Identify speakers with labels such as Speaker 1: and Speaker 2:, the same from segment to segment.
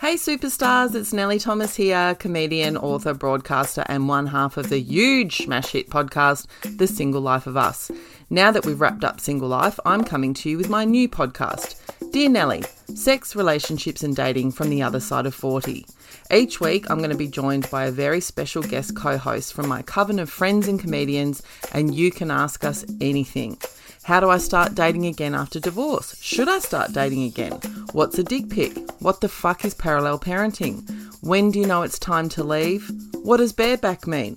Speaker 1: Hey, superstars, it's Nellie Thomas here, comedian, author, broadcaster, and one half of the huge smash hit podcast, The Single Life of Us. Now that we've wrapped up Single Life, I'm coming to you with my new podcast, Dear Nellie Sex, Relationships, and Dating from the Other Side of 40. Each week, I'm going to be joined by a very special guest co host from my coven of friends and comedians, and you can ask us anything. How do I start dating again after divorce? Should I start dating again? What's a dick pic? What the fuck is parallel parenting? When do you know it's time to leave? What does bareback mean?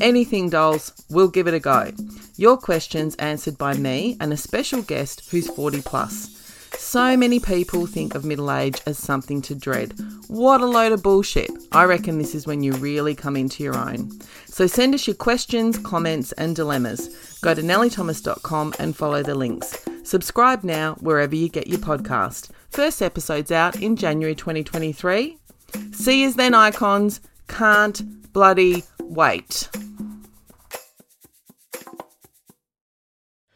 Speaker 1: Anything, dolls, we'll give it a go. Your questions answered by me and a special guest who's 40 plus. So many people think of middle age as something to dread. What a load of bullshit. I reckon this is when you really come into your own. So send us your questions, comments, and dilemmas. Go to nellythomas.com and follow the links. Subscribe now wherever you get your podcast. First episode's out in January 2023. See you then, icons. Can't bloody wait.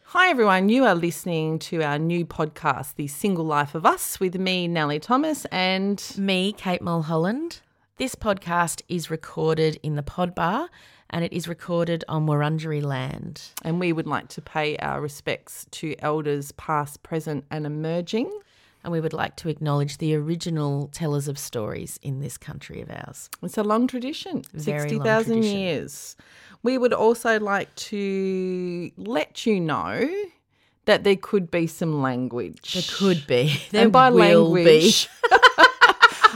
Speaker 1: Hi, everyone. You are listening to our new podcast, The Single Life of Us, with me, Nellie Thomas, and
Speaker 2: Me, Kate Mulholland. This podcast is recorded in the pod bar and it is recorded on Wurundjeri land.
Speaker 1: and we would like to pay our respects to elders past, present, and emerging.
Speaker 2: And we would like to acknowledge the original tellers of stories in this country of ours.
Speaker 1: It's a long tradition,
Speaker 2: Very long
Speaker 1: 60,000
Speaker 2: tradition.
Speaker 1: years. We would also like to let you know that there could be some language.
Speaker 2: There could be. There
Speaker 1: and by
Speaker 2: will be.
Speaker 1: language,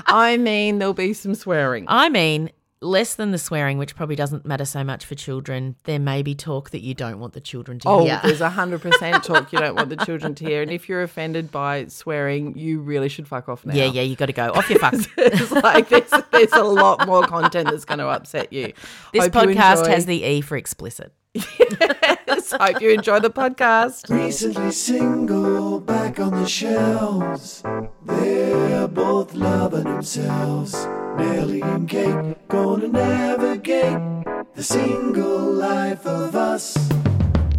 Speaker 1: I mean there'll be some swearing.
Speaker 2: I mean, less than the swearing, which probably doesn't matter so much for children, there may be talk that you don't want the children to
Speaker 1: Oh,
Speaker 2: hear.
Speaker 1: there's a hundred percent talk you don't want the children to hear, and if you're offended by swearing, you really should fuck off now.
Speaker 2: Yeah, yeah, you got to go. Off your fucks.
Speaker 1: it's like there's, there's a lot more content that's going to upset you.
Speaker 2: This
Speaker 1: Hope you
Speaker 2: podcast
Speaker 1: enjoy-
Speaker 2: has the E for explicit.
Speaker 1: Hope you enjoy the podcast.
Speaker 3: Recently single, back on the shelves. They're both loving themselves. Nelly and Kate gonna navigate the single life of us.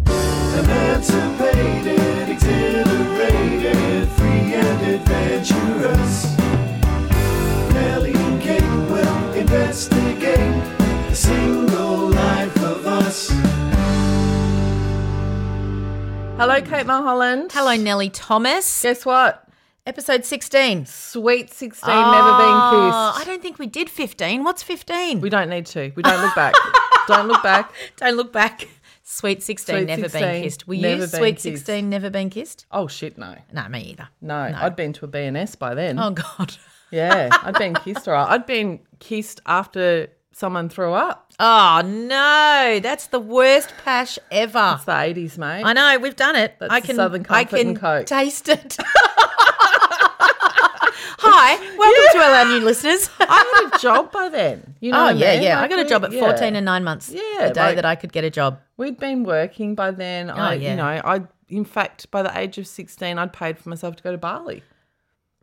Speaker 3: Emancipated, exhilarated, free and adventurous. Nelly and Kate will investigate the single life of us.
Speaker 1: Hello, Kate Mulholland.
Speaker 2: Hello, Nellie Thomas.
Speaker 1: Guess what?
Speaker 2: Episode 16.
Speaker 1: Sweet 16, never been
Speaker 2: Oh, I
Speaker 1: kissed.
Speaker 2: don't think we did 15. What's 15?
Speaker 1: we don't need to. We don't look back. don't look back.
Speaker 2: don't look back. Sweet 16,
Speaker 1: Sweet
Speaker 2: never
Speaker 1: 16,
Speaker 2: been kissed. Were
Speaker 1: never
Speaker 2: you
Speaker 1: been
Speaker 2: sweet
Speaker 1: kissed.
Speaker 2: 16, never been kissed?
Speaker 1: Oh, shit, no.
Speaker 2: No, me either.
Speaker 1: No, I'd been to a BNS by then.
Speaker 2: Oh, God.
Speaker 1: Yeah, I'd been kissed all right. I'd been kissed after someone threw up.
Speaker 2: Oh, no. That's the worst pash ever.
Speaker 1: It's the 80s, mate.
Speaker 2: I know, we've done it. I
Speaker 1: the
Speaker 2: can,
Speaker 1: Southern
Speaker 2: I
Speaker 1: comfort and
Speaker 2: can
Speaker 1: Coke.
Speaker 2: taste it. Hi, welcome to all our new listeners.
Speaker 1: I had a job by then. You know
Speaker 2: oh,
Speaker 1: what
Speaker 2: yeah,
Speaker 1: mean?
Speaker 2: yeah. I
Speaker 1: Like,
Speaker 2: got a
Speaker 1: we-
Speaker 2: job at
Speaker 1: yeah.
Speaker 2: 14 and nine months.
Speaker 1: Yeah,
Speaker 2: The day
Speaker 1: like-
Speaker 2: that I could get a job.
Speaker 1: We'd been working by then. I,
Speaker 2: Oh, yeah.
Speaker 1: You know, I in fact by the age of sixteen, I'd paid for myself to go to Bali.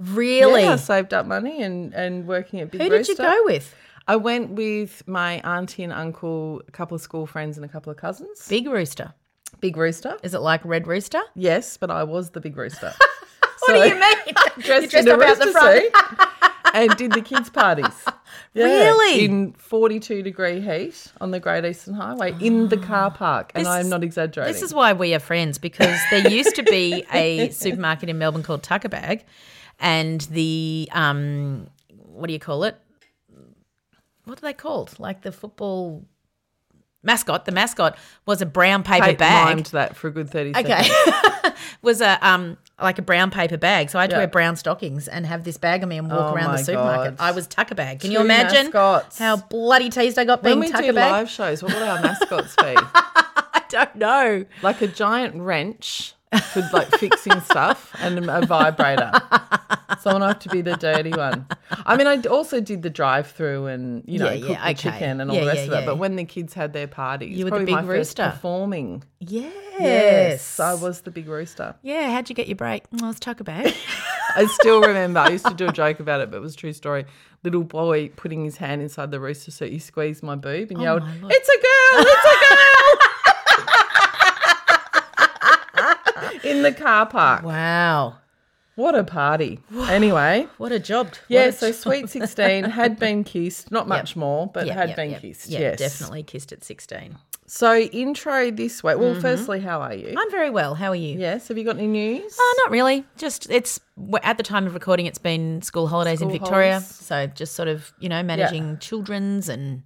Speaker 2: Really?
Speaker 1: Yeah, I saved up money and and working at Big
Speaker 2: Who did you
Speaker 1: Rooster.
Speaker 2: go with?
Speaker 1: I went with my auntie and uncle, a couple of school friends, and a couple of cousins.
Speaker 2: Big Rooster.
Speaker 1: Big Rooster.
Speaker 2: Is it like Red Rooster?
Speaker 1: Yes, but I was the Big Rooster.
Speaker 2: What do you mean?
Speaker 1: dressed,
Speaker 2: You're dressed
Speaker 1: in a
Speaker 2: up out the
Speaker 1: rooster
Speaker 2: front.
Speaker 1: suit and did the kids' parties. Yeah,
Speaker 2: Really?
Speaker 1: In 42 degree heat on the Great Eastern Highway in the car park. And
Speaker 2: This-
Speaker 1: I'm not exaggerating.
Speaker 2: This is why we are friends because there used to be a supermarket in Melbourne called Tucker Bag, and the um, what do you call it? What are they called? Like the football mascot. The mascot was a brown paper
Speaker 1: Kate
Speaker 2: bag.
Speaker 1: mimed that for a good 30 seconds.
Speaker 2: Okay, was a um like a brown paper bag. So I had to
Speaker 1: Yeah.
Speaker 2: wear brown stockings and have this bag on me and walk
Speaker 1: Oh
Speaker 2: around the
Speaker 1: my
Speaker 2: supermarket.
Speaker 1: God.
Speaker 2: I was Tucker Bag. Can you
Speaker 1: Two
Speaker 2: imagine
Speaker 1: mascots.
Speaker 2: how bloody teased I got
Speaker 1: When
Speaker 2: being
Speaker 1: we
Speaker 2: Tucker
Speaker 1: do
Speaker 2: Bag?
Speaker 1: live shows, what would our mascots be?
Speaker 2: I don't know.
Speaker 1: like a giant wrench for like fixing stuff and a vibrator. Someone have to be the dirty one. I mean, I d- also did the drive-through and you know
Speaker 2: Yeah, yeah,
Speaker 1: cooked the
Speaker 2: okay.
Speaker 1: chicken and all
Speaker 2: Yeah,
Speaker 1: the rest
Speaker 2: yeah,
Speaker 1: of it.
Speaker 2: yeah.
Speaker 1: But when the kids had their parties,
Speaker 2: You were the
Speaker 1: probably
Speaker 2: big
Speaker 1: my first
Speaker 2: rooster.
Speaker 1: performing.
Speaker 2: Yes.
Speaker 1: I was the big rooster.
Speaker 2: Yeah, how'd you get your break? I was Tucker Bag.
Speaker 1: I still remember. I used to do a joke about it, but it was a true story. Little boy putting his hand inside the rooster suit, he squeezed my boob and yelled,
Speaker 2: Oh my Lord.
Speaker 1: "It's a girl! It's a girl!" In the car park.
Speaker 2: wow.
Speaker 1: What a party. Anyway.
Speaker 2: What a job. What
Speaker 1: Yeah,
Speaker 2: a
Speaker 1: so
Speaker 2: job.
Speaker 1: Sweet 16 had been kissed, not much more, but
Speaker 2: Yep,
Speaker 1: had
Speaker 2: yep,
Speaker 1: been
Speaker 2: yep.
Speaker 1: kissed.
Speaker 2: Yeah,
Speaker 1: yes.
Speaker 2: definitely kissed at 16.
Speaker 1: So, intro this way.
Speaker 2: Mm-hmm.
Speaker 1: Well, firstly, how are you?
Speaker 2: I'm very well. How are you?
Speaker 1: yes. Have you got any news?
Speaker 2: Uh, not really. Just it's w- at the time of recording, it's been school holidays in
Speaker 1: School
Speaker 2: Victoria,
Speaker 1: holidays.
Speaker 2: so just sort of you know managing childrens and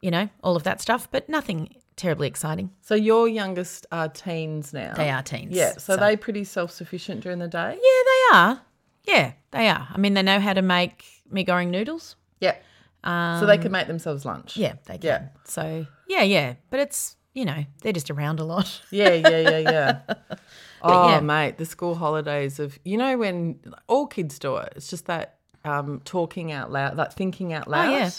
Speaker 2: you know all of that stuff, but nothing terribly exciting.
Speaker 1: So, your youngest are teens now.
Speaker 2: They are teens,
Speaker 1: Oh, Yeah. So, they pretty self sufficient during the day?
Speaker 2: yeah, they are. Yeah, they are. I mean, they know how to make mee goreng noodles.
Speaker 1: Yeah. so, they can make themselves lunch.
Speaker 2: Yeah, they can.
Speaker 1: Yeah.
Speaker 2: So yeah, yeah, but it's you know they're just around a lot.
Speaker 1: Yeah, yeah, yeah, yeah. oh,
Speaker 2: yeah.
Speaker 1: mate, the school holidays of you know when all kids do it. It's just that um, talking out loud, like thinking out loud.
Speaker 2: Oh, yeah.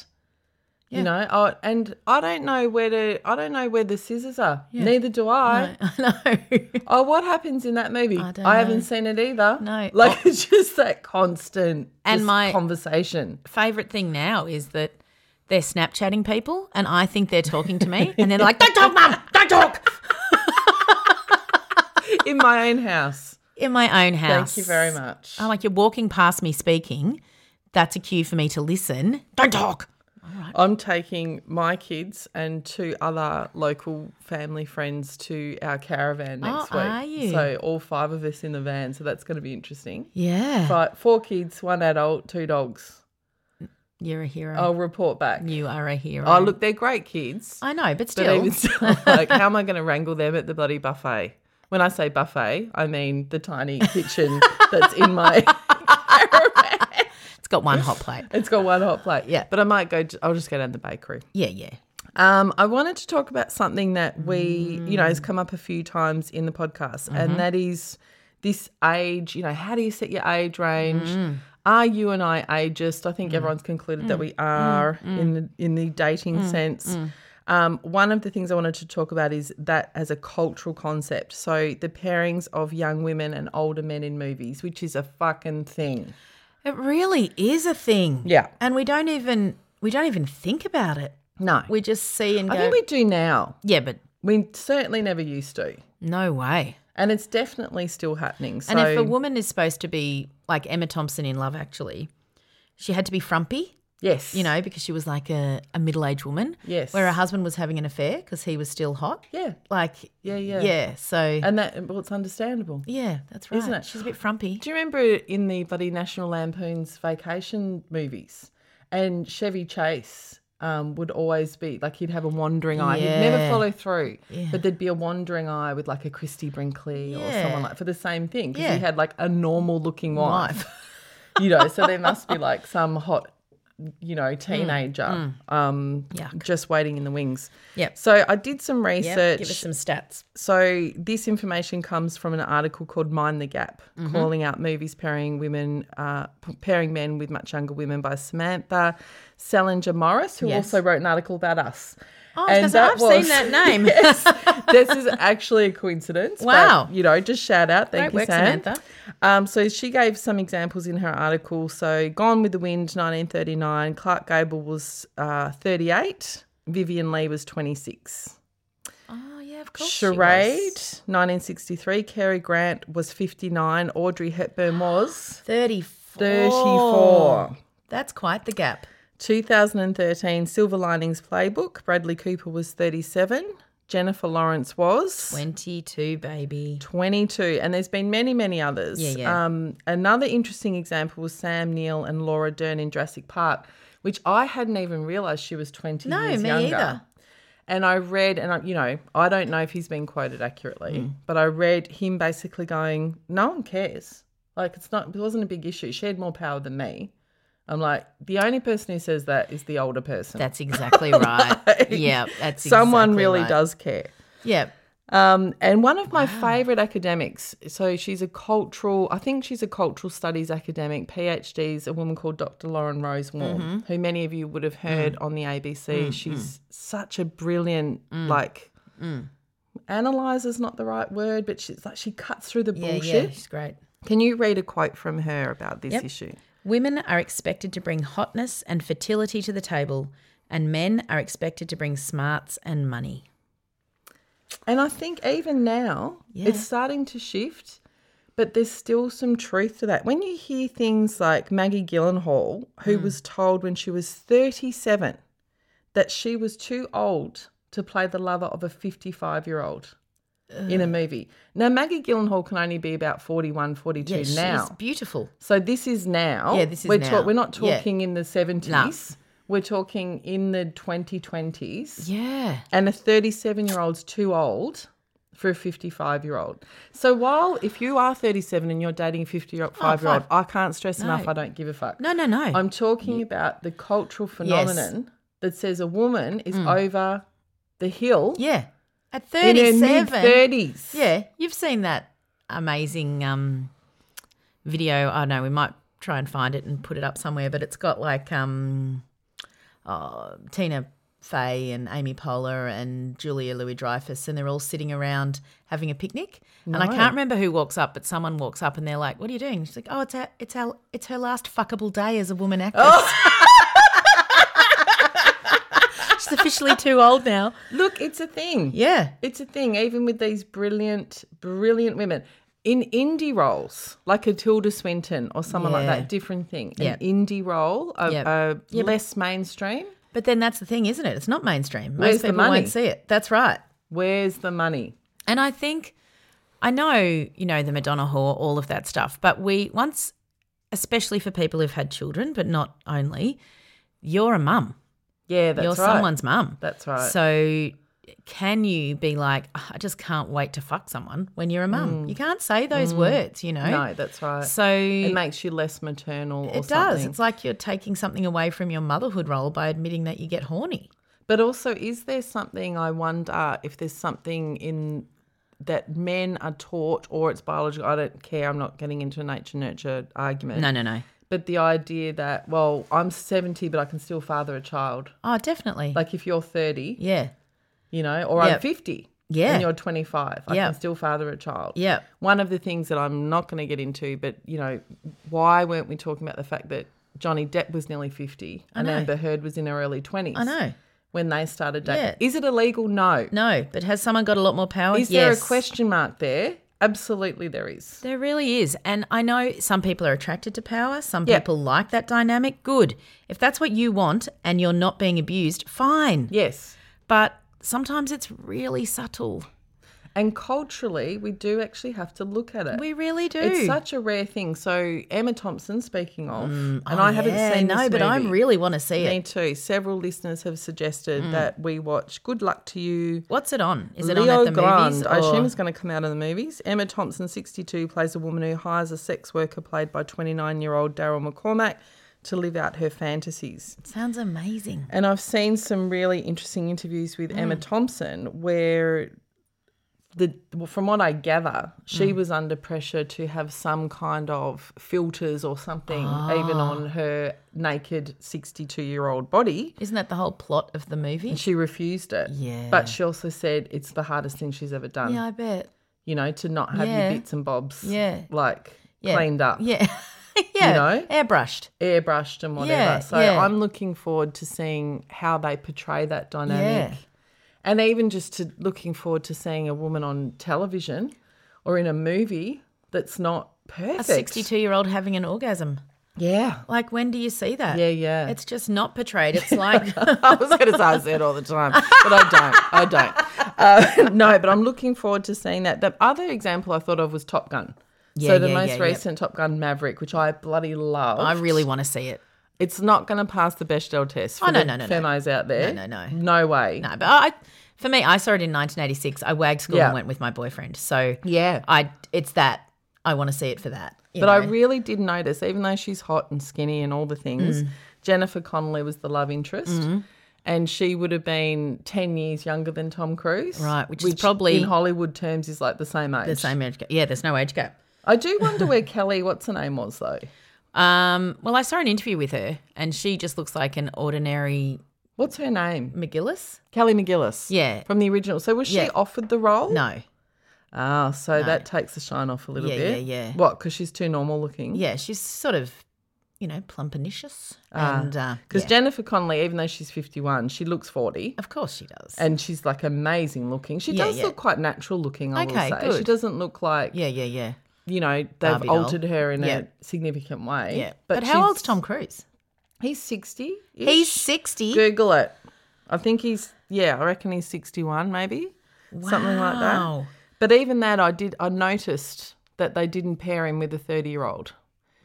Speaker 1: You know, oh, and I don't know where to. I don't know where the scissors are. Neither do I.
Speaker 2: I know.
Speaker 1: Oh, what happens in that movie? I,
Speaker 2: don't
Speaker 1: haven't
Speaker 2: know.
Speaker 1: seen it either.
Speaker 2: No.
Speaker 1: like it's just that constant
Speaker 2: And
Speaker 1: just
Speaker 2: my-
Speaker 1: conversation.
Speaker 2: favorite thing now is that they're Snapchatting people, and I think they're talking to me, and they're like, "Don't talk, mum! Don't talk!"
Speaker 1: in my own house.
Speaker 2: In my own house.
Speaker 1: Thank you very much.
Speaker 2: I'm like, you're walking past me speaking. That's a cue for me to listen. Don't talk.
Speaker 1: I'm taking my kids and two other local family friends to our caravan next
Speaker 2: Oh,
Speaker 1: week.
Speaker 2: are you?
Speaker 1: So all five of us in the van, so that's going to be interesting.
Speaker 2: Yeah,
Speaker 1: But four kids, one adult, two dogs.
Speaker 2: you're a hero.
Speaker 1: I'll report back.
Speaker 2: You are a hero.
Speaker 1: Oh, look, they're great kids.
Speaker 2: I know, but
Speaker 1: But
Speaker 2: still,
Speaker 1: even still, like, how am I going to wrangle them at the bloody buffet? When I say buffet, I mean the tiny kitchen that's in my.
Speaker 2: it's got one hot plate.
Speaker 1: It's got one hot plate.
Speaker 2: Yeah.
Speaker 1: But I might go, to, I'll just go down to the bakery.
Speaker 2: Yeah, yeah.
Speaker 1: Um, I wanted to talk about something that we, you know, has come up a few times in the podcast, and that is this age. You know, how do you set your age range? Are you and I ageist? I think everyone's concluded that we are in the, in the dating sense. Um, one of the things I wanted to talk about is that as a cultural concept. So the pairings of young women and older men in movies, which is a fucking thing.
Speaker 2: It really is a thing.
Speaker 1: Yeah.
Speaker 2: and we don't even we don't even think about it.
Speaker 1: No,
Speaker 2: We just see and go.
Speaker 1: I think we do now.
Speaker 2: yeah, but
Speaker 1: We certainly never used to.
Speaker 2: no way.
Speaker 1: And it's definitely still happening. So
Speaker 2: And if a woman is supposed to be like Emma Thompson in Love Actually, she had to be frumpy,
Speaker 1: yes,
Speaker 2: you know, because she was like a, a middle aged woman.
Speaker 1: Yes.
Speaker 2: Where her husband was having an affair because he was still hot.
Speaker 1: yeah,
Speaker 2: Like,
Speaker 1: yeah, yeah,
Speaker 2: yeah. So,
Speaker 1: And that well, it's understandable.
Speaker 2: yeah, that's right.
Speaker 1: Isn't it?
Speaker 2: She's a bit frumpy.
Speaker 1: Do you remember in the bloody National Lampoon's Vacation movies, and Chevy Chase um, would always be like he'd have a wandering eye. He'd never
Speaker 2: Yeah.
Speaker 1: follow through, but there'd be a wandering eye with like a Christy Brinkley or
Speaker 2: Yeah.
Speaker 1: someone like for the same thing because
Speaker 2: Yeah.
Speaker 1: he had like a normal looking wife. you know, so there must be like some hot, you
Speaker 2: Mm.
Speaker 1: know, teenager um,
Speaker 2: Yuck.
Speaker 1: just waiting in the wings.
Speaker 2: Yep.
Speaker 1: So I did some
Speaker 2: Yeah.
Speaker 1: research.
Speaker 2: Give us some stats.
Speaker 1: So this information comes from an article called "Mind the Gap,"
Speaker 2: Mm-hmm.
Speaker 1: calling out movies pairing women, uh, p- pairing men with much younger women by Samantha Salinger Morris, who
Speaker 2: Yes.
Speaker 1: also wrote an article about us.
Speaker 2: Oh, because I've seen that name.
Speaker 1: Yes, this is actually a coincidence. but,
Speaker 2: Wow.
Speaker 1: you know, just shout out. Thank
Speaker 2: Great
Speaker 1: you,
Speaker 2: work,
Speaker 1: Sam.
Speaker 2: Samantha.
Speaker 1: Um, so she gave some examples in her article. So Gone with the Wind, 1939. Clark Gable was uh, 38. Vivian Lee was 26.
Speaker 2: Oh, yeah, of course. she was.
Speaker 1: Charade, 1963. Cary Grant was 59. Audrey Hepburn was
Speaker 2: 34. Oh.
Speaker 1: 34.
Speaker 2: That's quite the gap.
Speaker 1: 2013, Silver Linings Playbook. Bradley Cooper was 37. Jennifer Lawrence was
Speaker 2: 22, baby.
Speaker 1: 22. And there's been many, many others.
Speaker 2: Yeah, yeah.
Speaker 1: Um, another interesting example was Sam Neill and Laura Dern in Jurassic Park, which I hadn't even realised she was 20
Speaker 2: No,
Speaker 1: years
Speaker 2: me
Speaker 1: younger.
Speaker 2: either.
Speaker 1: And I read, and I, you know, I don't know if he's been quoted accurately,
Speaker 2: Mm.
Speaker 1: but I read him basically going, "No one cares. Like it's not. It wasn't a big issue. She had more power than me." I'm like, the only person who says that is the older person.
Speaker 2: That's exactly right. yeah, that's
Speaker 1: Oh Someone
Speaker 2: exactly
Speaker 1: really
Speaker 2: right.
Speaker 1: does care.
Speaker 2: Yeah.
Speaker 1: Um, and one of my favorite academics, so she's a cultural, I think she's a cultural studies academic, PhD's a woman called Dr. Lauren Rose Warm,
Speaker 2: Mm-hmm.
Speaker 1: who many of you would
Speaker 2: Mm.
Speaker 1: have heard on the ABC. She's such a brilliant,
Speaker 2: Mm.
Speaker 1: like, analyzer's not the right word, but she's like, she cuts through the
Speaker 2: Yeah,
Speaker 1: bullshit.
Speaker 2: yeah, she's great.
Speaker 1: Can you read a quote from her about this issue?
Speaker 2: Women are expected to bring hotness and fertility to the table, and men are expected to bring smarts and money.
Speaker 1: And I think even now
Speaker 2: Yeah.
Speaker 1: it's starting to shift But there's still some truth to that. When you hear things like Maggie Gyllenhaal, who
Speaker 2: Hmm.
Speaker 1: was told when she was 37 that she was too old to play the lover of a 55 year old in a movie. Now, Maggie Gyllenhaal can only be about 41, 42
Speaker 2: Yeah,
Speaker 1: now.
Speaker 2: she's beautiful.
Speaker 1: So this is now.
Speaker 2: Yeah, this is
Speaker 1: we're
Speaker 2: now.
Speaker 1: we're not
Speaker 2: Yeah.
Speaker 1: talking in the 70s. We're talking in the 2020s.
Speaker 2: Yeah.
Speaker 1: And a 37 year old's too old for a 55 year old. So while if you are 37 and you're dating a 55 year old,
Speaker 2: Oh, fuck.
Speaker 1: I can't stress enough,
Speaker 2: No.
Speaker 1: I don't give a fuck.
Speaker 2: No, no, no.
Speaker 1: I'm talking about the cultural phenomenon that says a woman is over the hill
Speaker 2: Mm. yeah. At
Speaker 1: in her mid
Speaker 2: 37.
Speaker 1: 30s.
Speaker 2: Yeah. You've seen that amazing um, video. I know we might try and find it and put it up somewhere, but it's got like um, oh, Tina Fey and Amy Poehler and Julia Louis Dreyfus, and they're all sitting around having a picnic. And I can't remember who walks up, but someone walks up and they're like, What are you doing? she's like, Oh, it's her, it's her, it's her last fuckable day as a woman actress. She's officially too old now.
Speaker 1: Look, it's a thing.
Speaker 2: Yeah.
Speaker 1: It's a thing, even with these brilliant, brilliant women. In indie roles, like a Tilda Swinton or someone like
Speaker 2: Yeah.
Speaker 1: that, different thing.
Speaker 2: Yep.
Speaker 1: An indie role, a,
Speaker 2: Yep.
Speaker 1: a less mainstream.
Speaker 2: But then that's the thing, isn't it? It's not mainstream. Most
Speaker 1: Where's the
Speaker 2: people
Speaker 1: money?
Speaker 2: won't see it. That's right.
Speaker 1: Where's the money?
Speaker 2: And I think I know, you know, the Madonna whore, all of that stuff. But we once, especially for people who've had children, but not only, you're a mum.
Speaker 1: Yeah, that's
Speaker 2: You're
Speaker 1: right.
Speaker 2: someone's mum.
Speaker 1: That's right.
Speaker 2: So can you be like, "Oh, I just can't wait to fuck someone when you're a mum? You can't say those words, you know?
Speaker 1: Mm. no, that's right.
Speaker 2: So
Speaker 1: it makes you less maternal or
Speaker 2: it does.
Speaker 1: something.
Speaker 2: It's like you're taking something away from your motherhood role by admitting that you get horny.
Speaker 1: But also, is there something I wonder if there's something in that men are taught or it's biological? I don't care. I'm not getting into a nature nurture argument.
Speaker 2: No, no, no.
Speaker 1: But the idea that, well, I'm 70, but I can still father a child.
Speaker 2: Oh, definitely.
Speaker 1: Like if you're 30,
Speaker 2: yeah.
Speaker 1: you know, or I'm
Speaker 2: Yep.
Speaker 1: 50
Speaker 2: Yeah.
Speaker 1: and you're 25, I
Speaker 2: Yeah.
Speaker 1: can still father a child.
Speaker 2: Yeah.
Speaker 1: One of the things that I'm not going to get into, but, you know, why weren't we talking about the fact that Johnny Depp was nearly 50 and
Speaker 2: know.
Speaker 1: Amber Heard was in her early 20s?
Speaker 2: I know.
Speaker 1: When they started dating.
Speaker 2: Yeah.
Speaker 1: Is it illegal? No.
Speaker 2: No, but has someone got a lot more power?
Speaker 1: Is there a
Speaker 2: Yes.
Speaker 1: question mark there? Absolutely, there is.
Speaker 2: There really is. And I know some people are attracted to power. Some
Speaker 1: Yeah.
Speaker 2: people like that dynamic. Good. If that's what you want and you're not being abused, fine.
Speaker 1: Yes.
Speaker 2: But sometimes it's really subtle.
Speaker 1: And culturally, we do actually have to look at it.
Speaker 2: We really do.
Speaker 1: It's such a rare thing. So Emma Thompson, speaking of, and I haven't
Speaker 2: Mm. Oh, yeah,
Speaker 1: seen
Speaker 2: no,
Speaker 1: this
Speaker 2: but I
Speaker 1: movie.
Speaker 2: really want to see
Speaker 1: Me
Speaker 2: it.
Speaker 1: too. Several listeners have suggested that we watch Good Luck to You.
Speaker 2: What's it on? Mm. Is it
Speaker 1: Leo
Speaker 2: on at the
Speaker 1: Grande,
Speaker 2: movies?
Speaker 1: I assume
Speaker 2: or-
Speaker 1: it's going to come out in the movies. Emma Thompson, 62, plays a woman who hires a sex worker played by 29 year old Daryl McCormack to live out her fantasies.
Speaker 2: Sounds amazing.
Speaker 1: And I've seen some really interesting interviews with
Speaker 2: Mm.
Speaker 1: Emma Thompson where the well, from what I gather, she
Speaker 2: Mm.
Speaker 1: was under pressure to have some kind of filters or something even
Speaker 2: Ah.
Speaker 1: on her naked 62-year-old body.
Speaker 2: Isn't that the whole plot of the movie?
Speaker 1: And she refused it.
Speaker 2: Yeah.
Speaker 1: But she also said it's the hardest thing she's ever done,
Speaker 2: I bet.
Speaker 1: you know, to not have
Speaker 2: Yeah.
Speaker 1: your bits and bobs
Speaker 2: Yeah.
Speaker 1: like
Speaker 2: Yeah.
Speaker 1: cleaned up,
Speaker 2: Yeah. yeah.
Speaker 1: You know?
Speaker 2: Airbrushed.
Speaker 1: airbrushed and whatever.
Speaker 2: Yeah,
Speaker 1: so
Speaker 2: yeah.
Speaker 1: I'm looking forward to seeing how they portray that dynamic.
Speaker 2: Yeah.
Speaker 1: And even just to looking forward to seeing a woman on television or in a movie that's not perfect.
Speaker 2: A 62 year old having an orgasm.
Speaker 1: Yeah.
Speaker 2: Like, when do you see that?
Speaker 1: Yeah, yeah.
Speaker 2: It's just not portrayed. It's like,
Speaker 1: I was going to say I say it all the time, but I don't. I don't. Uh, no, but I'm looking forward to seeing that. The other example I thought of was Top Gun.
Speaker 2: Yeah,
Speaker 1: so the
Speaker 2: yeah,
Speaker 1: most
Speaker 2: yeah, yeah.
Speaker 1: recent Top Gun Maverick, which I bloody love.
Speaker 2: I really want to see it.
Speaker 1: it's not going to pass the Bechdel test for
Speaker 2: Oh, no,
Speaker 1: the
Speaker 2: no, no, no.
Speaker 1: femos out there.
Speaker 2: No, no, no.
Speaker 1: no way.
Speaker 2: No, but I, for me, I saw it in 1986. I wagged school
Speaker 1: Yeah.
Speaker 2: and went with my boyfriend. So
Speaker 1: Yeah.
Speaker 2: I it's that I want to see it for that. you
Speaker 1: But I
Speaker 2: know.
Speaker 1: really did notice, even though she's hot and skinny and all the things,
Speaker 2: Mm.
Speaker 1: Jennifer Connelly was the love interest.
Speaker 2: Mm-hmm.
Speaker 1: And she would have been 10 years younger than Tom Cruise.
Speaker 2: Right, which is probably-
Speaker 1: in Hollywood terms is like the same age.
Speaker 2: the same age gap. Yeah, there's no age gap.
Speaker 1: I do wonder where Kelly, what's her name, was though.
Speaker 2: Um, well, I saw an interview with her, and she just looks like an ordinary
Speaker 1: What's her name?
Speaker 2: McGillis.
Speaker 1: Kelly McGillis.
Speaker 2: Yeah.
Speaker 1: From the original. So was she
Speaker 2: Yeah.
Speaker 1: offered the role?
Speaker 2: No,
Speaker 1: Ah, so that takes the shine off a little
Speaker 2: Yeah,
Speaker 1: bit.
Speaker 2: yeah, yeah.
Speaker 1: What? Because she's too normal looking.
Speaker 2: yeah, she's sort of, you know, plumpinicious,
Speaker 1: Ah.
Speaker 2: and uh,
Speaker 1: Because
Speaker 2: yeah.
Speaker 1: Jennifer Connelly, even though she's 51, she looks 40.
Speaker 2: of course she does.
Speaker 1: and she's like amazing looking. She
Speaker 2: Yeah,
Speaker 1: does
Speaker 2: yeah.
Speaker 1: look quite natural looking, I
Speaker 2: Okay,
Speaker 1: will say. She
Speaker 2: good.
Speaker 1: doesn't look like
Speaker 2: yeah, yeah, yeah.
Speaker 1: you know, they've
Speaker 2: Barbie doll.
Speaker 1: altered her in
Speaker 2: Yeah.
Speaker 1: a significant way.
Speaker 2: Yeah. But,
Speaker 1: she's-
Speaker 2: how old's Tom Cruise?
Speaker 1: He's 60.
Speaker 2: He's 60.
Speaker 1: Google it. I think he's, yeah, I reckon he's 61 maybe. Something like that.
Speaker 2: Wow.
Speaker 1: But even that, I did, I noticed that they didn't pair him with a 30 year old.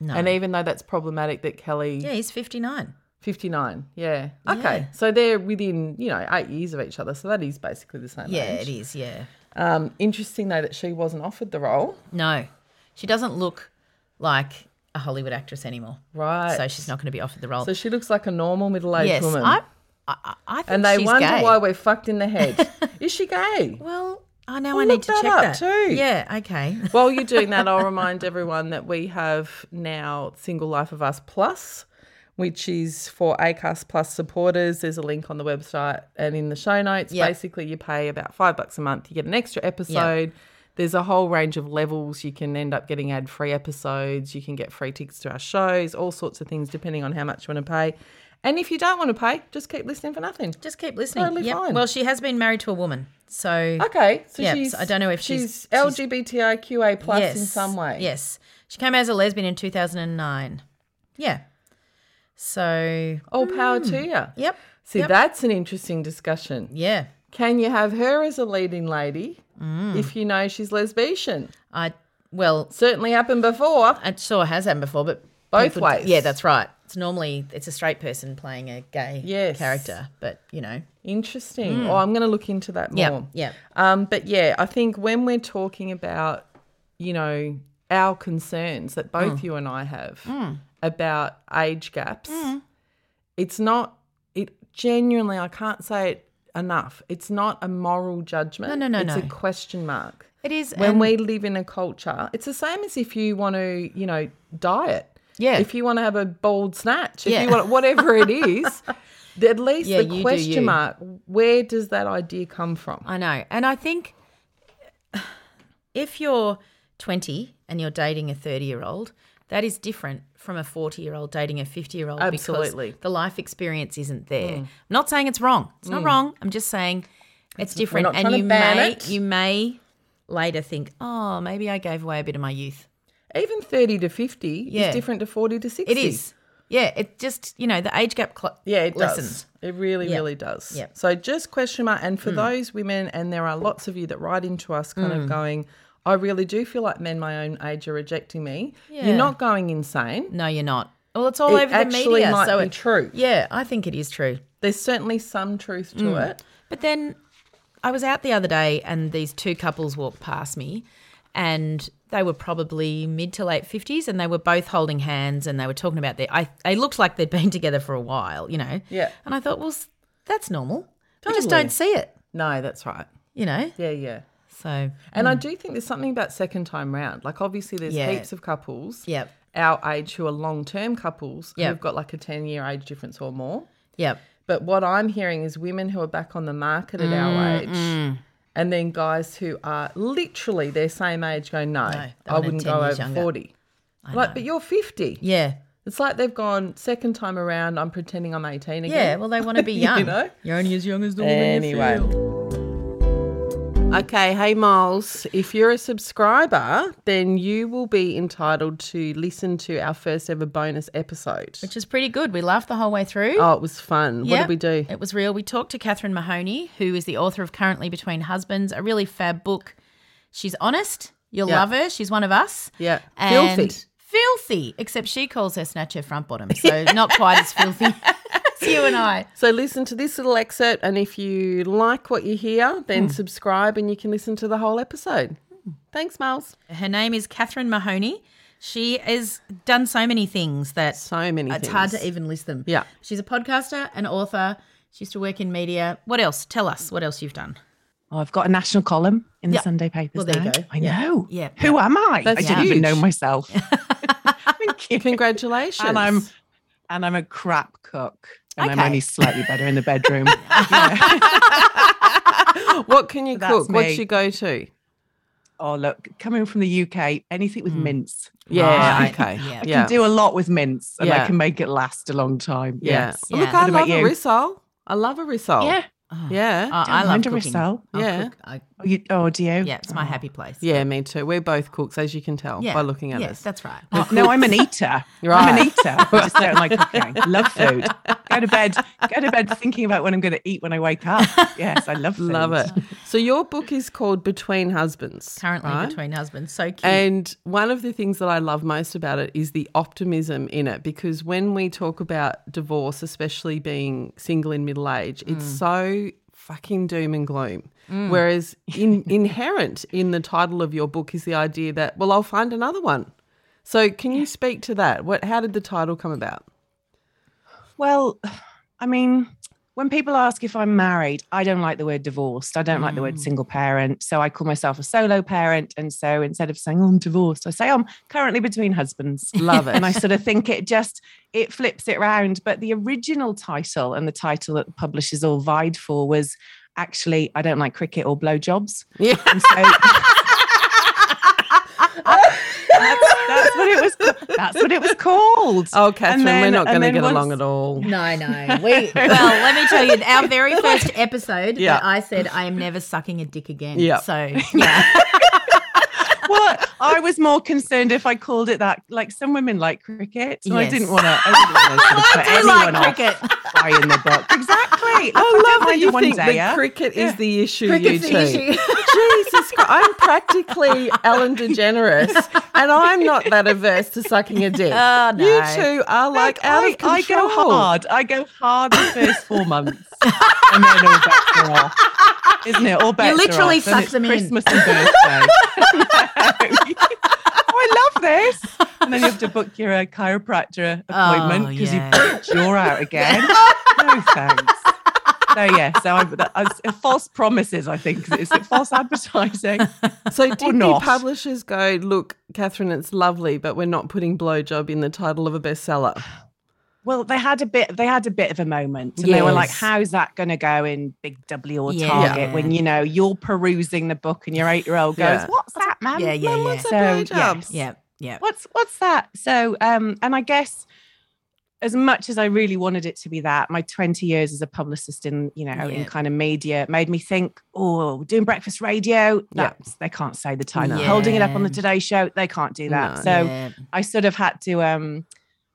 Speaker 2: No.
Speaker 1: And even though that's problematic that Kelly,
Speaker 2: Yeah, he's 59.
Speaker 1: 59, yeah. Okay.
Speaker 2: Yeah.
Speaker 1: So they're within, you know, eight years of each other. So that is basically the same
Speaker 2: Yeah,
Speaker 1: age.
Speaker 2: it is. Yeah.
Speaker 1: Um, interesting though that she wasn't offered the role.
Speaker 2: No, she doesn't look like a Hollywood actress anymore.
Speaker 1: Right.
Speaker 2: So she's not going to be offered the role.
Speaker 1: So she looks like a normal middle aged
Speaker 2: yes,
Speaker 1: woman.
Speaker 2: I, I, I- I think
Speaker 1: and they
Speaker 2: she's
Speaker 1: wonder
Speaker 2: gay.
Speaker 1: why we're fucked in the head. is she gay?
Speaker 2: Well, I know
Speaker 1: Well,
Speaker 2: I need
Speaker 1: look
Speaker 2: to
Speaker 1: that
Speaker 2: check
Speaker 1: up
Speaker 2: that
Speaker 1: too.
Speaker 2: Yeah. Okay.
Speaker 1: While you're doing that, I'll remind everyone that we have now Single Life of Us Plus, which is for ACAS Plus supporters. There's a link on the website and in the show notes.
Speaker 2: Yeah.
Speaker 1: Basically, you pay about five bucks a month, you get an extra episode. There's a whole range of levels. You can end up getting ad free episodes. You can get free tickets to our shows, all sorts of things, depending on how much you want to pay. And if you don't want to pay, just keep listening for nothing.
Speaker 2: Just keep listening.
Speaker 1: Totally
Speaker 2: Yep.
Speaker 1: fine.
Speaker 2: Well, she has been married to a woman, so
Speaker 1: Okay, so
Speaker 2: Yeah,
Speaker 1: she's
Speaker 2: so I don't know if she's- she's-
Speaker 1: LGBTIQA plus
Speaker 2: yes,
Speaker 1: in some way.
Speaker 2: Yes, she came out as a lesbian in 2009. Yeah. So
Speaker 1: All power
Speaker 2: Hmm.
Speaker 1: to you.
Speaker 2: yep.
Speaker 1: See,
Speaker 2: Yep.
Speaker 1: that's an interesting discussion.
Speaker 2: Yeah.
Speaker 1: Can you have her as a leading lady
Speaker 2: Mm.
Speaker 1: if you know she's lesbian?
Speaker 2: I well,
Speaker 1: Certainly happened before.
Speaker 2: it sure has happened before, but
Speaker 1: Both
Speaker 2: people-
Speaker 1: ways.
Speaker 2: Yeah, that's right. It's normally it's a straight person playing a gay
Speaker 1: Yes.
Speaker 2: character, but you know,
Speaker 1: Interesting.
Speaker 2: Mm.
Speaker 1: Oh, I'm going to look into that more.
Speaker 2: yeah, yeah,
Speaker 1: Um, but yeah, I think when we're talking about, you know, our concerns that
Speaker 2: Mm.
Speaker 1: both you and I have about age gaps,
Speaker 2: Mm.
Speaker 1: it's not, it genuinely, I can't say it enough. It's not a moral judgment.
Speaker 2: No, no, no,
Speaker 1: It's a
Speaker 2: no.
Speaker 1: question mark.
Speaker 2: it is.
Speaker 1: When
Speaker 2: and-
Speaker 1: we live in a culture, it's the same as if you want to, you know, diet.
Speaker 2: Yeah.
Speaker 1: If you want to have a bold snatch, if
Speaker 2: Yeah.
Speaker 1: you want whatever it is, the- at least
Speaker 2: Yeah, you
Speaker 1: the
Speaker 2: do
Speaker 1: question
Speaker 2: you.
Speaker 1: mark, where does that idea come from?
Speaker 2: I know. And I think if you're 20 and you're dating a 30 year old, that is different from a 40 year old dating a 50 year old
Speaker 1: Absolutely.
Speaker 2: because the life experience isn't there. I'm not saying it's wrong. It's not wrong. I'm just saying it's different
Speaker 1: not
Speaker 2: and
Speaker 1: trying to
Speaker 2: you
Speaker 1: ban
Speaker 2: may
Speaker 1: it.
Speaker 2: you may later think, "Oh, maybe I gave away a bit of my youth."
Speaker 1: even 30 to 50
Speaker 2: Yeah.
Speaker 1: is different to 40 to 60.
Speaker 2: It is. Yeah, it just, you know, the age gap cl-
Speaker 1: Yeah, it
Speaker 2: lessens.
Speaker 1: does. It really,
Speaker 2: Yeah.
Speaker 1: really does.
Speaker 2: Yeah. Mm.
Speaker 1: So just question mark. And for those women, and there are lots of you that write into us kind of going, I really do feel like men my own age are rejecting me.
Speaker 2: Yeah.
Speaker 1: You're not going insane.
Speaker 2: No, you're not. Well, it's all
Speaker 1: It
Speaker 2: over the
Speaker 1: actually
Speaker 2: media,
Speaker 1: might
Speaker 2: so
Speaker 1: be
Speaker 2: it-
Speaker 1: true.
Speaker 2: Yeah, I think it is true.
Speaker 1: There's certainly some truth to
Speaker 2: Mm.
Speaker 1: it.
Speaker 2: But then I was out the other day and these two couples walked past me and they were probably mid to late 50s and they were both holding hands and they were talking about their I they looked like they'd been together for a while, you know.
Speaker 1: Yeah.
Speaker 2: And I thought, well, s- that's normal. I just
Speaker 1: Totally.
Speaker 2: don't see it,
Speaker 1: No, that's right.
Speaker 2: you know.
Speaker 1: Yeah, yeah.
Speaker 2: So,
Speaker 1: And I do think there's something about second time round. Like obviously there's
Speaker 2: Mm. Yeah.
Speaker 1: heaps of couples
Speaker 2: yep.
Speaker 1: our age who are long term couples
Speaker 2: Yeah.
Speaker 1: who've got like a 10 year age difference or more.
Speaker 2: Yep.
Speaker 1: But what I'm hearing is women who are back on the market at
Speaker 2: Mm,
Speaker 1: our age, and then guys who are literally their same age going, no,
Speaker 2: they
Speaker 1: I
Speaker 2: want it
Speaker 1: wouldn't
Speaker 2: 10
Speaker 1: go over
Speaker 2: years younger."
Speaker 1: 40. Like, but you're 50.
Speaker 2: Yeah.
Speaker 1: It's like they've gone second time around, I'm pretending I'm 18 again.
Speaker 2: Yeah, well they want to be young.
Speaker 1: know?
Speaker 2: You're only as young as the
Speaker 1: Anyway. Okay, hey Miles, if you're a subscriber, then you will be entitled to listen to our first ever bonus episode.
Speaker 2: Which is pretty good. We laughed the whole way through.
Speaker 1: Oh, it was fun. What
Speaker 2: Yep,
Speaker 1: did we do?
Speaker 2: It was real. We talked to Catherine Mahoney, who is the author of Currently Between Husbands, a really fab book. She's honest. You'll
Speaker 1: Yeah.
Speaker 2: love her. She's one of us.
Speaker 1: Yeah.
Speaker 2: And
Speaker 1: Filthy.
Speaker 2: Filthy, except she calls her snatcher front bottom. So not quite as filthy as you and I.
Speaker 1: So listen to this little excerpt, and if you like what you hear,
Speaker 4: Hmm.
Speaker 1: then subscribe and you can listen to the whole episode. Thanks, Miles.
Speaker 2: Her name is Catherine Mahoney. She has done so many things that
Speaker 1: So many
Speaker 2: it's
Speaker 1: things.
Speaker 2: hard to even list them.
Speaker 1: Yeah.
Speaker 2: She's a podcaster, an author. She used to work in media. What else? Tell us what else you've done.
Speaker 4: Oh, I've got a national column in the
Speaker 2: Yeah.
Speaker 4: Sunday papers.
Speaker 2: Well, there you
Speaker 4: now.
Speaker 2: go.
Speaker 4: I know.
Speaker 2: Yeah.
Speaker 4: Who am I?
Speaker 1: That's
Speaker 4: I didn't even know
Speaker 1: huge.
Speaker 4: myself. Thank you.
Speaker 1: Congratulations.
Speaker 4: And I'm and I'm a crap cook. And I'm
Speaker 2: Okay.
Speaker 4: only slightly better in the bedroom. Yeah.
Speaker 1: what can you
Speaker 4: That's
Speaker 1: cook? What's
Speaker 4: me.
Speaker 1: your go to?
Speaker 4: Oh, look, coming from the UK, anything with mince.
Speaker 1: Yeah,
Speaker 2: Right.
Speaker 1: okay.
Speaker 2: Hmm.
Speaker 1: Yeah.
Speaker 2: Yeah. I
Speaker 4: I can do a lot with mince and
Speaker 1: Yeah.
Speaker 4: I can make it last a long time.
Speaker 1: yeah.
Speaker 4: Yes.
Speaker 1: Look,
Speaker 2: Yeah.
Speaker 1: I
Speaker 4: What about
Speaker 1: love a
Speaker 4: you?
Speaker 1: rissole. I love a rissole.
Speaker 4: Yeah.
Speaker 1: Yeah.
Speaker 2: Oh. I, I
Speaker 4: Don't
Speaker 2: love
Speaker 4: mind a
Speaker 2: cooking.
Speaker 4: Rissell.
Speaker 2: I'll
Speaker 1: Yeah.
Speaker 2: cook. I,
Speaker 4: Oh, you, oh do you?
Speaker 2: yeah, it's my happy place.
Speaker 1: yeah, me too. We're both cooks, as you can tell
Speaker 2: Yeah.
Speaker 1: by looking at
Speaker 2: yes,
Speaker 1: us.
Speaker 2: that's right.
Speaker 4: Oh, no, I'm an eater. I'm
Speaker 1: Right.
Speaker 4: an eater. I just don't like cooking. Love food. Go to bed. Go to bed thinking about what I'm going to eat when I wake up. Yes, I love food.
Speaker 1: Love it. So your book is called Between Husbands.
Speaker 2: Currently
Speaker 1: right?
Speaker 2: between husbands, so cute.
Speaker 1: And one of the things that I love most about it is the optimism in it because when we talk about divorce, especially being single in middle age, it's so fucking doom and gloom. Whereas in, inherent in the title of your book is the idea that, well, I'll find another one. So can you speak to that? What how did the title come about?
Speaker 4: Well, I mean, when people ask if I'm married, I don't like the word divorced. I don't like the
Speaker 1: Mm.
Speaker 4: word single parent. So I call myself a solo parent. And so instead of saying, oh, I'm divorced, I say, I'm currently between husbands.
Speaker 1: Love it.
Speaker 4: and I sort of think it just it flips it round. But the original title and the title that the publishers all vied for was actually I don't like cricket or blowjobs.
Speaker 1: Yeah.
Speaker 4: And so that's, that's what it was. ca- That's what it was called.
Speaker 1: Oh, Catherine,
Speaker 4: And
Speaker 1: we're
Speaker 4: then-
Speaker 1: not
Speaker 4: and
Speaker 1: going to
Speaker 4: then
Speaker 1: get
Speaker 4: once-
Speaker 1: along at all.
Speaker 2: No, no. We well, let me tell you, our very first episode,
Speaker 1: Yeah.
Speaker 2: that I said I am never sucking a dick again.
Speaker 1: Yeah.
Speaker 2: So yeah,
Speaker 4: Well, I was more concerned if I called it that. Like some women like cricket, so
Speaker 2: Yes.
Speaker 4: I didn't want to. I
Speaker 2: I
Speaker 4: didn't
Speaker 2: do like
Speaker 4: want to put anyone off
Speaker 2: cricket.
Speaker 4: by in the book. Exactly.
Speaker 1: I love that you
Speaker 4: one
Speaker 1: think
Speaker 4: day,
Speaker 1: that
Speaker 4: yeah?
Speaker 1: cricket is the issue.
Speaker 2: Cricket's
Speaker 1: you
Speaker 2: the
Speaker 1: two.
Speaker 2: issue.
Speaker 1: Jesus Christ, I'm practically Ellen DeGeneres, and I'm not that averse to sucking a dick.
Speaker 2: Oh, no.
Speaker 1: You two are like out
Speaker 4: I,
Speaker 1: of control.
Speaker 4: I go hard. I go hard the first four months, and then all bets are off. Isn't it? All bets
Speaker 2: literally
Speaker 4: are off. Then
Speaker 2: suck
Speaker 4: it's
Speaker 2: them in.
Speaker 4: Christmas and birthday. oh, I love this. And then you have to book your uh, chiropractor appointment because
Speaker 2: yeah.
Speaker 4: you you're out again. no thanks. So yeah, so I, that, I, false promises. I think is it false advertising?
Speaker 1: So did the
Speaker 4: not.
Speaker 1: publishers go, look, Catherine, it's lovely, but we're not putting blowjob in the title of a bestseller.
Speaker 4: Well, they had a bit. They had a bit of a moment, and they were like,
Speaker 2: Yes.
Speaker 4: "How's that going to go in Big W or
Speaker 2: Yeah.
Speaker 4: Target when you know you're perusing the book and your eight-year-old goes,
Speaker 1: Yeah.
Speaker 4: "What's that, man?
Speaker 2: Yeah, yeah, yeah.
Speaker 1: So
Speaker 4: So,
Speaker 1: blowjobs.
Speaker 2: Yeah, yeah.
Speaker 4: What's what's that?" So, um, and I guess as much as I really wanted it to be that, my 20 years as a publicist in you know
Speaker 2: Yeah.
Speaker 4: in kind of media made me think, "Oh, doing breakfast radio, that's they can't say the title.
Speaker 2: No.
Speaker 4: Holding it up on the
Speaker 2: Yeah.
Speaker 4: Today Show, they can't do that."
Speaker 1: No.
Speaker 4: so.
Speaker 2: yeah.
Speaker 4: I sort of had to um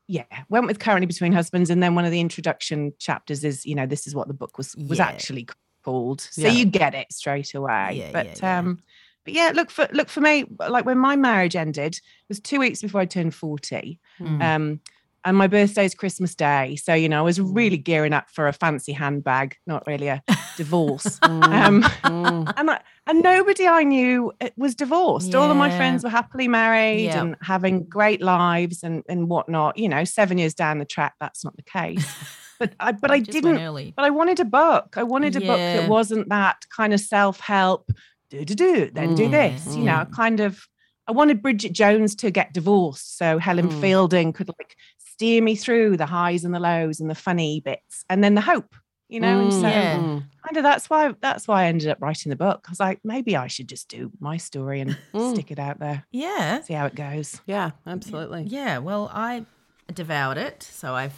Speaker 4: yeah, went with currently between husbands and then one of the introduction chapters is, you know, this is what the book was was
Speaker 2: Yeah.
Speaker 4: actually called. So
Speaker 1: Yeah.
Speaker 4: you get it straight away.
Speaker 2: Yeah,
Speaker 4: but
Speaker 2: yeah, yeah.
Speaker 4: um but yeah, look for look for me like when my marriage ended it was 2 weeks before I turned 40.
Speaker 2: Mm.
Speaker 4: Um and my birthday is Christmas Day. So, you know, I was really gearing up for a fancy handbag, not really a divorce. um,
Speaker 1: Mm.
Speaker 4: and I, and nobody I knew uh, was divorced. All of my
Speaker 2: Yeah.
Speaker 4: friends were happily married
Speaker 2: Yeah.
Speaker 4: and having great lives and and whatnot. You know, seven years down the track, that's not the case. but I but I
Speaker 2: Just went
Speaker 4: didn't.
Speaker 2: early.
Speaker 4: But I wanted a book. I wanted a book
Speaker 2: Yeah.
Speaker 4: that wasn't that kind of self help. Do do do, then do
Speaker 1: Mm,
Speaker 4: this. You know,
Speaker 2: yeah.
Speaker 4: I kind of. I wanted Bridget Jones to get divorced, so Helen
Speaker 1: Mm.
Speaker 4: Fielding could like steer me through the highs and the lows and the funny bits, and then the hope. You know, and
Speaker 1: Mm.
Speaker 4: so
Speaker 2: Yeah.
Speaker 1: Mm.
Speaker 4: kind of that's why that's why I ended up writing the book. I was like, maybe I should just do my story and
Speaker 1: Mm.
Speaker 4: stick it out there,
Speaker 2: Yeah,
Speaker 4: see how it goes.
Speaker 1: Yeah, absolutely.
Speaker 2: yeah. Well, I devoured it, so I've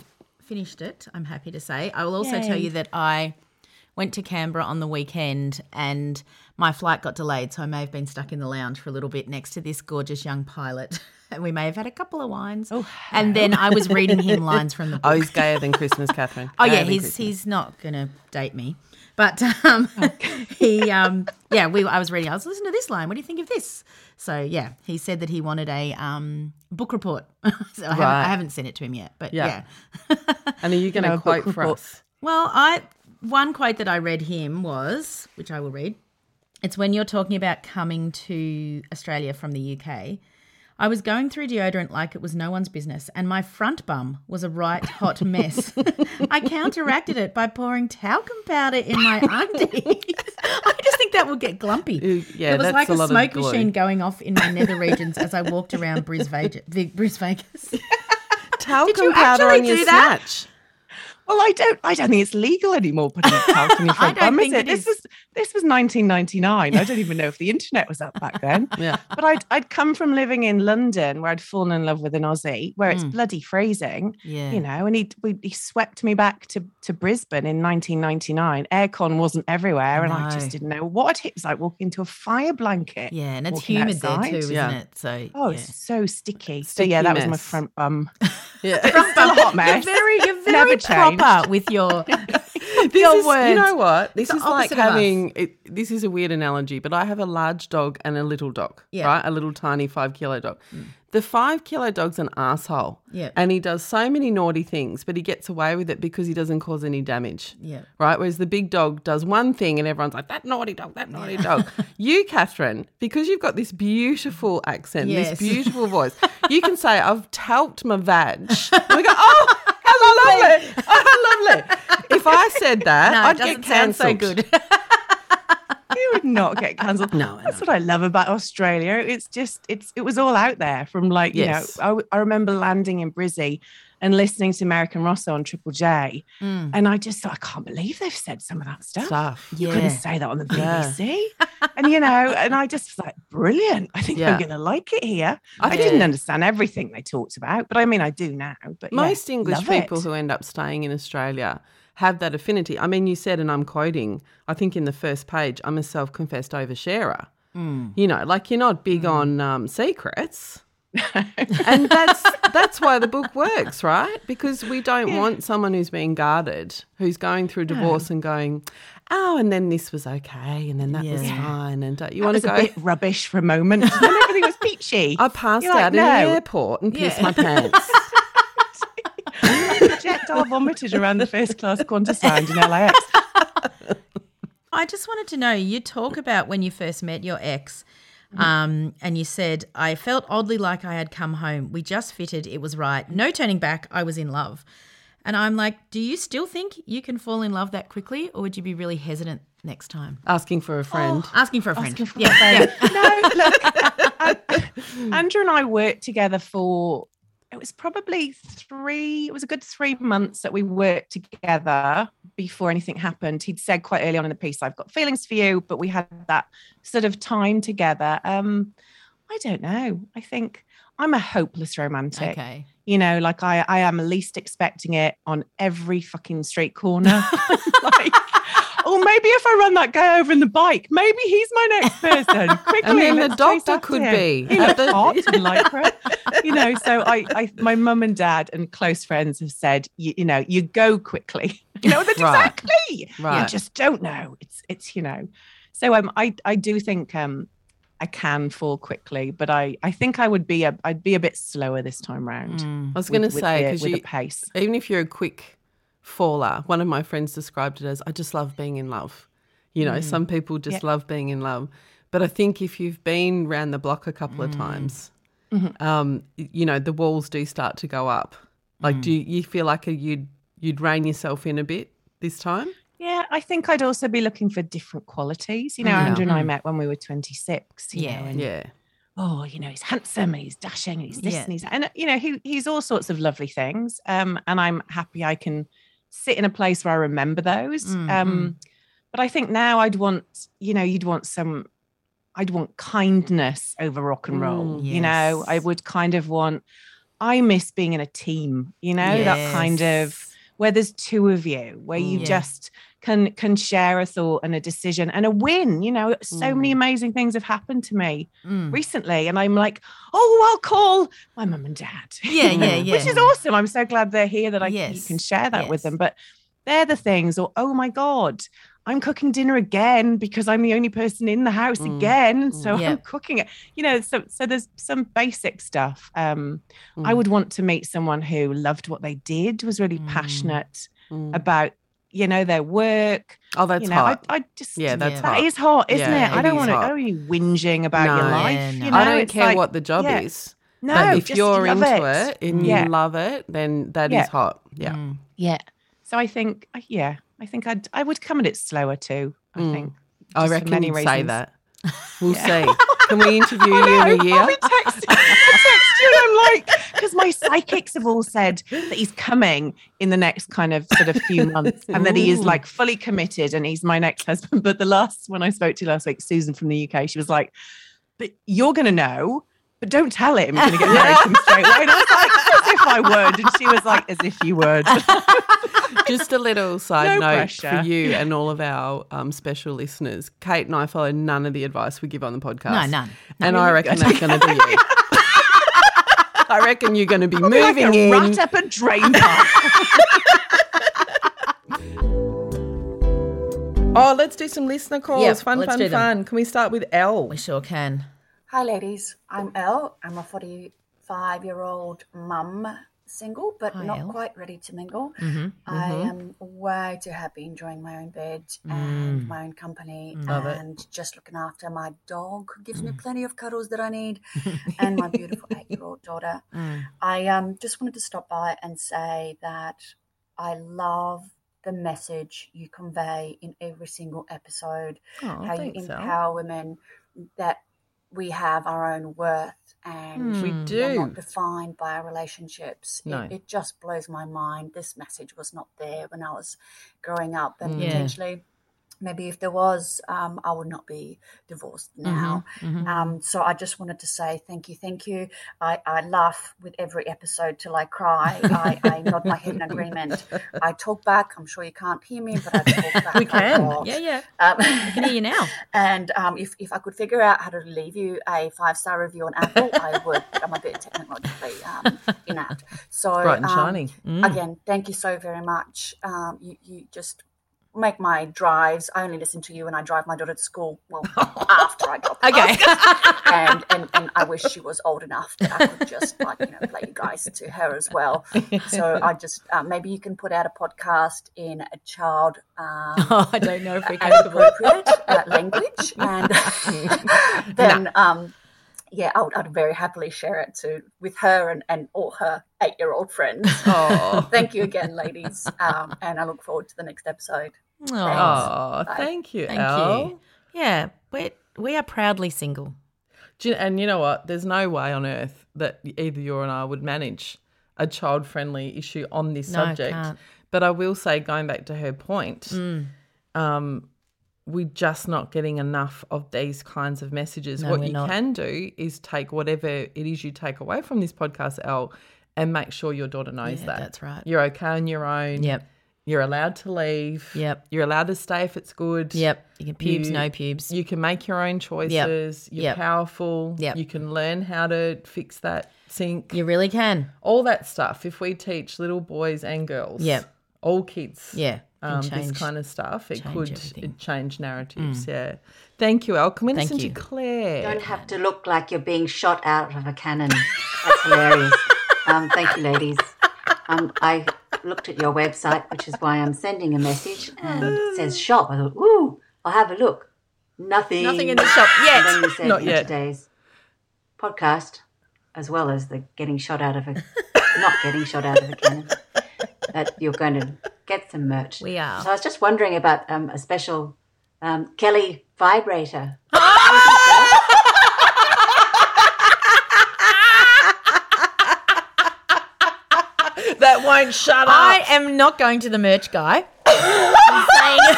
Speaker 2: finished it. I'm happy to say. I will also tell
Speaker 4: Yay.
Speaker 2: you that I went to Canberra on the weekend and my flight got delayed, so I may have been stuck in the lounge for a little bit next to this gorgeous young pilot, and we may have had a couple of wines. Oh, and then I was reading him lines from the book.
Speaker 1: Oh, he's gayer than Christmas, Catherine.
Speaker 2: Oh yeah,
Speaker 1: Gayer than
Speaker 2: he's
Speaker 1: Christmas.
Speaker 2: he's not gonna date me, but um, he um, yeah, we I was reading, I was listening to this line. What do you think of this? So yeah, he said that he wanted a um, book report. so I, haven't, I
Speaker 1: Right.
Speaker 2: haven't sent it to him yet, but
Speaker 1: Yeah.
Speaker 2: yeah.
Speaker 1: And are you going to
Speaker 4: know,
Speaker 1: quote
Speaker 4: book
Speaker 1: for
Speaker 4: report.
Speaker 1: us?
Speaker 2: Well, I one quote that I read him was, which I will read. It's when you're talking about coming to Australia from the UK. I was going through deodorant like it was no one's business, and my front bum was a right hot mess. I counteracted it by pouring talcum powder in my undies. I just think that will get glumpy.
Speaker 1: Ooh, yeah,
Speaker 2: it was
Speaker 1: that's
Speaker 2: like
Speaker 1: a
Speaker 2: Uh, a,
Speaker 1: lot of
Speaker 2: smoke
Speaker 1: glue.
Speaker 2: machine going off in my nether regions as I walked around Bris Vegas. Bris Vegas.
Speaker 1: Talcum
Speaker 2: you
Speaker 1: powder on
Speaker 2: actually
Speaker 1: your
Speaker 2: do that?
Speaker 1: snatch.
Speaker 4: Well, I don't. I don't think it's legal anymore putting a balcony
Speaker 2: I
Speaker 4: front
Speaker 2: don't
Speaker 4: bum, is
Speaker 2: think
Speaker 4: it?
Speaker 2: it
Speaker 4: This
Speaker 2: is.
Speaker 4: was this was 1999. I don't even know if the internet was up back then.
Speaker 1: Yeah.
Speaker 4: But I'd I'd come from living in London, where I'd fallen in love with an Aussie, where it's
Speaker 1: Mm.
Speaker 4: bloody freezing,
Speaker 2: Yeah.
Speaker 4: you know. And he we, he swept me back to to Brisbane in 1999. Aircon wasn't everywhere, and I
Speaker 2: No.
Speaker 4: just didn't know what it was like walking into a fire blanket.
Speaker 2: yeah, and it's
Speaker 4: walking
Speaker 2: humid
Speaker 4: outside.
Speaker 2: there too, isn't
Speaker 1: Yeah.
Speaker 2: it? So
Speaker 4: Oh,
Speaker 2: yeah.
Speaker 4: it's so sticky. So yeah, that was my
Speaker 1: Stickiness.
Speaker 4: front bum.
Speaker 1: Yeah.
Speaker 4: Front bum, hot
Speaker 2: you're
Speaker 4: mess.
Speaker 2: very, you're very
Speaker 4: Never changed.
Speaker 2: proper with your
Speaker 1: This
Speaker 2: your
Speaker 1: is,
Speaker 2: words.
Speaker 1: You know what? This
Speaker 2: the
Speaker 1: is like
Speaker 2: opposite of us.
Speaker 1: having. It, this is a weird analogy, but I have a large dog and a little dog,
Speaker 2: Yeah. Mm.
Speaker 1: right? A little tiny five kilo dog. The five kilo dog's an asshole,
Speaker 2: Yeah.
Speaker 1: and he does so many naughty things, but he gets away with it because he doesn't cause any damage.
Speaker 2: Yeah.
Speaker 1: Right, whereas the big dog does one thing and everyone's like, that naughty dog, that naughty dog. You, Catherine, because you've got this beautiful accent,
Speaker 2: Yes.
Speaker 1: this beautiful voice, you can say, I've talked my vag. And we go, oh, how lovely. Oh, how lovely. If I said that,
Speaker 2: No,
Speaker 1: I'd
Speaker 2: it
Speaker 1: get
Speaker 2: doesn't sound so
Speaker 1: cancelled.
Speaker 2: good.
Speaker 4: You would not get cancelled.
Speaker 1: No, I
Speaker 4: that's
Speaker 1: know.
Speaker 4: what I love about Australia. It's just it's it was all out there from like you
Speaker 1: Yes.
Speaker 4: know I, w- I remember landing in Brizzy and listening to American Rosso on Triple J,
Speaker 2: Mm.
Speaker 4: and I just thought I can't believe they've said some of that stuff.
Speaker 1: stuff.
Speaker 4: You
Speaker 2: Yeah.
Speaker 4: couldn't say that on the
Speaker 1: Yeah.
Speaker 4: BBC, and you know, and I just was like brilliant. I think
Speaker 1: Yeah.
Speaker 4: I'm going to like it here.
Speaker 1: I
Speaker 4: I,
Speaker 1: think-
Speaker 4: didn't understand everything they talked about, but I mean I do now. But yeah,
Speaker 1: Most English
Speaker 4: love
Speaker 1: people
Speaker 4: it.
Speaker 1: who end up staying in Australia have that affinity. I mean, you said, and I'm quoting, I think in the first page, I'm a self confessed oversharer.
Speaker 4: Mm.
Speaker 1: You know, like you're not big on um, secrets. and that's that's why the book works, right? Because we don't want someone who's being guarded, who's going through divorce and going, oh, and then this was okay, and then that was
Speaker 2: Yeah.
Speaker 1: fine, and uh, you
Speaker 4: That
Speaker 1: want to
Speaker 4: was
Speaker 1: go.
Speaker 4: a bit rubbish for a moment. and then everything was peachy.
Speaker 1: I passed
Speaker 4: You're like,
Speaker 1: out in the
Speaker 4: "No."
Speaker 1: airport and pissed
Speaker 2: Yeah.
Speaker 1: my pants.
Speaker 4: projectile vomited around the first class Qantas lounge in LAX.
Speaker 2: I just wanted to know you talk about when you first met your ex, um, and you said, I felt oddly like I had come home. We just fitted. It was right. No turning back. I was in love. And I'm like, do you still think you can fall in love that quickly, or would you be really hesitant next time?
Speaker 1: Asking for a
Speaker 4: Oh.
Speaker 1: friend.
Speaker 2: Asking for a friend.
Speaker 4: Asking for
Speaker 2: yeah,
Speaker 4: my
Speaker 2: yeah.
Speaker 4: phone. No, look, An- Andrew and I worked together for it was probably three. It was a good three months that we worked together before anything happened. He'd said quite early on in the piece, "I've got feelings for you," but we had that sort of time together. Um, I don't know. I think I'm a hopeless romantic.
Speaker 2: Okay.
Speaker 4: you know like i i am least expecting it on every fucking street corner like or maybe if i run that guy over in the bike maybe he's my next person quickly
Speaker 1: And then the
Speaker 4: let's chase
Speaker 1: doctor
Speaker 4: after
Speaker 1: could
Speaker 4: him.
Speaker 1: be.
Speaker 4: he
Speaker 1: At
Speaker 4: looked
Speaker 1: the-
Speaker 4: hot and lycra you know so i i my mum and dad and close friends have said you, you know you go quickly you know that's
Speaker 1: Right.
Speaker 4: exactly you
Speaker 1: Right.
Speaker 4: just don't know it's it's you know so um i i do think um I can fall quickly, but I, I think I would be a I'd be a bit slower this time round.
Speaker 1: I was going to
Speaker 4: with- with
Speaker 1: say
Speaker 4: the-
Speaker 1: because
Speaker 4: with
Speaker 1: you,
Speaker 4: the pace.
Speaker 1: even if you're a quick faller, one of my friends described it as, "I just love being in love." You know,
Speaker 4: Mm.
Speaker 1: some people just love being in love, but I think if you've been round the block a couple
Speaker 4: Mm.
Speaker 1: of times,
Speaker 4: Mm-hmm.
Speaker 1: um, y- you know, the walls do start to go up. Like,
Speaker 4: Mm.
Speaker 1: do you, you feel like you'd you'd rein yourself in a bit this time?
Speaker 4: Yeah, I think I'd also be looking for different qualities. You know,
Speaker 1: Yeah.
Speaker 4: Andrew and I met when we were 26. you
Speaker 2: Mm-hmm. Yeah.
Speaker 4: know, and,
Speaker 1: Yeah,
Speaker 4: Oh, you know, he's handsome and he's dashing and he's this
Speaker 2: Yeah.
Speaker 4: and he's that. and you know, he he's all sorts of lovely things. Um, and I'm happy I can sit in a place where I remember those.
Speaker 2: Mm,
Speaker 4: Um, but I think now I'd want, you know, you'd want some I'd want kindness over rock and roll.
Speaker 2: Mm,
Speaker 4: You know, I
Speaker 2: yes.
Speaker 4: would kind of want I miss being in a team, you know, that kind of
Speaker 2: Yes.
Speaker 4: where there's two of you where you
Speaker 2: Mm. Yeah.
Speaker 4: just can can share a thought and a decision and a win you know so many amazing things have happened to me
Speaker 2: Mm.
Speaker 4: recently and i'm like oh i'll call my mum and dad
Speaker 2: Yeah, yeah, yeah.
Speaker 4: which is awesome i'm so glad they're here that i you
Speaker 2: Yes,
Speaker 4: can share that
Speaker 2: yes.
Speaker 4: with them but they're the things or oh my god i'm cooking dinner again because i'm the only person in the house
Speaker 1: Mm.
Speaker 4: again so
Speaker 2: Yeah.
Speaker 4: i'm cooking it you know so so there's some basic stuff um i
Speaker 1: Mm.
Speaker 4: would want to meet someone who loved what they did was really
Speaker 2: Mm.
Speaker 4: passionate
Speaker 1: Mm.
Speaker 4: about you know their work.
Speaker 1: oh, that's
Speaker 4: you know,
Speaker 1: hot.
Speaker 4: I, I just
Speaker 1: yeah, that's
Speaker 2: Yeah.
Speaker 1: hot.
Speaker 4: that is hot, isn't
Speaker 1: Yeah,
Speaker 4: it? I
Speaker 1: it
Speaker 4: don't
Speaker 1: is
Speaker 4: want to.
Speaker 1: hot.
Speaker 4: I don't want you whinging about your
Speaker 1: No.
Speaker 4: life.
Speaker 2: Yeah,
Speaker 4: you
Speaker 2: no.
Speaker 4: know,
Speaker 1: I don't
Speaker 4: It's
Speaker 1: care
Speaker 4: like,
Speaker 1: what the job
Speaker 4: yeah.
Speaker 1: is.
Speaker 4: No,
Speaker 1: but if
Speaker 4: just
Speaker 1: you're
Speaker 4: love
Speaker 1: into it, and
Speaker 4: Yeah.
Speaker 1: you love it, then that is
Speaker 4: Yeah.
Speaker 1: hot. Yeah.
Speaker 2: Mm.
Speaker 4: yeah. So I think, yeah, I think I'd I would come at it slower too. I
Speaker 1: Mm.
Speaker 4: think.
Speaker 1: I
Speaker 4: just for
Speaker 1: reckon
Speaker 4: many
Speaker 1: you'd say
Speaker 4: reasons.
Speaker 1: that. We'll
Speaker 4: Yeah.
Speaker 1: see. Can we interview you in a
Speaker 4: I'll
Speaker 1: year?
Speaker 4: be texting. I'll text And I'm like, because my psychics have all said that he's coming in the next kind of sort of few months and that he is
Speaker 1: Ooh.
Speaker 4: like fully committed and he's my next husband. But the last one I spoke to last week, Susan from the UK, she was like, but you're going to know, but don't tell him you're going to get married to him straight away. And I was like, as if I would. And she was like, as if you would.
Speaker 1: Just a little side
Speaker 4: No
Speaker 1: note
Speaker 4: pressure.
Speaker 1: for you and all of our um, special listeners. Kate and I follow none of the advice we give on the podcast.
Speaker 2: No, none.
Speaker 1: And I reckon that's going to be you. I reckon you're going to be
Speaker 4: Like
Speaker 1: moving
Speaker 4: a
Speaker 1: in.
Speaker 4: rat up a drain pipe.
Speaker 1: Oh, let's do some listener calls.
Speaker 2: Yeah,
Speaker 1: fun,
Speaker 2: let's
Speaker 1: fun,
Speaker 2: do them.
Speaker 1: fun. Can we start with L?
Speaker 2: We sure can.
Speaker 5: Hi, ladies. I'm Elle. I'm a 45 year old mum, single, but
Speaker 2: Hi,
Speaker 5: not
Speaker 2: Elle. Mm-hmm,
Speaker 5: quite ready to mingle. I am way too happy enjoying my own bed and my own company
Speaker 2: Mm. Love it. Mm.
Speaker 5: and just looking after my dog, who gives me plenty of cuddles that I need, and my beautiful eight year old daughter. I um, just wanted to stop by and say that I love the message you convey in every single episode
Speaker 1: Oh,
Speaker 5: how you
Speaker 1: thanks, Elle.
Speaker 5: empower women that we have our own worth and
Speaker 2: Hmm.
Speaker 1: We
Speaker 2: Mm.
Speaker 5: we're not
Speaker 1: do.
Speaker 5: defined by our relationships. It-
Speaker 1: No.
Speaker 5: It, just blows my mind. This message was not there when I was growing up, and
Speaker 1: Mm.
Speaker 2: Hmm. Yeah.
Speaker 5: potentially, maybe if there was, um, I would not be divorced now.
Speaker 2: Mhm.
Speaker 5: Um, so I just wanted to say thank you, thank you. I, I laugh with every episode till I cry. I, I nod my head in agreement. I talk back. I'm sure you can't hear me, but I talk back.
Speaker 1: We
Speaker 5: a
Speaker 1: can.
Speaker 5: lot.
Speaker 2: Yeah, yeah.
Speaker 5: Um,
Speaker 2: I can hear you now.
Speaker 5: and um, if, if I could figure out how to leave you a five star review on Apple, I would, but I'm a bit technologically um, inapt. So,
Speaker 1: Bright and
Speaker 5: um,
Speaker 1: shiny.
Speaker 2: Mm.
Speaker 5: again, thank you so very much. Um, you, you just make my drives. I only listen to you when I drive my daughter to school, well, after I drop her
Speaker 2: Okay.
Speaker 5: and, and and I wish she was old enough that I could just like you know play you guys to her as well. So I just uh, maybe you can put out a podcast in a child um,
Speaker 2: oh, I don't know if we can.
Speaker 5: age appropriate uh, language, and then um, yeah, I would, I'd very happily share it to with her and and all her eight year old friends.
Speaker 1: Oh,
Speaker 5: Thank you again, ladies, um, and I look forward to the next episode.
Speaker 2: Oh,
Speaker 1: oh thank you,
Speaker 2: thank
Speaker 1: Elle.
Speaker 2: you. Yeah, we we are proudly single.
Speaker 1: Do you- and you know what? There's no way on earth that either you and I would manage a child friendly issue on this
Speaker 2: No,
Speaker 1: subject.
Speaker 2: can't. Mm.
Speaker 1: But I will say, going back to her point, um, we're just not getting enough of these kinds of messages.
Speaker 2: No,
Speaker 1: what
Speaker 2: we're
Speaker 1: you
Speaker 2: not.
Speaker 1: can do is take whatever it is you take away from this podcast, Al, and make sure your daughter knows
Speaker 2: Yeah,
Speaker 1: that.
Speaker 2: that's right.
Speaker 1: You're okay on your own.
Speaker 2: Yep.
Speaker 1: You're allowed to leave.
Speaker 2: Yep.
Speaker 1: You're allowed to stay if it's good.
Speaker 2: Yep. You can pubes,
Speaker 1: You-
Speaker 2: no pubes.
Speaker 1: You can make your own choices. You're
Speaker 2: Yep.
Speaker 1: powerful.
Speaker 2: Yep.
Speaker 1: You can learn how to fix that sink.
Speaker 2: You really can.
Speaker 1: All that stuff. If we teach little boys and girls,
Speaker 2: Yep.
Speaker 1: all kids,
Speaker 2: Yeah. You can
Speaker 1: um, this
Speaker 2: change.
Speaker 1: kind of stuff, it
Speaker 2: change
Speaker 1: could
Speaker 2: everything. Mm.
Speaker 1: it change narratives. Yeah. Thank you, Al. Can we
Speaker 2: Thank
Speaker 1: listen
Speaker 2: you.
Speaker 1: to Claire?
Speaker 6: Don't have to look like you're being shot out of a cannon. That's hilarious. Um, thank you, ladies. Um, I looked at your website, which is why I'm sending a message, and it says shop. I thought, ooh, I'll have a look. Nothing.
Speaker 2: Nothing in the shop
Speaker 6: And then
Speaker 2: yet.
Speaker 6: you said
Speaker 1: Not
Speaker 6: in
Speaker 1: yet.
Speaker 6: today's podcast, as well as the getting shot out of a not getting shot out of a cannon, that you're going to get some merch.
Speaker 2: We are.
Speaker 6: So I was just wondering about um, a special um, Kelly vibrator.
Speaker 1: That won't shut
Speaker 2: I am not going to the merch guy. I'm saying-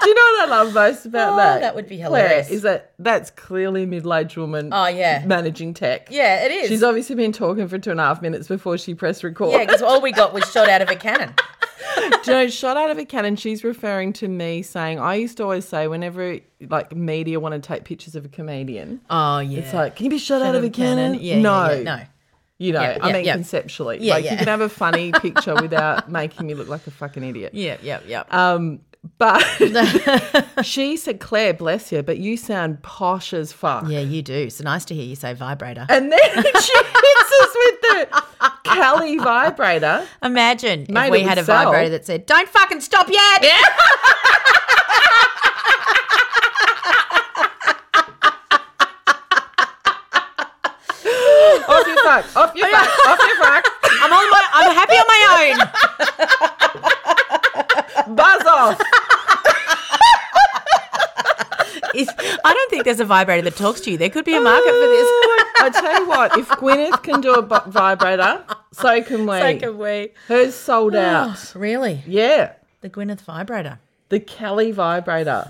Speaker 1: Do you know what I love most about
Speaker 2: Oh,
Speaker 1: that?
Speaker 2: that would be
Speaker 1: Claire,
Speaker 2: hilarious.
Speaker 1: is that that's clearly a middle-aged woman.
Speaker 2: Oh, yeah.
Speaker 1: managing tech.
Speaker 2: yeah, it is.
Speaker 1: She's obviously been talking for two and a half minutes before she pressed record.
Speaker 2: yeah, because all we got was shot out of a cannon.
Speaker 1: Do you know, shot out of a cannon. She's referring to me saying, I used to always say, whenever like media want to take pictures of a comedian,
Speaker 2: Oh yeah.
Speaker 1: it's like, can you be shot, out of a cannon?
Speaker 2: Yeah,
Speaker 1: no,
Speaker 2: yeah, yeah, no.
Speaker 1: You know,
Speaker 2: Yeah,
Speaker 1: I
Speaker 2: yeah,
Speaker 1: mean
Speaker 2: yeah.
Speaker 1: conceptually,
Speaker 2: Yeah,
Speaker 1: like you
Speaker 2: yeah.
Speaker 1: can have a funny picture without making me look like a fucking idiot.
Speaker 2: Yeah, yeah, yeah.
Speaker 1: Um, but
Speaker 2: Um,
Speaker 1: she said, Claire, bless you, but you sound posh as fuck.
Speaker 2: yeah, you do. So nice to hear you say vibrator.
Speaker 1: And then she hits us with the Cali vibrator.
Speaker 2: Imagine
Speaker 1: Mate,
Speaker 2: if we
Speaker 1: it would
Speaker 2: had a
Speaker 1: sell.
Speaker 2: vibrator that said, "Don't fucking stop yet." Yeah.
Speaker 1: off your fuck, off your fuck, off your fuck.
Speaker 2: I'm on my. I'm happy on my own.
Speaker 1: Buzz off.
Speaker 2: Is- I don't think there's a vibrator that talks to you. There could be a market for this.
Speaker 1: Oh my I tell you what, if Gwyneth can do a bu- vibrator, so can we.
Speaker 2: So can we.
Speaker 1: Hers sold out.
Speaker 2: Oh, Really?
Speaker 1: Yeah,
Speaker 2: The Gwyneth vibrator.
Speaker 1: the Kelly vibrator.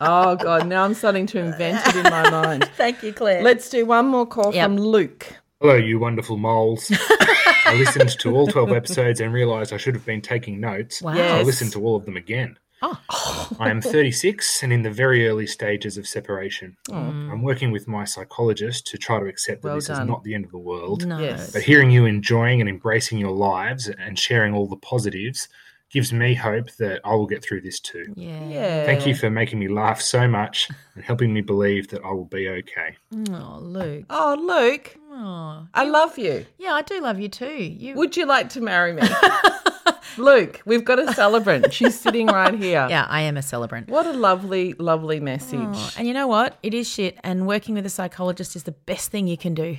Speaker 1: oh god, now I'm starting to invent it in my mind.
Speaker 2: Thank you, Claire.
Speaker 1: Let's do one more call
Speaker 2: Yep.
Speaker 1: from Luke.
Speaker 7: Hello, you wonderful moles. I listened to all 12 episodes and realised I should have been taking notes.
Speaker 2: Wow.
Speaker 1: Yes. Oh.
Speaker 7: I listened to all of them again. I am 36 and in the very early stages of separation. I'm working with my psychologist to try to accept that
Speaker 1: Oh. Mm. Well
Speaker 7: this
Speaker 1: done.
Speaker 7: is not the end of the world.
Speaker 2: no.
Speaker 1: Yes.
Speaker 7: But hearing you enjoying and embracing your lives and sharing all the positives gives me hope that I will get through this too.
Speaker 2: Yeah.
Speaker 1: Yeah.
Speaker 7: Thank you for making me laugh so much and helping me believe that I will be okay.
Speaker 2: Oh, Luke.
Speaker 1: Oh, Luke,
Speaker 2: Oh.
Speaker 1: I love you.
Speaker 2: Yeah, I do love you too. You.
Speaker 1: Would you like to marry me? Luke, we've got a celebrant. She's sitting right here.
Speaker 2: yeah, I am a celebrant.
Speaker 1: What a lovely, lovely message.
Speaker 2: Oh, and you know what? It is shit. And working with a psychologist is the best thing you can do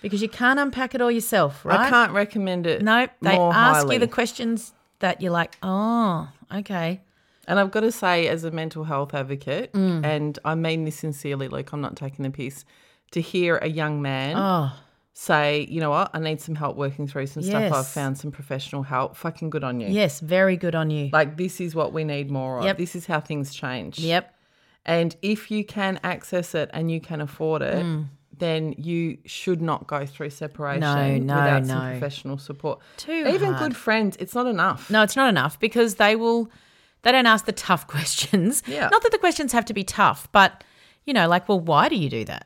Speaker 2: because you can't unpack it all yourself, right?
Speaker 1: I can't recommend it.
Speaker 2: No, they
Speaker 1: more
Speaker 2: ask
Speaker 1: highly.
Speaker 2: you the questions that you're like, oh, okay.
Speaker 1: And I've got to say, as a mental health advocate,
Speaker 2: Mm.
Speaker 1: and I mean this sincerely, Luke, I'm not taking the piss, to hear a young man
Speaker 2: Oh,
Speaker 1: say, you know what, I need some help working through some stuff. I've
Speaker 2: Yes.
Speaker 1: found some professional help. Fucking good on you.
Speaker 2: yes, very good on you.
Speaker 1: Like, this is what we need more of.
Speaker 2: Yep.
Speaker 1: This is how things change.
Speaker 2: yep.
Speaker 1: And if you can access it and you can afford it,
Speaker 2: Hmm.
Speaker 1: then you should not go through separation
Speaker 2: no,
Speaker 1: without some
Speaker 2: no.
Speaker 1: professional support.
Speaker 2: Too
Speaker 1: Even
Speaker 2: hard.
Speaker 1: good friends, it's not enough.
Speaker 2: No, it's not enough because they will, they don't ask the tough questions.
Speaker 1: Yeah.
Speaker 2: Not that the questions have to be tough, but, you know, like, well, why do you do that?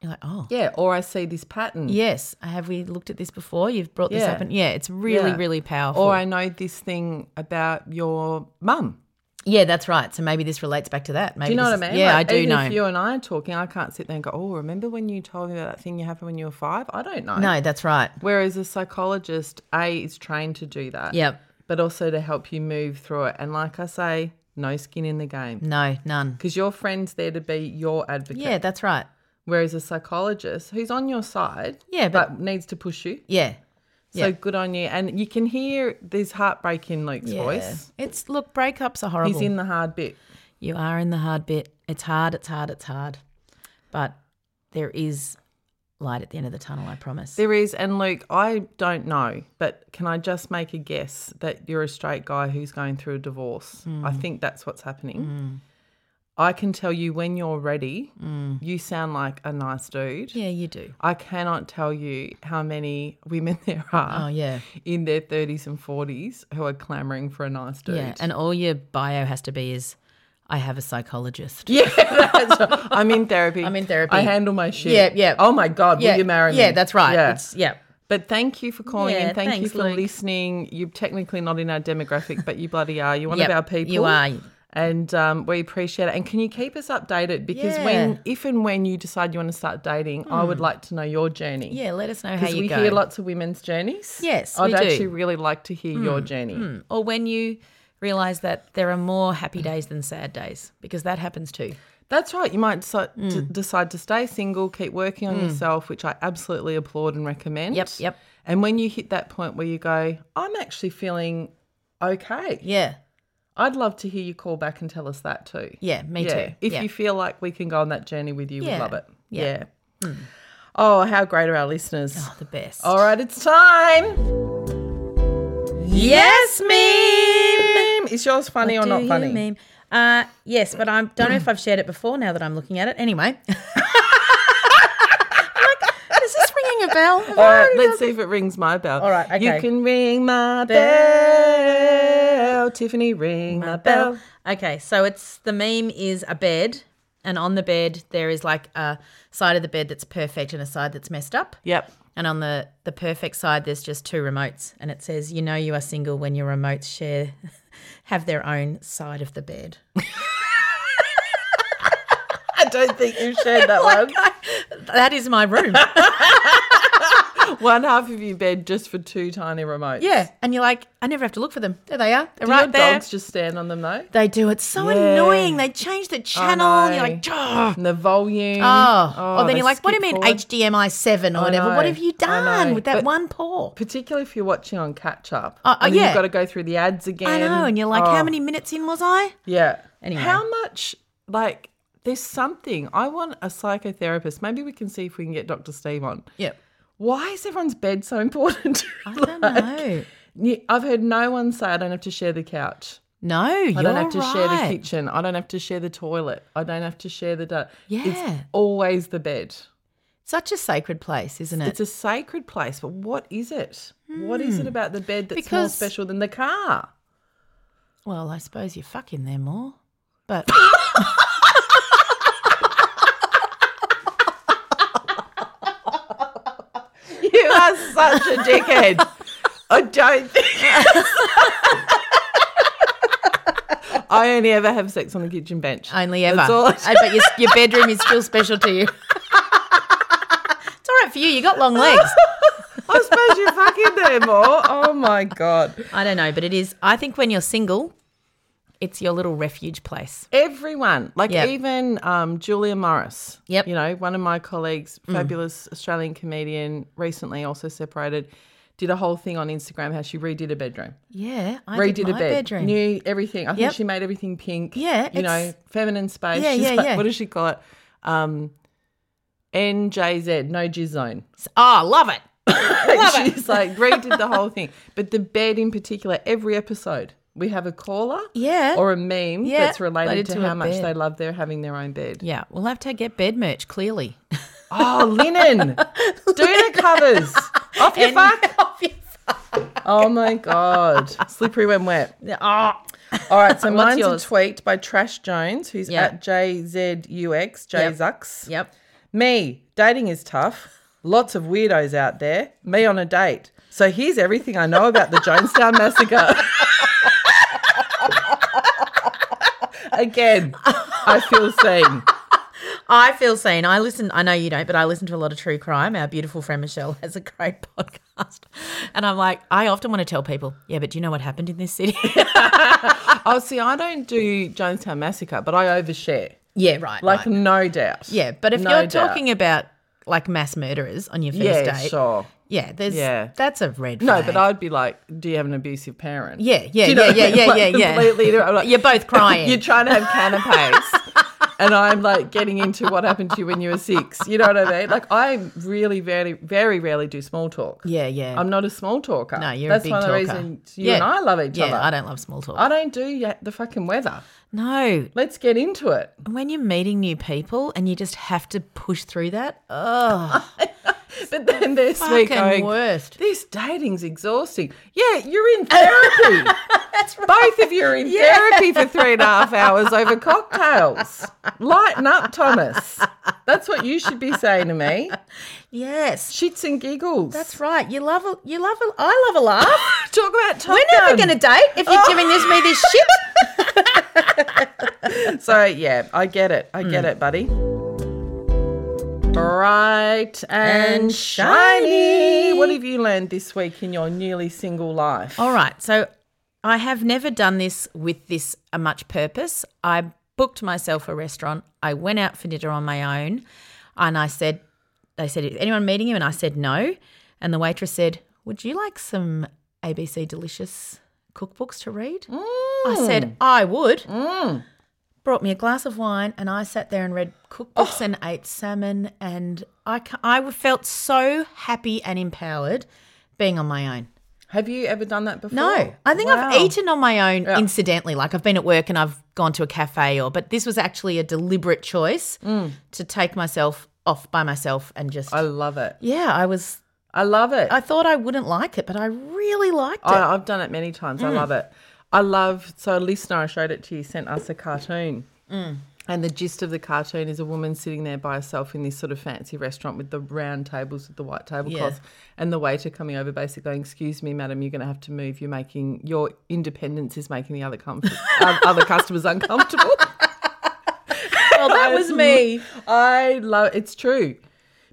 Speaker 2: You're like, oh.
Speaker 1: Yeah, or I see this pattern.
Speaker 2: Yes, have we looked at this before? You've brought this
Speaker 1: Yeah.
Speaker 2: up, and yeah, it's really,
Speaker 1: Yeah.
Speaker 2: really powerful.
Speaker 1: Or I know this thing about your mum.
Speaker 2: yeah, that's right. So maybe this relates back to that. Maybe
Speaker 1: Do you know
Speaker 2: this
Speaker 1: what I
Speaker 2: is-
Speaker 1: mean?
Speaker 2: Yeah,
Speaker 1: Like,
Speaker 2: I do
Speaker 1: even
Speaker 2: know.
Speaker 1: If you and I are talking, I can't sit there and go, "Oh, remember when you told me about that thing you happened when you were five? I don't know.
Speaker 2: no, that's right.
Speaker 1: Whereas a psychologist, a is trained to do that.
Speaker 2: Yep.
Speaker 1: But also to help you move through it. And like I say, no skin in the game.
Speaker 2: No, none.
Speaker 1: Because your friend's there to be your advocate.
Speaker 2: Yeah, that's right.
Speaker 1: Whereas a psychologist who's on your side,
Speaker 2: Yeah, but-
Speaker 1: needs to push you.
Speaker 2: Yeah.
Speaker 1: So
Speaker 2: Yeah.
Speaker 1: good on you. And you can hear there's heartbreak in Luke's
Speaker 2: Yeah.
Speaker 1: voice.
Speaker 2: It's look, breakups are horrible.
Speaker 1: He's in the hard bit.
Speaker 2: you are in the hard bit. It's hard, it's hard, it's hard. But there is light at the end of the tunnel, I promise.
Speaker 1: There is, and Luke, I don't know, but can I just make a guess that you're a straight guy who's going through a divorce?
Speaker 2: Hmm.
Speaker 1: I think that's what's happening. I can tell you when you're ready, you sound like a nice dude.
Speaker 2: Hmm. yeah, you do.
Speaker 1: I cannot tell you how many women there
Speaker 2: Oh
Speaker 1: are
Speaker 2: yeah.
Speaker 1: in their 30s and 40s who are clamoring for a nice dude.
Speaker 2: Yeah. And all your bio has to be is I have a psychologist.
Speaker 1: Yeah, that's right. I'm in therapy.
Speaker 2: I'm in therapy.
Speaker 1: I handle my shit.
Speaker 2: Yeah, yeah.
Speaker 1: Oh my God, will you marry me?
Speaker 2: Yeah, that's right.
Speaker 1: Yeah.
Speaker 2: It's yeah.
Speaker 1: But thank you for calling
Speaker 2: Yeah,
Speaker 1: in. Thank you
Speaker 2: thanks,
Speaker 1: for
Speaker 2: Luke.
Speaker 1: listening. You're technically not in our demographic, but you bloody are. You're one
Speaker 2: Yep,
Speaker 1: of our people.
Speaker 2: you are.
Speaker 1: And um, we appreciate it. And can you keep us updated? Because when, if and when you decide you want to start dating, I would like to know your journey.
Speaker 2: Hmm. Yeah, let us know how
Speaker 1: Because
Speaker 2: you
Speaker 1: we
Speaker 2: go.
Speaker 1: hear lots of women's journeys.
Speaker 2: Yes,
Speaker 1: I'd
Speaker 2: we do. Hmm,
Speaker 1: actually really like to hear your journey.
Speaker 2: Mm. or when you realize that there are more happy days than sad days because that happens too.
Speaker 1: That's right. You might deci- d-
Speaker 2: Mm.
Speaker 1: decide to stay single, keep working on yourself, which I absolutely applaud and recommend.
Speaker 2: Yep, yep.
Speaker 1: And when you hit that point where you go, I'm actually feeling okay.
Speaker 2: Yeah.
Speaker 1: I'd love to hear you call back and tell us that too.
Speaker 2: Yeah, me too.
Speaker 1: If
Speaker 2: yeah.
Speaker 1: you feel like we can go on that journey with you, we'd
Speaker 2: Yeah,
Speaker 1: love it. Yeah.
Speaker 2: yeah. Mm.
Speaker 1: Oh, how great are our listeners?
Speaker 2: Oh, the best.
Speaker 1: All right, it's time.
Speaker 2: Yes, meme.
Speaker 1: Is yours funny or
Speaker 2: Do
Speaker 1: not
Speaker 2: you
Speaker 1: funny?
Speaker 2: meme? Uh, yes, but I don't know if I've shared it before. Now that I'm looking at it, anyway. I'm like, is this ringing a bell? Have I
Speaker 1: All right,
Speaker 2: already
Speaker 1: let's see if it rings my bell. All
Speaker 2: right,
Speaker 1: You
Speaker 2: okay.
Speaker 1: can ring my bell. Tiffany, ring my,
Speaker 2: done a
Speaker 1: bell.
Speaker 2: bell? Okay, so it's the meme is a bed, and on the bed there is like a side of the bed that's perfect and a side that's messed up.
Speaker 1: Yep.
Speaker 2: And on the the perfect side, there's just two remotes, and it says, "You know you are single when your remotes share have their own side of the bed."
Speaker 1: I don't think you've shared that one.
Speaker 2: That is my room.
Speaker 1: One half of your bed just for two tiny remotes.
Speaker 2: yeah, and you're like, I never have to look for them. There they are. They're
Speaker 1: Do
Speaker 2: right
Speaker 1: your
Speaker 2: there.
Speaker 1: dogs just stand on them though?
Speaker 2: They do. It's so
Speaker 1: Yeah.
Speaker 2: annoying. They change the channel. and you're
Speaker 1: know.
Speaker 2: like, "Ugh."
Speaker 1: And the volume.
Speaker 2: oh, oh, then
Speaker 1: they
Speaker 2: you're like, what do you
Speaker 1: skip
Speaker 2: mean
Speaker 1: forward.
Speaker 2: HDMI seven or whatever? What
Speaker 1: know.
Speaker 2: have you
Speaker 1: I know.
Speaker 2: done with that
Speaker 1: But-
Speaker 2: one paw?
Speaker 1: particularly if you're watching on catch up.
Speaker 2: Oh, oh,
Speaker 1: and then
Speaker 2: yeah.
Speaker 1: You've got to go through the ads again.
Speaker 2: I know, and you're like,
Speaker 1: Oh,
Speaker 2: how many minutes in was I?
Speaker 1: Yeah.
Speaker 2: Anyway.
Speaker 1: How much, like, There's something. I want a psychotherapist. Maybe we can see if we can get Dr. Steve on.
Speaker 2: Yep.
Speaker 1: Why is everyone's bed so important?
Speaker 2: I don't know.
Speaker 1: know. I've heard no one say I don't have to share the couch.
Speaker 2: No, you
Speaker 1: I don't have to share the
Speaker 2: right.
Speaker 1: kitchen. I don't have to share the toilet. I don't have to share the. Du-
Speaker 2: Yeah.
Speaker 1: It's always the bed.
Speaker 2: Such a sacred place, isn't it?
Speaker 1: It's a sacred place, but what is it? What is it about the bed that's more
Speaker 2: Because-
Speaker 1: special than the car?
Speaker 2: well, I suppose you're fucking there more. But
Speaker 1: You are such a dickhead. I don't think. I only ever have sex on the kitchen bench.
Speaker 2: only ever.
Speaker 1: That's all I-
Speaker 2: I bet your, your bedroom is still special to you. it's all right for you. You got long legs.
Speaker 1: I suppose you're fucking there more. Oh my god.
Speaker 2: I don't know, but it is. I think when you're single, it's your little refuge place.
Speaker 1: Everyone, like
Speaker 2: Yep.
Speaker 1: even um, Julia Morris.
Speaker 2: Yep. Mm.
Speaker 1: You know, one of my colleagues, fabulous Australian comedian, recently also separated, did a whole thing on Instagram how she redid a bedroom.
Speaker 2: Yeah, I
Speaker 1: redid
Speaker 2: did
Speaker 1: a
Speaker 2: my
Speaker 1: bed,
Speaker 2: bedroom.
Speaker 1: new everything. I think
Speaker 2: Yep.
Speaker 1: she made everything pink.
Speaker 2: Yeah,
Speaker 1: you know,
Speaker 2: it's-
Speaker 1: feminine space.
Speaker 2: Yeah,
Speaker 1: She's
Speaker 2: yeah,
Speaker 1: like-
Speaker 2: yeah.
Speaker 1: What does she call it? Um, NJZ, no jizz zone.
Speaker 2: oh, love it.
Speaker 1: she's like redid the whole thing, but the bed in particular. Every episode, we have a caller,
Speaker 2: Yeah.
Speaker 1: or a meme
Speaker 2: Yeah,
Speaker 1: that's related,
Speaker 2: related
Speaker 1: to,
Speaker 2: to a
Speaker 1: how much
Speaker 2: bed.
Speaker 1: they love their having their own bed.
Speaker 2: Yeah, we'll have to get bed merch. Clearly,
Speaker 1: Oh, linen, do the covers off your fuck. Oh my god, slippery when wet.
Speaker 2: oh,
Speaker 1: All right, so mine's
Speaker 2: yours?
Speaker 1: a tweet by Trash Jones, who's
Speaker 2: Yeah.
Speaker 1: at JZUX, JZUX.
Speaker 2: yep.
Speaker 1: Me, dating is tough. Lots of weirdos out there. Me on a date. So here's everything I know about the Jonestown Massacre. Again, I feel seen.
Speaker 2: I feel seen. I listen. I know you don't, but I listen to a lot of true crime. Our beautiful friend Michelle has a great podcast, and I'm like, I often want to tell people, yeah, but do you know what happened in this city?
Speaker 1: Oh, see, I don't do Jonestown Massacre, but I overshare.
Speaker 2: yeah, right.
Speaker 1: Like,
Speaker 2: right.
Speaker 1: no doubt.
Speaker 2: yeah, but if
Speaker 1: no
Speaker 2: you're
Speaker 1: doubt.
Speaker 2: talking about like mass murderers on your first
Speaker 1: yeah,
Speaker 2: date,
Speaker 1: sure.
Speaker 2: yeah, there's
Speaker 1: Yeah.
Speaker 2: that's a red.
Speaker 1: No,
Speaker 2: flag.
Speaker 1: but I'd be like, do you have an abusive parent?
Speaker 2: Yeah, yeah,
Speaker 1: Do you know
Speaker 2: yeah,
Speaker 1: what I
Speaker 2: yeah,
Speaker 1: mean?
Speaker 2: yeah,
Speaker 1: Like,
Speaker 2: yeah, yeah.
Speaker 1: Completely. I'm like-
Speaker 2: You're both crying.
Speaker 1: You're trying to have canapes. and I'm like getting into what happened to you when you were six. You know what I mean? Like I really, very, very rarely do small talk.
Speaker 2: yeah, yeah.
Speaker 1: I'm not a small talker.
Speaker 2: no, you're
Speaker 1: That's
Speaker 2: a big
Speaker 1: one
Speaker 2: talker.
Speaker 1: of the reasons you
Speaker 2: Yeah.
Speaker 1: and I love each
Speaker 2: yeah,
Speaker 1: other.
Speaker 2: I don't love small talk.
Speaker 1: I don't do yet the fucking weather.
Speaker 2: no,
Speaker 1: Let's get into it.
Speaker 2: when you're meeting new people and you just have to push through that, oh,
Speaker 1: But then there's me
Speaker 2: fucking
Speaker 1: going,
Speaker 2: worst.
Speaker 1: this dating's exhausting. Yeah, you're in therapy. That's right. Both of you are in therapy for three and a half hours over cocktails. Lighten up, Thomas. That's what you should be saying to me.
Speaker 2: Yes,
Speaker 1: Shits and giggles.
Speaker 2: that's right. You love a, you love a, I love a laugh.
Speaker 1: Talk about Top
Speaker 2: We're never
Speaker 1: Gun.
Speaker 2: going to date if you're giving this me this shit.
Speaker 1: So yeah, I get it. I
Speaker 2: Hmm.
Speaker 1: get it, buddy. Bright and,
Speaker 2: And
Speaker 1: shiny. What have you learned this week in your newly single life?
Speaker 2: All right. So I have never done this with this a much purpose. I booked myself a restaurant. I went out for dinner on my own and I said, they said, is anyone meeting you? And I said, no. And the waitress said, would you like some ABC Delicious cookbooks to read? I said, I would. Brought me a glass of wine and I sat there and read cookbooks and ate salmon. And I, ca- I felt so happy and empowered being on my own.
Speaker 1: Have you ever done that before?
Speaker 2: No, I think I've
Speaker 1: Wow.
Speaker 2: eaten on my own
Speaker 1: Yeah.
Speaker 2: incidentally. Like I've been at work and I've gone to a cafe or, but this was actually a deliberate choice to take myself off by myself and just.
Speaker 1: Mm. I love it.
Speaker 2: yeah, I was.
Speaker 1: I love it.
Speaker 2: I thought I wouldn't like it, but I really liked it.
Speaker 1: I, I've done it many times.
Speaker 2: Mm.
Speaker 1: I love it. I love. So a listener, I showed it to you, sent us a cartoon.
Speaker 2: Mm.
Speaker 1: And the gist of the cartoon is a woman sitting there by herself in this sort of fancy restaurant with the round tables with the white tablecloths, and the waiter coming over, basically going, "Excuse me, madam, you're going to have to move. You're making your independence is making the other comfort, um, other customers uncomfortable."
Speaker 2: well, Oh, that was me.
Speaker 1: I love it's true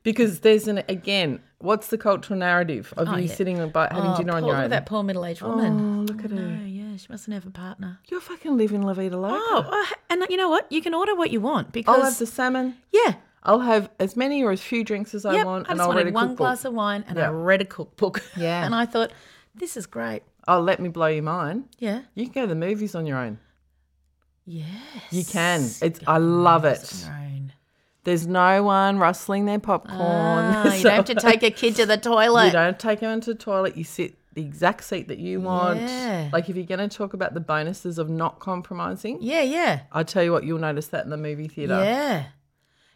Speaker 1: because there's an again. What's the cultural narrative of you
Speaker 2: yeah.
Speaker 1: sitting by having
Speaker 2: Oh,
Speaker 1: dinner on
Speaker 2: poor-
Speaker 1: your
Speaker 2: look
Speaker 1: own?
Speaker 2: at that poor middle-aged
Speaker 1: Oh,
Speaker 2: woman.
Speaker 1: look at her.
Speaker 2: Oh, yeah, she mustn't have a partner.
Speaker 1: You're fucking living La Vida Loca.
Speaker 2: Oh, uh, and you know what? You can order what you want because
Speaker 1: I'll Oh, have the salmon.
Speaker 2: yeah,
Speaker 1: I'll have as many or as few drinks as I
Speaker 2: yep,
Speaker 1: want,
Speaker 2: I
Speaker 1: and
Speaker 2: just
Speaker 1: I'll read a
Speaker 2: wanted one
Speaker 1: cookbook.
Speaker 2: glass of wine and
Speaker 1: Yeah.
Speaker 2: I read a cookbook.
Speaker 1: Yeah.
Speaker 2: and I thought this is great.
Speaker 1: Oh, let me blow your mind.
Speaker 2: Yeah,
Speaker 1: You can go to the movies on your own.
Speaker 2: Yes.
Speaker 1: You can. It's I love it.
Speaker 2: Own.
Speaker 1: There's no one rustling their popcorn.
Speaker 2: Ah, you don't have to take a kid to the toilet.
Speaker 1: You don't take them into the toilet. You sit the exact seat that you want.
Speaker 2: Yeah.
Speaker 1: Like if you're going to talk about the bonuses of not compromising,
Speaker 2: Yeah, yeah,
Speaker 1: I tell you what, you'll notice that in the movie theater.
Speaker 2: yeah.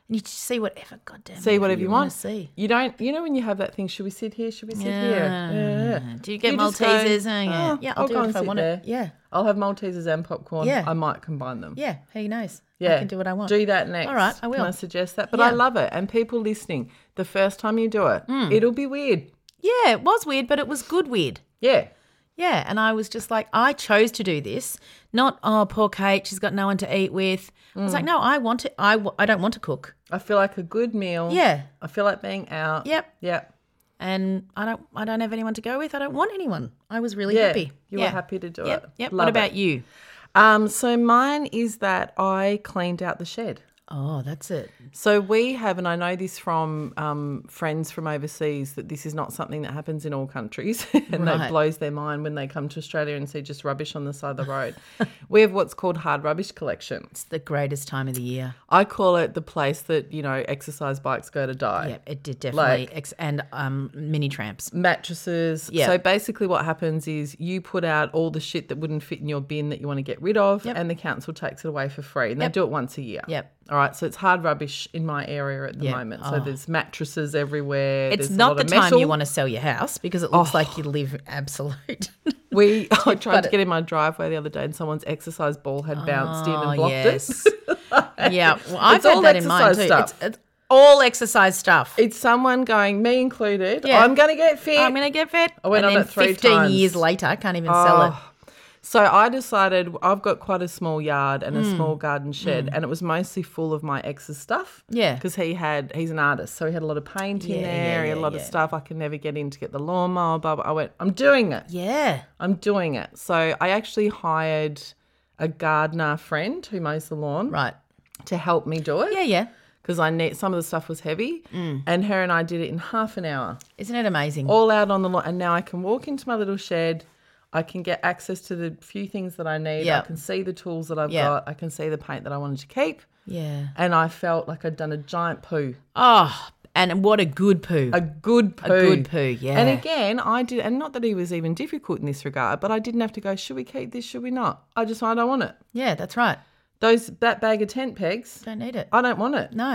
Speaker 2: And you just see whatever goddamn.
Speaker 1: See
Speaker 2: movie
Speaker 1: whatever you
Speaker 2: wanna
Speaker 1: want.
Speaker 2: see.
Speaker 1: You don't. You know when you have that thing. Should we sit here? Should we sit
Speaker 2: Yeah.
Speaker 1: here? Yeah.
Speaker 2: Do you get
Speaker 1: You just go,
Speaker 2: Maltesers? Oh, yeah.
Speaker 1: "Oh,
Speaker 2: yeah, I'll,
Speaker 1: I'll
Speaker 2: do
Speaker 1: go
Speaker 2: it
Speaker 1: and
Speaker 2: if I
Speaker 1: sit
Speaker 2: want
Speaker 1: there."
Speaker 2: it. Yeah,
Speaker 1: I'll have Maltesers and popcorn.
Speaker 2: Yeah.
Speaker 1: I might combine them.
Speaker 2: yeah. Who knows?
Speaker 1: Yeah.
Speaker 2: I can do what I want.
Speaker 1: Do that next.
Speaker 2: All right, I will.
Speaker 1: Can I suggest that? But I
Speaker 2: Yeah. Mm.
Speaker 1: love it. And people listening, the first time you do it, it'll be weird.
Speaker 2: Yeah, it was weird, but it was good weird.
Speaker 1: Yeah.
Speaker 2: Yeah, and I was just like, I chose to do this. Not oh, poor Kate, she's got no one to eat with. I
Speaker 1: Mm.
Speaker 2: was like, no, I want to. I w- I don't want to cook.
Speaker 1: I feel like a good meal.
Speaker 2: Yeah.
Speaker 1: I feel like being out.
Speaker 2: Yep.
Speaker 1: Yep.
Speaker 2: And I don't. I don't have anyone to go with. I don't want anyone. I was really
Speaker 1: Yeah,
Speaker 2: happy.
Speaker 1: you were
Speaker 2: yeah.
Speaker 1: happy to do
Speaker 2: yep,
Speaker 1: it.
Speaker 2: Yep.
Speaker 1: Love
Speaker 2: what about
Speaker 1: it.
Speaker 2: you?
Speaker 1: Um, so mine is that I cleaned out the shed.
Speaker 2: Oh, that's it.
Speaker 1: So we have, and I know this from um, friends from overseas, that this is not something that happens in all countries, and
Speaker 2: Right.
Speaker 1: that blows their mind when they come to Australia and see just rubbish on the side of the road. we have what's called hard rubbish collection.
Speaker 2: It's the greatest time of the year.
Speaker 1: I call it the place that you know exercise bikes go to die.
Speaker 2: Yep, it did definitely.
Speaker 1: Like-
Speaker 2: ex- and um, mini tramps.
Speaker 1: Mattresses.
Speaker 2: Yeah.
Speaker 1: So basically, what happens is you put out all the shit that wouldn't fit in your bin that you want to get rid of, and the council takes it away for free. And they do it once a year.
Speaker 2: Yep.
Speaker 1: All right. So it's hard rubbish in my area at the
Speaker 2: Yeah. Oh.
Speaker 1: moment. So there's mattresses everywhere.
Speaker 2: It's
Speaker 1: there's a lot
Speaker 2: not the
Speaker 1: of
Speaker 2: time you
Speaker 1: metal. Oh.
Speaker 2: want to sell your house because it looks like you live absolute.
Speaker 1: We I tried to
Speaker 2: it-
Speaker 1: get in my driveway the other day, and someone's exercise ball had bounced in and blocked it.
Speaker 2: Oh, yeah, well, I've
Speaker 1: It's
Speaker 2: had
Speaker 1: all
Speaker 2: that in mind
Speaker 1: exercise
Speaker 2: too.
Speaker 1: stuff.
Speaker 2: It's, it's all exercise stuff.
Speaker 1: It's someone going, me included.
Speaker 2: Yeah.
Speaker 1: I'm going to get fit.
Speaker 2: I'm gonna get fit.
Speaker 1: I went
Speaker 2: and
Speaker 1: on
Speaker 2: then
Speaker 1: it three
Speaker 2: Fifteen
Speaker 1: times. Oh.
Speaker 2: years later, I can't even sell it.
Speaker 1: So I decided I've got quite a small yard and a
Speaker 2: Mm.
Speaker 1: small garden shed, and it was mostly full of my ex's stuff.
Speaker 2: Yeah.
Speaker 1: because he had he's an artist, so he had a lot of paint in
Speaker 2: Yeah,
Speaker 1: there,
Speaker 2: yeah,
Speaker 1: a
Speaker 2: yeah,
Speaker 1: lot of
Speaker 2: yeah.
Speaker 1: stuff. I could never get in to get the lawnmower. Blah, blah. I went, I'm doing it.
Speaker 2: Yeah,
Speaker 1: I'm doing it. So I actually hired a gardener friend who mows the lawn
Speaker 2: right.
Speaker 1: to help me do it.
Speaker 2: Yeah, Mm. yeah.
Speaker 1: Because I need some of the stuff was heavy, and her and I did it in half an hour
Speaker 2: Isn't it amazing?
Speaker 1: all out on the lawn, and now I can walk into my little shed. I can get access to the few things that I need.
Speaker 2: Yeah.
Speaker 1: I can see the tools that I've
Speaker 2: Yeah.
Speaker 1: got. I can see the paint that I wanted to keep.
Speaker 2: yeah.
Speaker 1: And I felt like I'd done a giant poo,
Speaker 2: Oh, and what a good poo.
Speaker 1: a good poo,
Speaker 2: good poo, yeah.
Speaker 1: And again, I did, and not that he was even difficult in this regard, but I didn't have to go. Should we keep this? Should we not? I just I don't want it.
Speaker 2: yeah, that's right.
Speaker 1: Those that bag of tent pegs,
Speaker 2: Don't need it.
Speaker 1: I don't want it.
Speaker 2: No.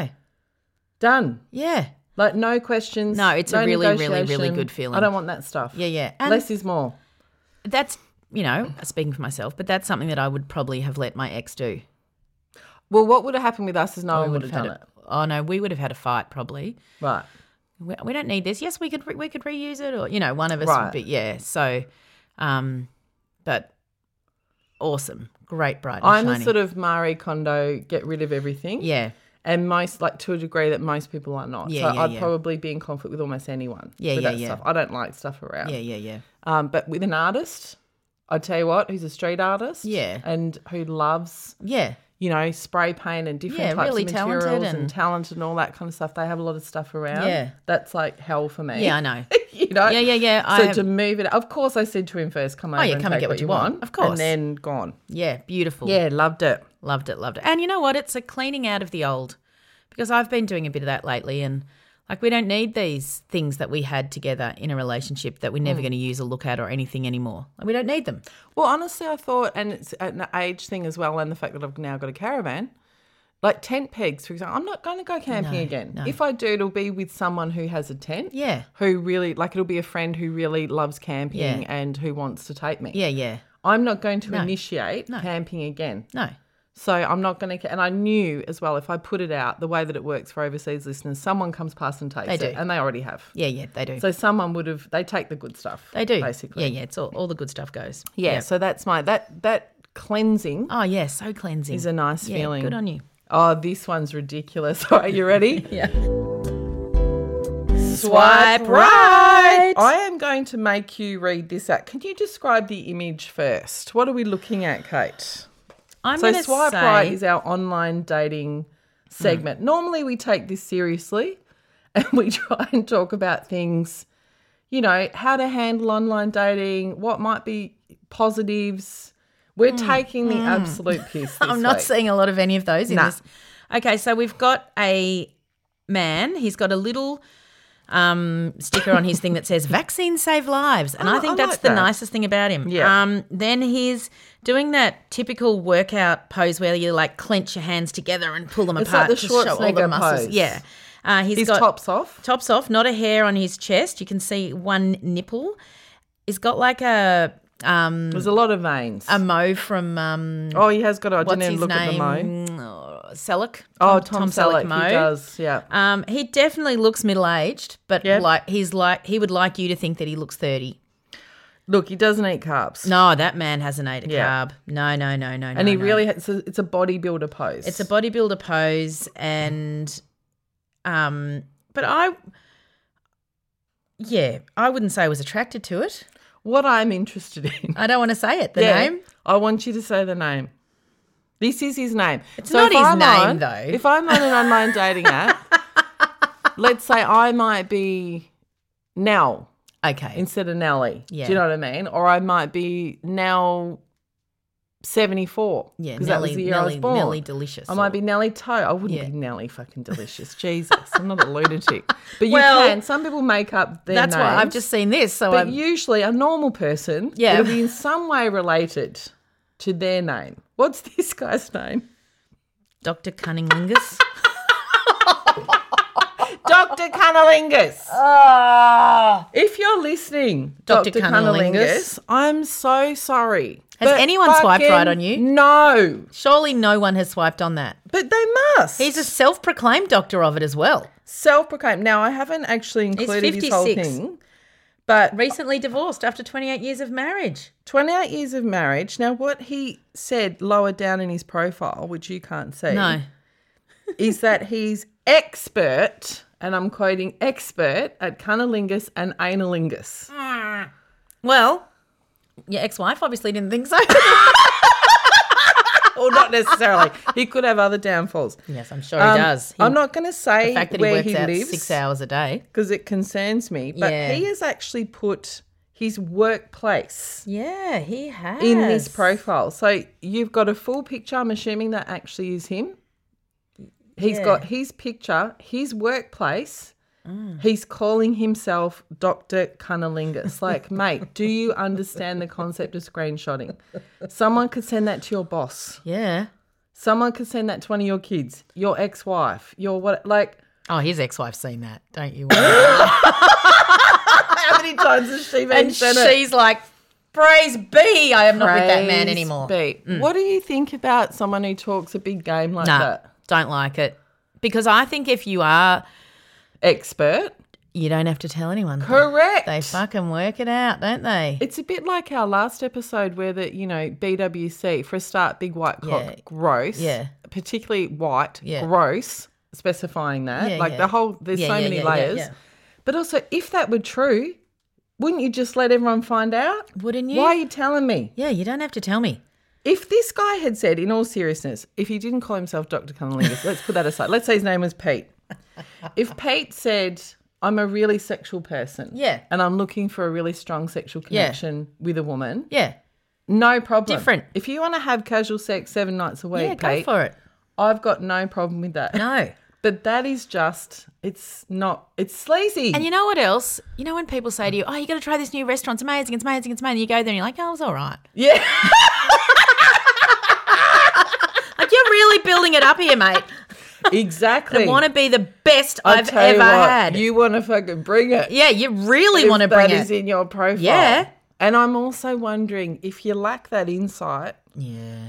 Speaker 1: Done.
Speaker 2: Yeah.
Speaker 1: Like no questions.
Speaker 2: No, it's a really, really, really
Speaker 1: negotiation.
Speaker 2: good feeling.
Speaker 1: I don't want that stuff.
Speaker 2: Yeah, yeah. And-
Speaker 1: Less is more.
Speaker 2: That's you know speaking for myself, but that's something that I would probably have let my ex do.
Speaker 1: Well, what would have happened with us is no
Speaker 2: I
Speaker 1: one would
Speaker 2: would've
Speaker 1: have done
Speaker 2: had
Speaker 1: it.
Speaker 2: a- Oh no, we would have had a fight probably.
Speaker 1: Right.
Speaker 2: we, we don't need this. Yes, we could re- we could reuse it, or you know, one of us
Speaker 1: Right.
Speaker 2: would be yeah. So, um, but awesome, great, bright. And
Speaker 1: I'm
Speaker 2: shiny.
Speaker 1: a sort of Marie Kondo, get rid of everything.
Speaker 2: yeah,
Speaker 1: And most, like to a degree that most people are not.
Speaker 2: Yeah,
Speaker 1: so
Speaker 2: yeah,
Speaker 1: I'd
Speaker 2: yeah.
Speaker 1: probably be in conflict with almost anyone.
Speaker 2: Yeah,
Speaker 1: with
Speaker 2: yeah,
Speaker 1: that
Speaker 2: yeah.
Speaker 1: Stuff. I don't like stuff around.
Speaker 2: yeah, yeah, yeah.
Speaker 1: Um, but with an artist, I tell you what, who's a street artist.
Speaker 2: Yeah.
Speaker 1: And who loves,
Speaker 2: Yeah,
Speaker 1: you know, spray paint and different
Speaker 2: Yeah,
Speaker 1: types
Speaker 2: really
Speaker 1: of
Speaker 2: talented
Speaker 1: materials and,
Speaker 2: and-
Speaker 1: talent and all that kind of stuff. They have a lot of stuff around.
Speaker 2: Yeah.
Speaker 1: That's like hell for me.
Speaker 2: yeah, I know.
Speaker 1: you know?
Speaker 2: Yeah, yeah, yeah, I
Speaker 1: So
Speaker 2: have- Oh,
Speaker 1: to move it, of course, I said to him first, come over
Speaker 2: yeah,
Speaker 1: and
Speaker 2: come and
Speaker 1: take
Speaker 2: get what you
Speaker 1: you
Speaker 2: want. Of course.
Speaker 1: And then gone.
Speaker 2: Yeah, beautiful.
Speaker 1: Yeah, loved it.
Speaker 2: loved it, loved it. And you know what? It's a cleaning out of the old because I've been doing a bit of that lately, and like we don't need these things that we had together in a relationship that we're
Speaker 1: Mm.
Speaker 2: never going to use or look at or anything anymore. Like, we don't need them.
Speaker 1: Well, honestly, I thought, and it's an age thing as well, and the fact that I've now got a caravan, like tent pegs, for example. I'm not going to go camping again. If I do, it'll be with someone who has a tent.
Speaker 2: Yeah.
Speaker 1: Who really, like, it'll be a friend who really loves camping
Speaker 2: Yeah.
Speaker 1: and who wants to take me.
Speaker 2: Yeah, yeah.
Speaker 1: I'm not going to initiate camping again.
Speaker 2: No.
Speaker 1: So I'm not going to, and I knew as well, if I put it out, the way that it works for overseas listeners, someone comes past and takes
Speaker 2: They
Speaker 1: it,
Speaker 2: do.
Speaker 1: and they already have.
Speaker 2: Yeah, yeah. They do.
Speaker 1: So someone would have, they take the good stuff.
Speaker 2: they do.
Speaker 1: Basically.
Speaker 2: Yeah, yeah. It's all, all the good stuff goes.
Speaker 1: Yeah, so that's my, that, that cleansing
Speaker 2: Oh yeah, so cleansing.
Speaker 1: is a nice
Speaker 2: yeah,
Speaker 1: feeling.
Speaker 2: Good on you.
Speaker 1: Oh, this one's ridiculous. All right, you ready?
Speaker 2: Yeah.
Speaker 1: Swipe
Speaker 2: right.
Speaker 1: I am going to make you read this out. Can you describe the image first? What are we looking at, Kate?
Speaker 2: I'm
Speaker 1: So,
Speaker 2: gonna
Speaker 1: Swipe
Speaker 2: say, Hmm.
Speaker 1: Right is our online dating segment. Normally, we take this seriously and we try and talk about things, you know, how to handle online dating, what might be positives, We're taking the absolute piss. This
Speaker 2: Hmm. I'm not
Speaker 1: week.
Speaker 2: seeing a lot of any of those in
Speaker 1: Nah.
Speaker 2: this. Okay, so we've got a man. He's got a little um, sticker on his thing that says "Vaccines save lives," and
Speaker 1: Oh,
Speaker 2: I think
Speaker 1: I
Speaker 2: that's
Speaker 1: like
Speaker 2: the
Speaker 1: that.
Speaker 2: nicest thing about him.
Speaker 1: Yeah.
Speaker 2: Um, then he's doing that typical workout pose where you like clench your hands together and pull them
Speaker 1: It's
Speaker 2: apart
Speaker 1: like the
Speaker 2: to show all the
Speaker 1: Schwarzenegger
Speaker 2: muscles.
Speaker 1: pose.
Speaker 2: Yeah. Uh, he's
Speaker 1: His
Speaker 2: got
Speaker 1: tops off.
Speaker 2: tops off, not a hair on his chest. You can see one nipple. He's got like a um,
Speaker 1: There's a lot of veins.
Speaker 2: a mo from um,
Speaker 1: oh, he has got. I didn't
Speaker 2: what's
Speaker 1: even
Speaker 2: his
Speaker 1: look at the
Speaker 2: name?
Speaker 1: mo.
Speaker 2: Oh, Selleck.
Speaker 1: Oh, Tom, Selleck.
Speaker 2: Mo.
Speaker 1: He does. Yeah.
Speaker 2: Um, he definitely looks middle aged, but
Speaker 1: Yep.
Speaker 2: like he's like he would like you to think that he looks thirty.
Speaker 1: Look, he doesn't eat carbs.
Speaker 2: No, that man hasn't ate a
Speaker 1: Yeah.
Speaker 2: carb. No, no, no, no.
Speaker 1: And
Speaker 2: no,
Speaker 1: he
Speaker 2: no.
Speaker 1: really has, it's a bodybuilder pose.
Speaker 2: it's a bodybuilder pose, and um, but I, yeah, I wouldn't say I was attracted to it.
Speaker 1: what I'm interested in.
Speaker 2: I don't want to say it. Uh, The
Speaker 1: Yeah.
Speaker 2: name.
Speaker 1: I want you to say the name. This is his name. It's
Speaker 2: not his name,
Speaker 1: on,
Speaker 2: though.
Speaker 1: If I'm on an online dating app, let's say I might be Nell
Speaker 2: Okay.
Speaker 1: instead of Nelly.
Speaker 2: Yeah.
Speaker 1: Do you know what I mean? Or I might be Nell seventy four.
Speaker 2: Yeah,
Speaker 1: that was
Speaker 2: Nelly,
Speaker 1: the year I was
Speaker 2: Nelly,
Speaker 1: born.
Speaker 2: Nelly, delicious.
Speaker 1: I
Speaker 2: or-
Speaker 1: might be Nelly Toe. I wouldn't
Speaker 2: Yeah.
Speaker 1: be Nelly fucking delicious. Jesus, I'm not a lunatic. But you
Speaker 2: Well,
Speaker 1: can. Some people make up their
Speaker 2: That's why I've
Speaker 1: names.
Speaker 2: just seen this. So
Speaker 1: But
Speaker 2: I'm,
Speaker 1: usually, a normal person,
Speaker 2: Yeah.
Speaker 1: it'll be in some way related to their name. What's this guy's name?
Speaker 2: Dr. Cunninglingus.
Speaker 1: Dr. Cunnilingus.
Speaker 2: Ah.
Speaker 1: If you're listening, Dr.
Speaker 2: Dr.
Speaker 1: Cunnilingus, I'm so sorry.
Speaker 2: Has
Speaker 1: But
Speaker 2: anyone swiped
Speaker 1: fucking
Speaker 2: right on you?
Speaker 1: No,
Speaker 2: Surely no one has swiped on that.
Speaker 1: but they must.
Speaker 2: He's a self proclaimed doctor of it as well.
Speaker 1: self-proclaimed. Now, I haven't actually included his whole
Speaker 2: 56.
Speaker 1: thing, but
Speaker 2: Recently divorced after 28 years of marriage.
Speaker 1: 28 years of marriage. Now, what he said lower down in his profile, which you can't see,
Speaker 2: No.
Speaker 1: is that he's expert, and I'm quoting expert at cunnilingus and analingus.
Speaker 2: Well, your ex wife obviously didn't think so.
Speaker 1: Well, not necessarily. he could have other downfalls.
Speaker 2: yes, I'm sure
Speaker 1: Um,
Speaker 2: he does. He-
Speaker 1: I'm not going to say
Speaker 2: the fact that he
Speaker 1: where
Speaker 2: works
Speaker 1: he,
Speaker 2: out six
Speaker 1: lives
Speaker 2: hours a day.
Speaker 1: because it concerns me, but
Speaker 2: Yeah.
Speaker 1: he has actually put his workplace
Speaker 2: Yeah, he has.
Speaker 1: in this profile. So you've got a full picture. I'm assuming that actually is him. He's
Speaker 2: Yeah.
Speaker 1: got his picture, his workplace. He's calling himself Dr. Cunnilingus. Like, mate, do you understand the concept of screenshotting? Someone could send that to your boss.
Speaker 2: Yeah.
Speaker 1: Someone could send that to one of your kids, your ex wife, your what? Like,
Speaker 2: Oh, his ex wife's seen that, don't you? worry.
Speaker 1: how many times has she been
Speaker 2: and
Speaker 1: sent it?
Speaker 2: she's like, Praise be, I am not with that man
Speaker 1: Praise
Speaker 2: anymore.
Speaker 1: be. What do you think about someone who talks a big game like
Speaker 2: No,
Speaker 1: that?
Speaker 2: don't like it. Because I think if you are,
Speaker 1: Expert?
Speaker 2: you don't have to tell anyone.
Speaker 1: Correct.
Speaker 2: They fucking work it out, don't they?
Speaker 1: It's a bit like our last episode where the, you know, BWC, for a start, big white cock,
Speaker 2: Yeah.
Speaker 1: gross.
Speaker 2: Yeah.
Speaker 1: Particularly white,
Speaker 2: Yeah.
Speaker 1: gross, specifying that.
Speaker 2: Yeah,
Speaker 1: like
Speaker 2: yeah.
Speaker 1: the whole, there's
Speaker 2: Yeah,
Speaker 1: so
Speaker 2: yeah,
Speaker 1: many
Speaker 2: yeah, yeah,
Speaker 1: layers.
Speaker 2: yeah.
Speaker 1: But also, if that were true, wouldn't you just let everyone find out?
Speaker 2: Wouldn't you?
Speaker 1: Why are you telling me?
Speaker 2: Yeah, you don't have to tell me.
Speaker 1: If this guy had said, in all seriousness, if he didn't call himself Dr. Cunnilingus, let's put that aside. Let's say his name was Pete. If Pete said, I'm a really sexual person.
Speaker 2: Yeah.
Speaker 1: And I'm looking for a really strong sexual
Speaker 2: Yeah.
Speaker 1: connection with a woman.
Speaker 2: Yeah.
Speaker 1: No problem.
Speaker 2: Different.
Speaker 1: If you want to have casual sex seven nights a week,
Speaker 2: yeah, go
Speaker 1: Kate,
Speaker 2: for it.
Speaker 1: I've got no problem with that.
Speaker 2: No.
Speaker 1: But that is just, it's not, it's sleazy.
Speaker 2: And you know what else? You know when people say to you, "Oh, you got to try this new restaurant. It's amazing. It's amazing. It's amazing." You go there and you're like, "Oh, it's all right."
Speaker 1: yeah.
Speaker 2: Like you're really building it up here, mate.
Speaker 1: exactly.
Speaker 2: I want to be the best
Speaker 1: I
Speaker 2: I've
Speaker 1: tell you
Speaker 2: ever
Speaker 1: what,
Speaker 2: had.
Speaker 1: You want to fucking bring it.
Speaker 2: yeah, you really
Speaker 1: if
Speaker 2: want to
Speaker 1: that
Speaker 2: bring it.
Speaker 1: is in your profile.
Speaker 2: Yeah.
Speaker 1: And I'm also wondering if you lack that insight.
Speaker 2: Yeah.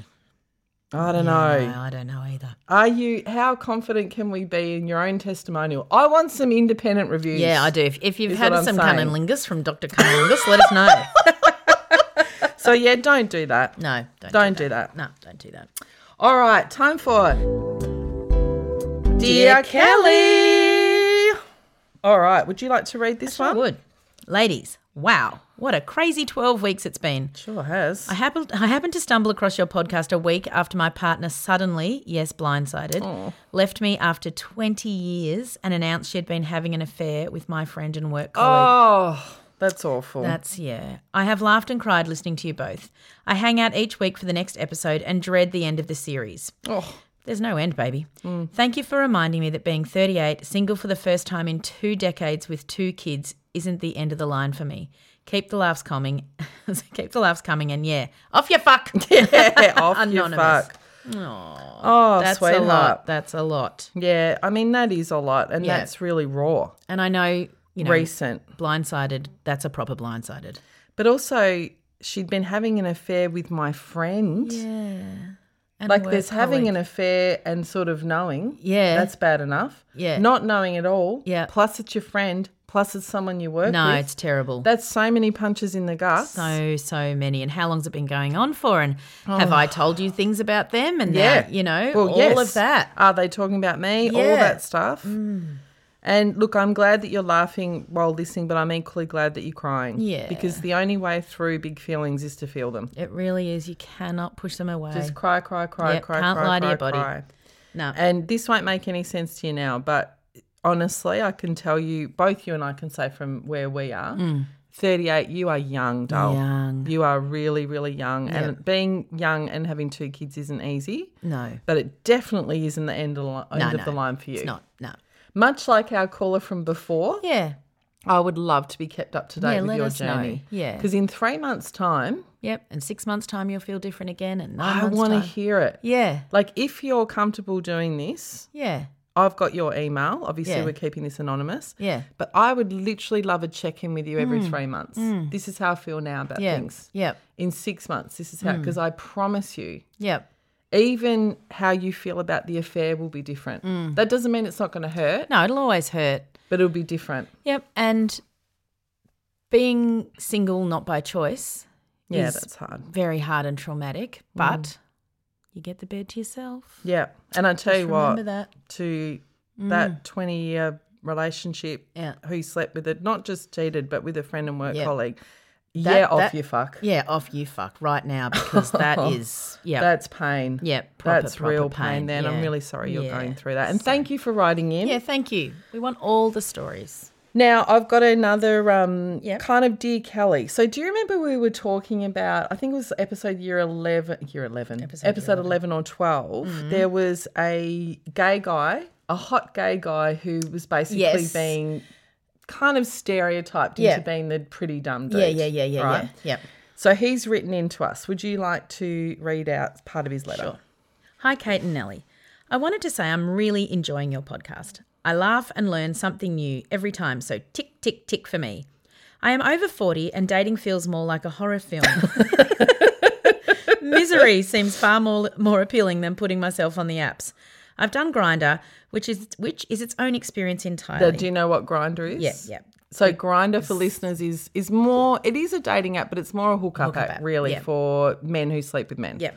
Speaker 1: I don't
Speaker 2: No,
Speaker 1: know.
Speaker 2: I don't know either.
Speaker 1: Are you? How confident can we be in your own testimonial? I want some independent reviews.
Speaker 2: Yeah, I do. If, if you've
Speaker 1: Is
Speaker 2: had
Speaker 1: what I'm
Speaker 2: some
Speaker 1: saying.
Speaker 2: cunnilingus from Dr. Cunnilingus, let us know.
Speaker 1: So yeah, don't do that.
Speaker 2: No, don't.
Speaker 1: Don't do that.
Speaker 2: No, don't do that.
Speaker 1: All right, time for Dear Kelly. All right, would you like to read this
Speaker 2: I
Speaker 1: one?
Speaker 2: would. Ladies, wow. What a crazy 12 weeks it's been.
Speaker 1: Sure has.
Speaker 2: I happened, I happened to stumble across your podcast a week after my partner suddenly, yes, blindsided, left me after 20 years and announced she had been having an affair with my friend and work colleague.
Speaker 1: oh, That's awful.
Speaker 2: That's yeah. I have laughed and cried listening to you both. I hang out each week for the next episode and dread the end of the series.
Speaker 1: oh, Mm.
Speaker 2: There's no end, baby. Thank you for reminding me that being 38, single for the first time in two decades with two kids, isn't the end of the line for me. Keep the laughs coming. Keep the laughs coming, and yeah, off your fuck.
Speaker 1: yeah, off you
Speaker 2: Anonymous.
Speaker 1: fuck. Oh,
Speaker 2: That's
Speaker 1: sweetheart.
Speaker 2: a lot. That's a lot.
Speaker 1: Yeah, I mean that is a lot, and
Speaker 2: Yeah.
Speaker 1: that's really raw,
Speaker 2: And I know, you know,
Speaker 1: recent.
Speaker 2: blindsided. That's a proper blindsided.
Speaker 1: But also, she'd been having an affair with my friend.
Speaker 2: And
Speaker 1: Like,
Speaker 2: a
Speaker 1: there's
Speaker 2: work
Speaker 1: having an
Speaker 2: colleague.
Speaker 1: affair and sort of knowing.
Speaker 2: Yeah.
Speaker 1: That's bad enough.
Speaker 2: Yeah.
Speaker 1: Not knowing at all.
Speaker 2: Yeah.
Speaker 1: Plus, it's your friend. Plus, it's someone you work
Speaker 2: no.
Speaker 1: with.
Speaker 2: It's terrible.
Speaker 1: That's so many punches in the gut.
Speaker 2: so so many. And how long's it been going on for? And have I told you things about them? And Oh. yeah, you know,
Speaker 1: Well,
Speaker 2: all
Speaker 1: yes.
Speaker 2: of that.
Speaker 1: Are they talking about me? All
Speaker 2: Yeah. Mm.
Speaker 1: that stuff. And look, I'm glad that you're laughing while listening, but I'm equally glad that you're crying.
Speaker 2: Yeah.
Speaker 1: Because the only way through big feelings is to feel them.
Speaker 2: It really is. You cannot push them away.
Speaker 1: Just cry, cry, cry,
Speaker 2: Yep,
Speaker 1: cry,
Speaker 2: can't
Speaker 1: cry,
Speaker 2: lie to
Speaker 1: cry,
Speaker 2: your body.
Speaker 1: cry.
Speaker 2: no.
Speaker 1: And this won't make any sense to you now, but honestly, I can tell you, both you and I can say from where we are, 38, you are young, doll.
Speaker 2: Mm. Young.
Speaker 1: You are really, really young. And being young and having two kids isn't easy.
Speaker 2: No.
Speaker 1: But it definitely isn't the end of, the li-
Speaker 2: No,
Speaker 1: end
Speaker 2: no,
Speaker 1: of the line for you.
Speaker 2: It's not. No.
Speaker 1: Much like our caller from before,
Speaker 2: Yeah.
Speaker 1: I would love to be kept up to date
Speaker 2: Yeah,
Speaker 1: with
Speaker 2: let
Speaker 1: your
Speaker 2: us know.
Speaker 1: journey.
Speaker 2: Yeah.
Speaker 1: Because in three months' time,
Speaker 2: Yep. And six months time, you'll feel different again. And nine
Speaker 1: I
Speaker 2: months
Speaker 1: want to
Speaker 2: time.
Speaker 1: hear it.
Speaker 2: Yeah.
Speaker 1: Like, if you're comfortable doing this,
Speaker 2: Yeah.
Speaker 1: I've got your email. Obviously,
Speaker 2: Yeah.
Speaker 1: we're keeping this anonymous.
Speaker 2: Yeah. Mm.
Speaker 1: But I would literally love a check in with you every three months. This is how I feel now about
Speaker 2: Yeah. Mm.
Speaker 1: things.
Speaker 2: Yep.
Speaker 1: In six months, this is how, because I promise you,
Speaker 2: Yep.
Speaker 1: even how you feel about the affair will be different. That doesn't mean it's not going to hurt,
Speaker 2: Mm. No, it'll always hurt.
Speaker 1: but it'll be different.
Speaker 2: Yep. And being single, not by choice,
Speaker 1: Yeah,
Speaker 2: Yes.
Speaker 1: that's hard.
Speaker 2: very hard and traumatic, but you get the bed to yourself.
Speaker 1: Yeah. And I tell
Speaker 2: Just
Speaker 1: you
Speaker 2: remember
Speaker 1: what,
Speaker 2: that. Mm.
Speaker 1: to that 20 year relationship
Speaker 2: Yeah.
Speaker 1: who slept with it, not just cheated, but with a friend and work
Speaker 2: Yeah.
Speaker 1: colleague.
Speaker 2: That-
Speaker 1: yeah, off
Speaker 2: that-
Speaker 1: you fuck.
Speaker 2: Yeah, off you fuck right now because that is yeah.
Speaker 1: That's pain.
Speaker 2: Yeah, proper,
Speaker 1: That's
Speaker 2: proper
Speaker 1: real pain,
Speaker 2: pain,
Speaker 1: then. I'm
Speaker 2: yeah.
Speaker 1: really sorry you're
Speaker 2: Yeah,
Speaker 1: going through that. And thank you for writing in.
Speaker 2: yeah, thank you. We want all the stories.
Speaker 1: Now, I've got another um,
Speaker 2: Yep.
Speaker 1: kind of Dear Kelly. So, do you remember we were talking about, I think it was episode year 11, year 11, episode, 11. or 12,
Speaker 2: Mm-hmm.
Speaker 1: there was a gay guy, a hot gay guy who was basically
Speaker 2: Yes.
Speaker 1: being kind of stereotyped
Speaker 2: Yeah.
Speaker 1: into being the pretty dumb dude.
Speaker 2: Yeah, yeah, yeah, yeah,
Speaker 1: right?
Speaker 2: yeah. Yep.
Speaker 1: So, he's written in to us. Would you like to read out part of his letter?
Speaker 2: Hi, Kate and Nellie. I wanted to say I'm really enjoying your podcast. I laugh and learn something new every time, so tick, tick, tick for me. I am over 40 and dating feels more like a horror film. Misery seems far more, more appealing than putting myself on the apps. I've done Grinder, which is which is its own experience entirely.
Speaker 1: Now, do you know what Grinder is?
Speaker 2: yeah, yeah.
Speaker 1: So Grinder for listeners is is more it is a dating app, but it's more a hookup, app,
Speaker 2: app,
Speaker 1: really
Speaker 2: yeah.
Speaker 1: for men who sleep with men.
Speaker 2: Yeah.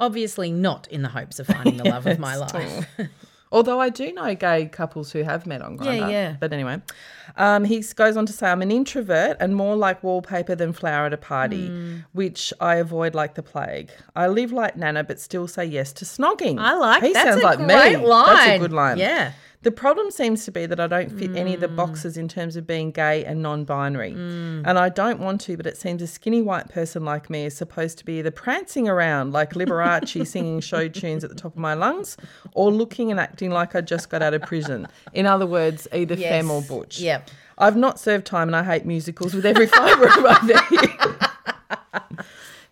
Speaker 2: Obviously not in the hopes of finding the love of my life.
Speaker 1: Although I do know gay couples who have met on Grinder.
Speaker 2: yeah.
Speaker 1: But anyway, um, he s- goes on to say, "I'm an introvert and more like wallpaper than flower at a party,
Speaker 2: Hmm.
Speaker 1: which I avoid like the plague. I live like Nana, but still say yes to snogging.
Speaker 2: I like
Speaker 1: He
Speaker 2: that's
Speaker 1: sounds
Speaker 2: a
Speaker 1: like
Speaker 2: great
Speaker 1: me.
Speaker 2: Line.
Speaker 1: That's a good line.
Speaker 2: Yeah.
Speaker 1: The problem seems to be that I don't fit any
Speaker 2: Hmm.
Speaker 1: of the boxes in terms of being gay and non binary. And I don't want to, but it seems a skinny white person like me is supposed to be either prancing around like Liberace singing show tunes at the top of my lungs or looking and acting like I just got out of prison. In other words, either femme or
Speaker 2: Yes.
Speaker 1: butch.
Speaker 2: Yep.
Speaker 1: I've not served time and I hate musicals with every fibre of my being.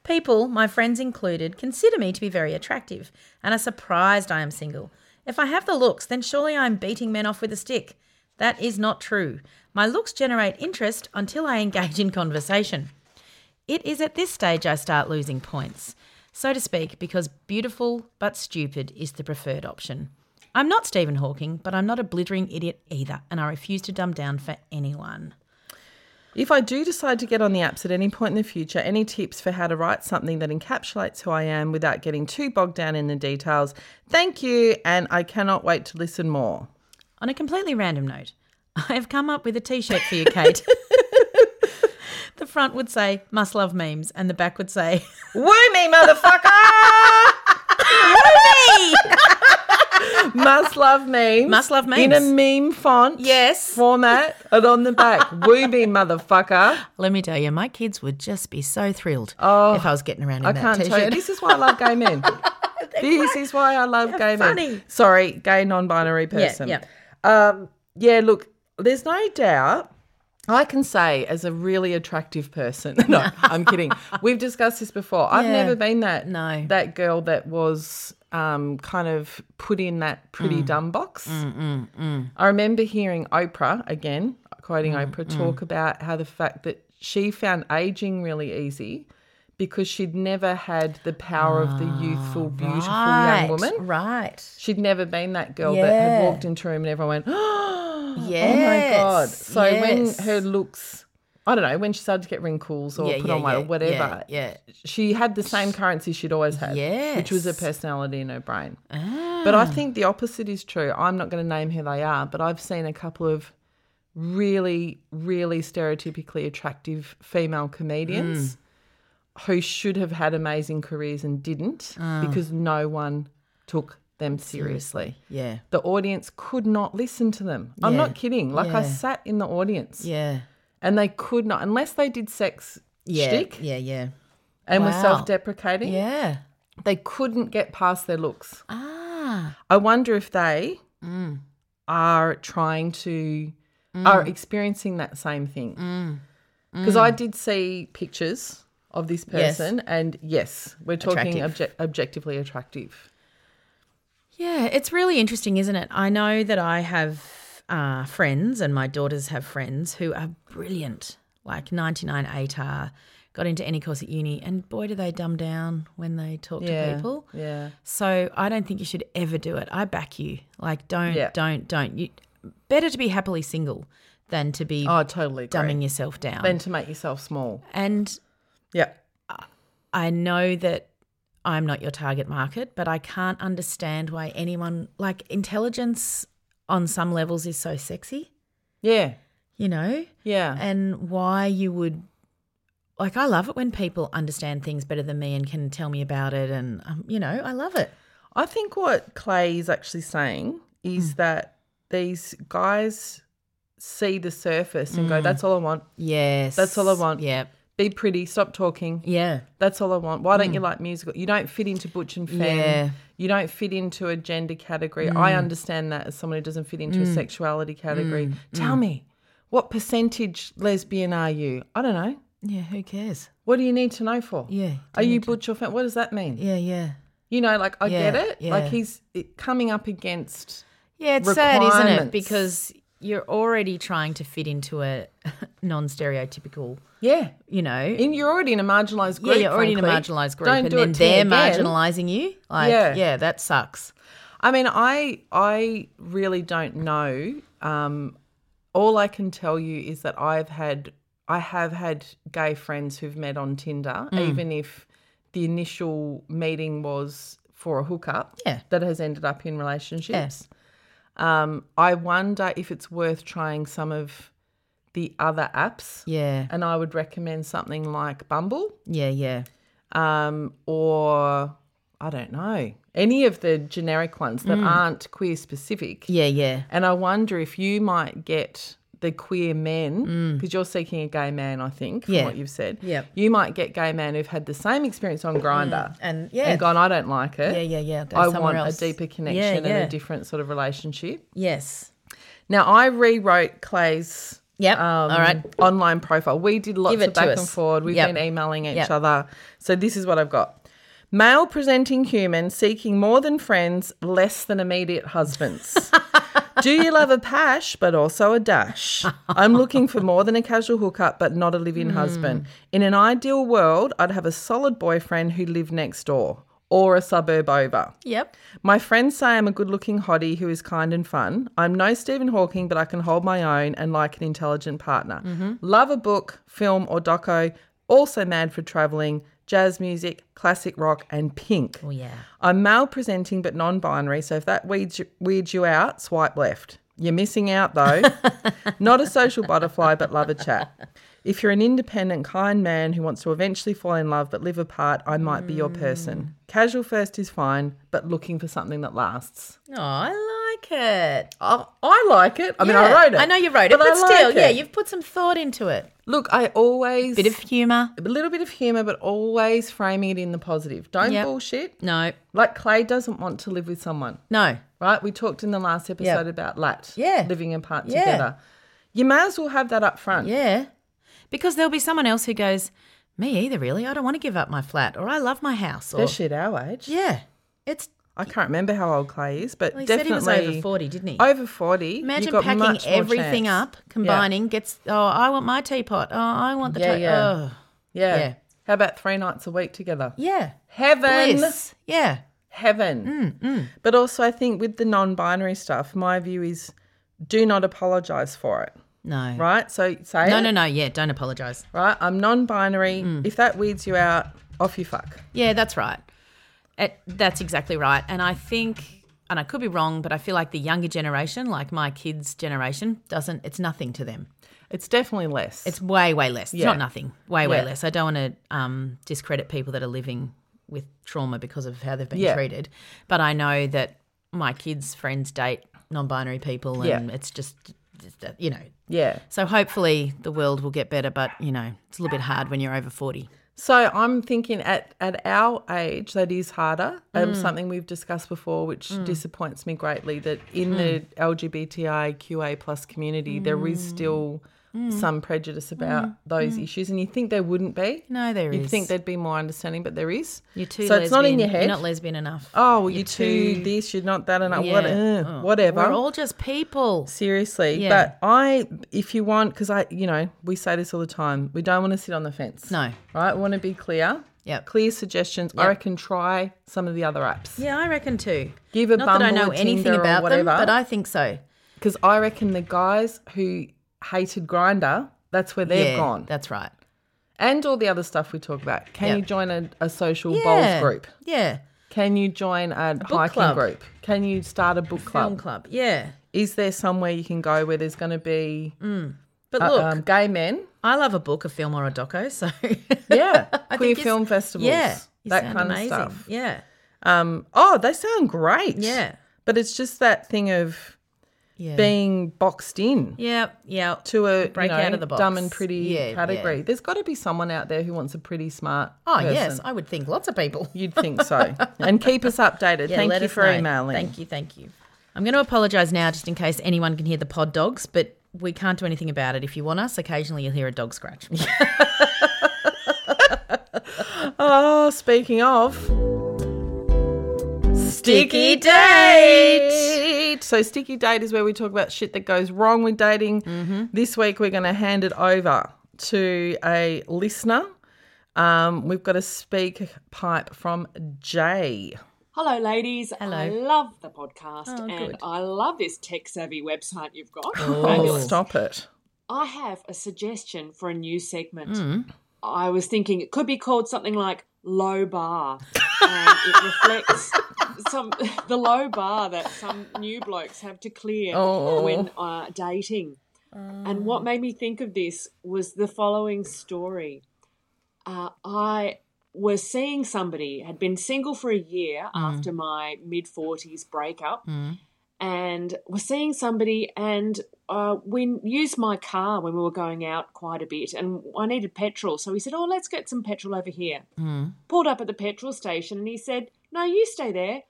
Speaker 2: People, my friends included, consider me to be very attractive and are surprised I am single. If I have the looks, then surely I am beating men off with a stick. That is not true. My looks generate interest until I engage in conversation. It is at this stage I start losing points, so to speak, because beautiful but stupid is the preferred option. I'm not Stephen Hawking, but I'm not a blithering idiot either, and I refuse to dumb down for anyone.
Speaker 1: If I do decide to get on the apps at any point in the future, any tips for how to write something that encapsulates who I am without getting too bogged down in the details? Thank you, and I cannot wait to listen more.
Speaker 2: On a completely random note, I have come up with a t shirt for you, Kate. the front would say, must love memes, and the back would say,
Speaker 1: Woo me, motherfucker!
Speaker 2: woo me!
Speaker 1: Must love memes.
Speaker 2: Must love
Speaker 1: In a
Speaker 2: memes.
Speaker 1: meme font.
Speaker 2: Yes.
Speaker 1: Format and on the back. Wooby motherfucker.
Speaker 2: Let me tell you, my kids would just be so thrilled
Speaker 1: Oh,
Speaker 2: if I was getting around in
Speaker 1: I
Speaker 2: that
Speaker 1: can't tell you.
Speaker 2: t-shirt.
Speaker 1: This is why I love gay men. this is why I love gay
Speaker 2: funny.
Speaker 1: men. Sorry, gay non binary person.
Speaker 2: yeah.
Speaker 1: Um, yeah, look, there's no doubt. I can say, as a really attractive person, no, I'm kidding. We've discussed this before. I've
Speaker 2: Yeah.
Speaker 1: never been that
Speaker 2: No.
Speaker 1: that girl that was um, kind of put in that pretty
Speaker 2: Mm.
Speaker 1: dumb box. I remember hearing Oprah again, quoting
Speaker 2: Mm,
Speaker 1: Oprah, talk about how the fact that she found aging really easy because she'd never had the power of
Speaker 2: Ah,
Speaker 1: the youthful, beautiful young woman.
Speaker 2: Right.
Speaker 1: She'd never been that girl that had
Speaker 2: Yeah.
Speaker 1: walked into a room and everyone went, oh,
Speaker 2: Yes,
Speaker 1: oh my God. So
Speaker 2: yes.
Speaker 1: when her looks, I don't know, when she started to get wrinkles or
Speaker 2: Yeah,
Speaker 1: put
Speaker 2: yeah,
Speaker 1: on weight
Speaker 2: yeah,
Speaker 1: or whatever,
Speaker 2: Yeah. yeah.
Speaker 1: she had the same currency she'd always had, which was her
Speaker 2: Yes. Ah.
Speaker 1: personality in her brain. But I think the opposite is true. I'm not going to name who they are, but I've seen a couple of really, really stereotypically attractive female comedians
Speaker 2: Mm.
Speaker 1: who should have had amazing careers and didn't
Speaker 2: Ah.
Speaker 1: because no one took them seriously.
Speaker 2: Yeah.
Speaker 1: The audience could not listen to them. I'm
Speaker 2: Yeah.
Speaker 1: not kidding. Like I
Speaker 2: Yeah.
Speaker 1: sat in the audience
Speaker 2: Yeah.
Speaker 1: and they could not, unless they did sex
Speaker 2: Yeah.
Speaker 1: shtick
Speaker 2: Yeah. Yeah.
Speaker 1: and were
Speaker 2: Wow.
Speaker 1: self deprecating
Speaker 2: Yeah.
Speaker 1: they couldn't get past their looks.
Speaker 2: Ah. Mm.
Speaker 1: I wonder if they are trying to are experiencing that same thing.
Speaker 2: Mm.
Speaker 1: Because I did see pictures of this
Speaker 2: Yes.
Speaker 1: person, and yes, we're talking
Speaker 2: Attractive.
Speaker 1: obje- objectively attractive.
Speaker 2: Yeah. It's really interesting, isn't it? I know that I have uh, friends and my daughters have friends who are brilliant, like 99 ATAR, got into any course at uni, and boy, do they dumb down when they talk to
Speaker 1: Yeah,
Speaker 2: people.
Speaker 1: yeah.
Speaker 2: So I don't think you should ever do it. I back you. Like, don't,
Speaker 1: Yeah.
Speaker 2: don't, don't. You better to be happily single than to be
Speaker 1: Oh, I totally agree.
Speaker 2: dumbing yourself down.
Speaker 1: Then to make yourself small.
Speaker 2: and
Speaker 1: Yeah,
Speaker 2: I know that I'm not your target market, but I can't understand why anyone like intelligence on some levels is so sexy,
Speaker 1: yeah,
Speaker 2: you know,
Speaker 1: yeah.
Speaker 2: and why you would like. I love it when people understand things better than me and can tell me about it, and um, you know, I love it.
Speaker 1: I think what Clay is actually saying is
Speaker 2: Hmm.
Speaker 1: that these guys see the surface and
Speaker 2: Hmm.
Speaker 1: go, "That's all I want.
Speaker 2: Yes,
Speaker 1: That's all I want.
Speaker 2: Yeah,
Speaker 1: Be pretty. Stop talking.
Speaker 2: yeah,
Speaker 1: That's all I want. Why don't you like musical? You don't fit into Butch and Fan.
Speaker 2: Hmm. Yeah. Hmm.
Speaker 1: You don't fit into a gender category. I understand that as someone who doesn't fit into a sexuality category.
Speaker 2: Hmm.
Speaker 1: Tell me, what percentage lesbian are you? I don't know.
Speaker 2: yeah. Who cares?
Speaker 1: What do you need to know for?
Speaker 2: Yeah,
Speaker 1: Are you Butch or Fan? What does that mean?
Speaker 2: Yeah, yeah,
Speaker 1: You know, like I
Speaker 2: Yeah,
Speaker 1: get it.
Speaker 2: yeah.
Speaker 1: Like he's it, coming up against.
Speaker 2: yeah. It's sad, isn't it?
Speaker 1: Requirements.
Speaker 2: Because you're already trying to fit into a non-stereotypical,
Speaker 1: Yeah.
Speaker 2: you know,
Speaker 1: In, you're already in a marginalised
Speaker 2: Yeah,
Speaker 1: group.
Speaker 2: you're already in a
Speaker 1: frankly.
Speaker 2: marginalised group,
Speaker 1: Don't
Speaker 2: and
Speaker 1: do
Speaker 2: then
Speaker 1: it to me
Speaker 2: they're
Speaker 1: again.
Speaker 2: marginalising you. Like, yeah.
Speaker 1: Yeah.
Speaker 2: that sucks.
Speaker 1: I mean, I I really don't know. Um, all I can tell you is that I've had I have had gay friends who've met on Tinder,
Speaker 2: Hmm.
Speaker 1: even if the initial meeting was for a hookup
Speaker 2: Yeah.
Speaker 1: that has ended up in relationships. Um, I wonder if it's worth trying some of the other apps.
Speaker 2: Yeah,
Speaker 1: And I would recommend something like Bumble
Speaker 2: yeah, yeah,
Speaker 1: um, or I don't know, any of the generic ones that aren't queer specific.
Speaker 2: Mm. yeah, yeah,
Speaker 1: And I wonder if you might get the queer men, because you're seeking a gay man, I think, from
Speaker 2: Mm. Yeah.
Speaker 1: what you've said.
Speaker 2: Yep.
Speaker 1: You might get gay men who've had the same experience on Grinder
Speaker 2: and yeah,
Speaker 1: and gone, I don't like it.
Speaker 2: yeah, yeah, yeah. Go
Speaker 1: I
Speaker 2: somewhere
Speaker 1: want
Speaker 2: else.
Speaker 1: a deeper connection
Speaker 2: yeah.
Speaker 1: and a different sort of relationship.
Speaker 2: Yes.
Speaker 1: Now, I rewrote Clay's
Speaker 2: Yep.
Speaker 1: um,
Speaker 2: All right.
Speaker 1: online profile. We did lots
Speaker 2: Give it
Speaker 1: of back
Speaker 2: to
Speaker 1: and
Speaker 2: us.
Speaker 1: forward. We've
Speaker 2: Yep.
Speaker 1: been emailing each
Speaker 2: Yep.
Speaker 1: other. So this is what I've got. Male presenting human seeking more than friends, less than immediate husbands. Do you love a pash, but also a dash? I'm looking for more than a casual hookup, but not a live
Speaker 2: Hmm.
Speaker 1: in husband. In an ideal world, I'd have a solid boyfriend who lived next door or a suburb over.
Speaker 2: Yep.
Speaker 1: My friends say I'm a good looking hottie who is kind and fun. I'm no Stephen Hawking, but I can hold my own and like an intelligent partner. Love a book, film, or doco. Also mad for traveling, jazz music, classic rock, and pink.
Speaker 2: Well, Oh, yeah.
Speaker 1: I'm male presenting but non binary, so if that weeds you, weirds you out, swipe left. You're missing out though. Not a social butterfly, but love a chat. If you're an independent, kind man who wants to eventually fall in love but live apart, I might be your person.
Speaker 2: Mm.
Speaker 1: Casual first is fine, but looking for something that lasts.
Speaker 2: Oh, I like it.
Speaker 1: I, I like it. I mean, I
Speaker 2: Oh. Yeah,
Speaker 1: wrote it.
Speaker 2: I know you wrote it, but,
Speaker 1: I like
Speaker 2: still, yeah,
Speaker 1: it.
Speaker 2: you've put some thought into it.
Speaker 1: Look, I always
Speaker 2: Bit of humor.
Speaker 1: a little bit of humor, but always framing it in the positive. Don't
Speaker 2: Yep.
Speaker 1: bullshit.
Speaker 2: No,
Speaker 1: Like Clay doesn't want to live with someone,
Speaker 2: no.
Speaker 1: right? We talked in the last episode about lat.
Speaker 2: Yeah.
Speaker 1: Living apart
Speaker 2: Yeah.
Speaker 1: together. You may as well have that up front.
Speaker 2: Yeah. Because there'll be someone else who goes, Me either, really. I don't want to give up my flat or I love my house. Or,
Speaker 1: Especially at our age.
Speaker 2: yeah. It's
Speaker 1: I can't remember how old Clay is, but
Speaker 2: well, he
Speaker 1: definitely
Speaker 2: said he was over 40, didn't he?
Speaker 1: Over 40. you've
Speaker 2: Imagine
Speaker 1: got
Speaker 2: packing
Speaker 1: much more
Speaker 2: everything
Speaker 1: chance.
Speaker 2: up, combining, gets, oh, I want my teapot. Oh, I want the
Speaker 1: Yeah,
Speaker 2: tea-
Speaker 1: yeah.
Speaker 2: Oh.
Speaker 1: Yeah.
Speaker 2: Yeah.
Speaker 1: How about three nights a week together?
Speaker 2: Yeah.
Speaker 1: Heaven.
Speaker 2: Bliss. Mm, Yeah.
Speaker 1: Heaven. But also, I think with the non binary stuff, my view is do not apologize for it,
Speaker 2: No.
Speaker 1: right? So say,
Speaker 2: No,
Speaker 1: it,
Speaker 2: no, Mm. no. Yeah. Don't apologize.
Speaker 1: right? I'm non binary. If that weeds you out, off you fuck.
Speaker 2: Yeah, that's right. Uh, that's exactly right. And I think, and I could be wrong, but I feel like the younger generation, like my kids' generation, doesn't, it's nothing to them.
Speaker 1: It's definitely less.
Speaker 2: It's way, way less. It's
Speaker 1: Yeah.
Speaker 2: not nothing. Way, way
Speaker 1: Yeah.
Speaker 2: less. I don't want to um, discredit people that are living with trauma because of how they've been
Speaker 1: Yeah.
Speaker 2: treated. But I know that my kids' friends date non binary people and
Speaker 1: Yeah.
Speaker 2: it's just, just that, you know.
Speaker 1: yeah.
Speaker 2: So hopefully the world will get better, but, you know, it's a little bit hard when you're over 40.
Speaker 1: So I'm thinking at, at our age, that is harder. Um,
Speaker 2: Mm.
Speaker 1: something we've discussed before, which disappoints me greatly, that in
Speaker 2: Mm-hmm.
Speaker 1: the LGBTIQA plus community, there
Speaker 2: Mm.
Speaker 1: is still some prejudice about those issues. And you think there wouldn't be.
Speaker 2: No, there
Speaker 1: You'd
Speaker 2: is.
Speaker 1: think there'd be more understanding, but there is.
Speaker 2: You're too
Speaker 1: So
Speaker 2: lesbian.
Speaker 1: it's not in your head.
Speaker 2: You're not lesbian enough.
Speaker 1: oh, well, you're, too, this, you're not that, and I what,
Speaker 2: Yeah. Oh.
Speaker 1: uh, whatever.
Speaker 2: We're all just people.
Speaker 1: Seriously,
Speaker 2: Yeah.
Speaker 1: but I, if you want, because I, you know, we say this all the time, we don't want to sit on the fence.
Speaker 2: No.
Speaker 1: Right? We want to be clear.
Speaker 2: Yep.
Speaker 1: Clear suggestions. I reckon try some of the other apps.
Speaker 2: Yeah, I reckon too.
Speaker 1: Give a
Speaker 2: Not that I
Speaker 1: Bumble,
Speaker 2: know
Speaker 1: a
Speaker 2: anything
Speaker 1: Tinder or
Speaker 2: about them,
Speaker 1: whatever.
Speaker 2: but I think so.
Speaker 1: Because I reckon the guys who hated Grinder, that's where they've
Speaker 2: yeah,
Speaker 1: gone.
Speaker 2: That's right.
Speaker 1: And all the other stuff we talk about. Can
Speaker 2: Yep.
Speaker 1: you join a, a social
Speaker 2: yeah.
Speaker 1: bowls group?
Speaker 2: Yeah.
Speaker 1: Can you join a, hiking
Speaker 2: club.
Speaker 1: group? Can you start a book club?
Speaker 2: Film club. Yeah.
Speaker 1: Is there somewhere you can go where there's going to be
Speaker 2: But
Speaker 1: uh,
Speaker 2: Mm, look,
Speaker 1: um, gay men?
Speaker 2: I love a book, a film, or a doco. So
Speaker 1: Yeah,
Speaker 2: I
Speaker 1: queer
Speaker 2: think you s-
Speaker 1: film festivals.
Speaker 2: yeah, you
Speaker 1: that
Speaker 2: sound
Speaker 1: kind
Speaker 2: amazing.
Speaker 1: of stuff.
Speaker 2: Yeah,
Speaker 1: Um, oh, they sound great.
Speaker 2: yeah,
Speaker 1: but it's just that thing of
Speaker 2: yeah.
Speaker 1: being boxed in
Speaker 2: yeah, yeah.
Speaker 1: to a
Speaker 2: Break
Speaker 1: you know,
Speaker 2: out of the box.
Speaker 1: dumb and pretty
Speaker 2: Yeah,
Speaker 1: category.
Speaker 2: yeah.
Speaker 1: There's got to be someone out there who wants a pretty smart.
Speaker 2: Oh
Speaker 1: person.
Speaker 2: yes, I would think lots of people.
Speaker 1: You'd think so. and keep us updated.
Speaker 2: Yeah,
Speaker 1: Thank
Speaker 2: let
Speaker 1: you
Speaker 2: us
Speaker 1: for
Speaker 2: know.
Speaker 1: emailing.
Speaker 2: Thank you, thank you. I'm going to apologise now, just in case anyone can hear the pod dogs, but we can't do anything about it. If you want us, occasionally you'll hear a dog scratch.
Speaker 1: Oh, speaking of.
Speaker 2: Sticky date.
Speaker 1: date. So sticky date is where we talk about shit that goes wrong with dating.
Speaker 8: Mm-hmm.
Speaker 1: This week we're going to hand it over to a listener. Um, we've got a speak pipe from Jay.
Speaker 8: Hello, ladies. I love the podcast and
Speaker 2: good.
Speaker 8: I love this tech savvy website you've got.
Speaker 1: Oh,
Speaker 8: Fabulous.
Speaker 1: stop it!
Speaker 8: I have a suggestion for a new segment. I was thinking it could be called something like low bar. and it reflects some the low bar that some new blokes have to clear
Speaker 1: Oh.
Speaker 8: when uh, dating. And what made me think of this was the following story. Uh, I was seeing somebody had been single for a year after my mid forties breakup, and was seeing somebody, and uh, we used my car when we were going out quite a bit, and I needed petrol, so he said, "Oh, let's get some petrol over here."
Speaker 1: Hmm.
Speaker 8: Pulled up at the petrol station, and he said, "No, you stay there.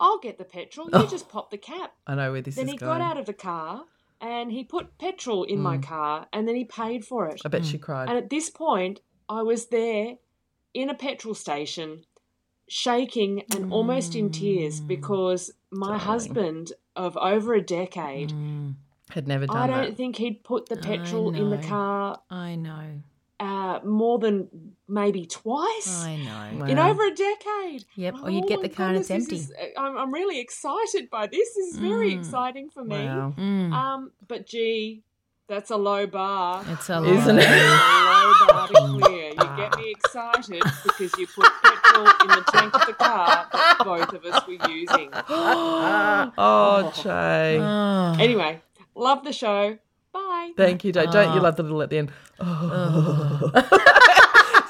Speaker 8: I'll get the petrol. You just pop the cap."
Speaker 1: I know where this
Speaker 8: then
Speaker 1: is
Speaker 8: he
Speaker 1: going.
Speaker 8: got out of the car and he put petrol in
Speaker 2: Mm.
Speaker 8: my car and then he paid for it.
Speaker 1: I bet she cried.
Speaker 8: And at this point, I was there in a petrol station, shaking and almost in tears
Speaker 2: Mm.
Speaker 8: because my husband of over a decade,
Speaker 2: Mm,
Speaker 1: Had never
Speaker 8: I
Speaker 1: done
Speaker 8: don't
Speaker 1: that.
Speaker 8: think he'd put the petrol in the
Speaker 2: know.
Speaker 8: car
Speaker 2: I know.
Speaker 8: uh, more than maybe twice.
Speaker 2: I know.
Speaker 1: Wow.
Speaker 8: in over a decade.
Speaker 2: Yep,
Speaker 8: And
Speaker 2: or you'd
Speaker 8: oh
Speaker 2: get the
Speaker 8: my
Speaker 2: car and it's
Speaker 8: goodness, this Is, uh, I'm, I'm really excited by this. This is very exciting for me.
Speaker 1: Wow.
Speaker 2: Mm.
Speaker 8: Um, but gee, that's a low bar.
Speaker 2: It's a
Speaker 1: Isn't
Speaker 2: lie.
Speaker 1: it?
Speaker 8: A low bar to clear. You get me excited because you put petrol in the tank of the car that both of us were using.
Speaker 1: oh, Jay.
Speaker 2: Oh,
Speaker 8: Anyway, love the show. Bye.
Speaker 1: Thank you, Dave. Don't you
Speaker 2: Oh.
Speaker 1: love the little at the end? It's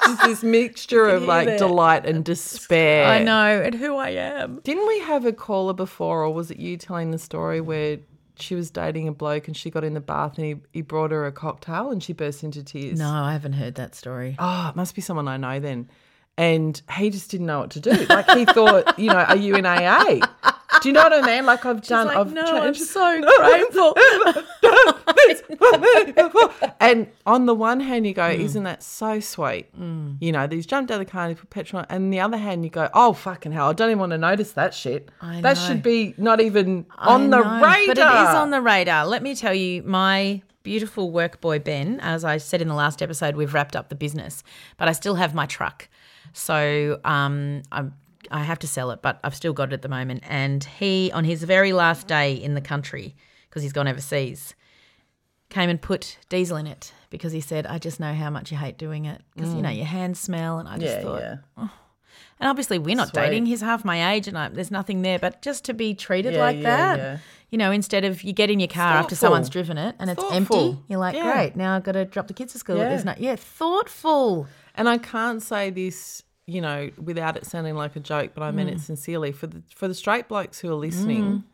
Speaker 1: just this mixture of like delight and despair.
Speaker 2: I know, and who I am.
Speaker 1: Didn't we have a caller before, or was it you telling the story where she was dating a bloke and she got in the bath and he, he brought her a cocktail and she burst into tears?
Speaker 2: No, I haven't heard that story.
Speaker 1: Oh, it must be someone I know then. And he just didn't know what to do. Like he thought, you know, are you in AA? Do you know what I mean? Like I've done,
Speaker 2: like,
Speaker 1: I've
Speaker 2: "No,
Speaker 1: tra-
Speaker 2: I'm so
Speaker 1: grateful. and on the one hand, you go,
Speaker 2: Mm.
Speaker 1: isn't that so sweet? You know, that he's jumped out of the car and he put petrol on. And the other hand, you go, oh, fucking hell, I don't even want to notice that shit.
Speaker 2: I
Speaker 1: that
Speaker 2: know.
Speaker 1: should be not even on the
Speaker 2: I know,
Speaker 1: radar.
Speaker 2: But it is on the radar. Let me tell you, my beautiful work boy Ben, as I said in the last episode, we've wrapped up the business, but I still have my truck. So um, I'm, I have to sell it, but I've still got it at the moment. And he, on his very last day in the country, because he's gone overseas, came and put diesel in it because he said, I just know how much you hate doing it because, you know, your hands smell. And I just
Speaker 1: Mm. Yeah,
Speaker 2: thought,
Speaker 1: yeah.
Speaker 2: and obviously, we're not dating. He's half my age, and I, there's nothing there. But just to be treated like
Speaker 1: yeah,
Speaker 2: that,
Speaker 1: yeah.
Speaker 2: you know, instead of you get in your car after
Speaker 1: Thoughtful.
Speaker 2: someone's driven it and it's empty,
Speaker 1: Thoughtful.
Speaker 2: you're like,
Speaker 1: Yeah.
Speaker 2: great, now I've got to drop the kids to school.
Speaker 1: Yeah.
Speaker 2: There's not, yeah, thoughtful.
Speaker 1: and I can't say this, you know, without it sounding like a joke, but I
Speaker 2: Mm.
Speaker 1: mean it sincerely for the for the straight blokes who are listening.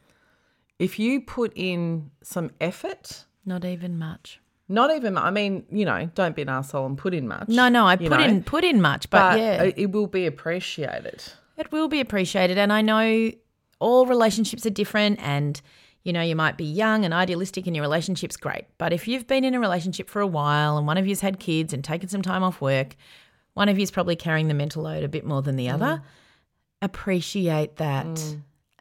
Speaker 1: If you put in some effort,
Speaker 2: Not even much.
Speaker 1: not even I mean, you know, don't be an asshole and put in much.
Speaker 2: No, no, I
Speaker 1: you
Speaker 2: put
Speaker 1: know,
Speaker 2: in put in much, but,
Speaker 1: but
Speaker 2: yeah,
Speaker 1: it- it will be appreciated.
Speaker 2: It will be appreciated. And I know all relationships are different and you know, you might be young and idealistic and your relationship's great. But if you've been in a relationship for a while and one of you's had kids and taken some time off work, one of you's probably carrying the mental load a bit more than the
Speaker 1: Mm.
Speaker 2: other, appreciate that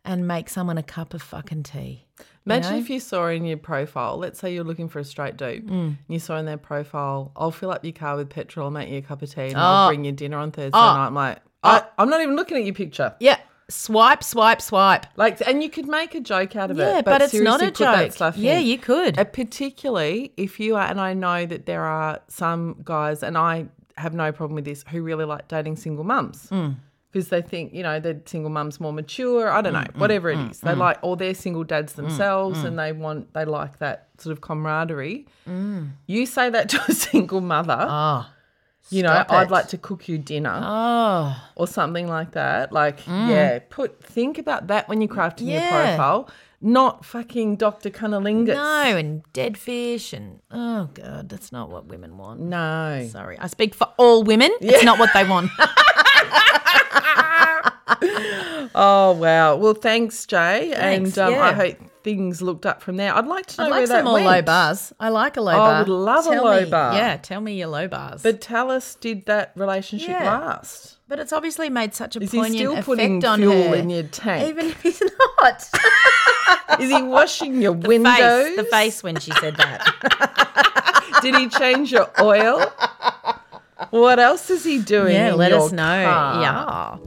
Speaker 2: and make someone a cup of fucking tea.
Speaker 1: Imagine if you saw in your profile, let's say you're looking for a straight
Speaker 2: Mm.
Speaker 1: dude, and you saw in their profile, I'll fill up your car with petrol, I'll make you a cup of tea, and
Speaker 2: Oh.
Speaker 1: I'll bring you dinner on Thursday night. I'm like, I, I'm not even looking at your picture.
Speaker 2: Yeah. Swipe, swipe, swipe.
Speaker 1: Like, and you could make a joke out of it.
Speaker 2: Yeah, but, it's not
Speaker 1: seriously,
Speaker 2: a
Speaker 1: put that
Speaker 2: joke.
Speaker 1: stuff
Speaker 2: yeah,
Speaker 1: in.
Speaker 2: you could.
Speaker 1: Uh, particularly if you are, and I know that there are some guys, and I have no problem with this, who really like dating single mums
Speaker 2: Mm.
Speaker 1: because they think you know the single mum's more mature. I don't
Speaker 2: Mm,
Speaker 1: know, whatever it is, they like, or they're single dads themselves, and they want they like that sort of camaraderie. You say that to a single mother.
Speaker 2: Mm. Oh,
Speaker 1: You know,
Speaker 2: stop
Speaker 1: I'd
Speaker 2: it.
Speaker 1: like to cook you dinner
Speaker 2: Oh. Mm.
Speaker 1: or something like that. Like, yeah, put think about that when you're crafting your
Speaker 2: Yeah.
Speaker 1: profile, not fucking Dr. Cunnilingus.
Speaker 2: Oh, No, and dead fish, and oh god, that's not what women want.
Speaker 1: No.
Speaker 2: Sorry, I speak for all women. It's not what they want.
Speaker 1: Oh wow. Well, thanks, Jay,
Speaker 2: Thanks,
Speaker 1: and um, I
Speaker 2: yeah.
Speaker 1: hope things looked up from there. I'd like to know
Speaker 2: I
Speaker 1: where
Speaker 2: like
Speaker 1: that
Speaker 2: some more
Speaker 1: went.
Speaker 2: low bars. I like a low
Speaker 1: I
Speaker 2: bar.
Speaker 1: would love a
Speaker 2: Tell
Speaker 1: low
Speaker 2: me-
Speaker 1: bar.
Speaker 2: Yeah, tell me your low bars. But,
Speaker 1: But tell us, did that relationship
Speaker 2: Yeah.
Speaker 1: last?
Speaker 2: but it's obviously made such a
Speaker 1: Is he
Speaker 2: poignant
Speaker 1: still
Speaker 2: effect
Speaker 1: putting
Speaker 2: on
Speaker 1: fuel
Speaker 2: her.
Speaker 1: in your tank?
Speaker 2: Even if he's not.
Speaker 1: Is he washing your
Speaker 2: The
Speaker 1: windows?
Speaker 2: face, the face when she said that.
Speaker 1: Did he change your oil? What else is he doing?
Speaker 2: yeah,
Speaker 1: in
Speaker 2: let
Speaker 1: your
Speaker 2: us know.
Speaker 1: car?
Speaker 2: Yeah.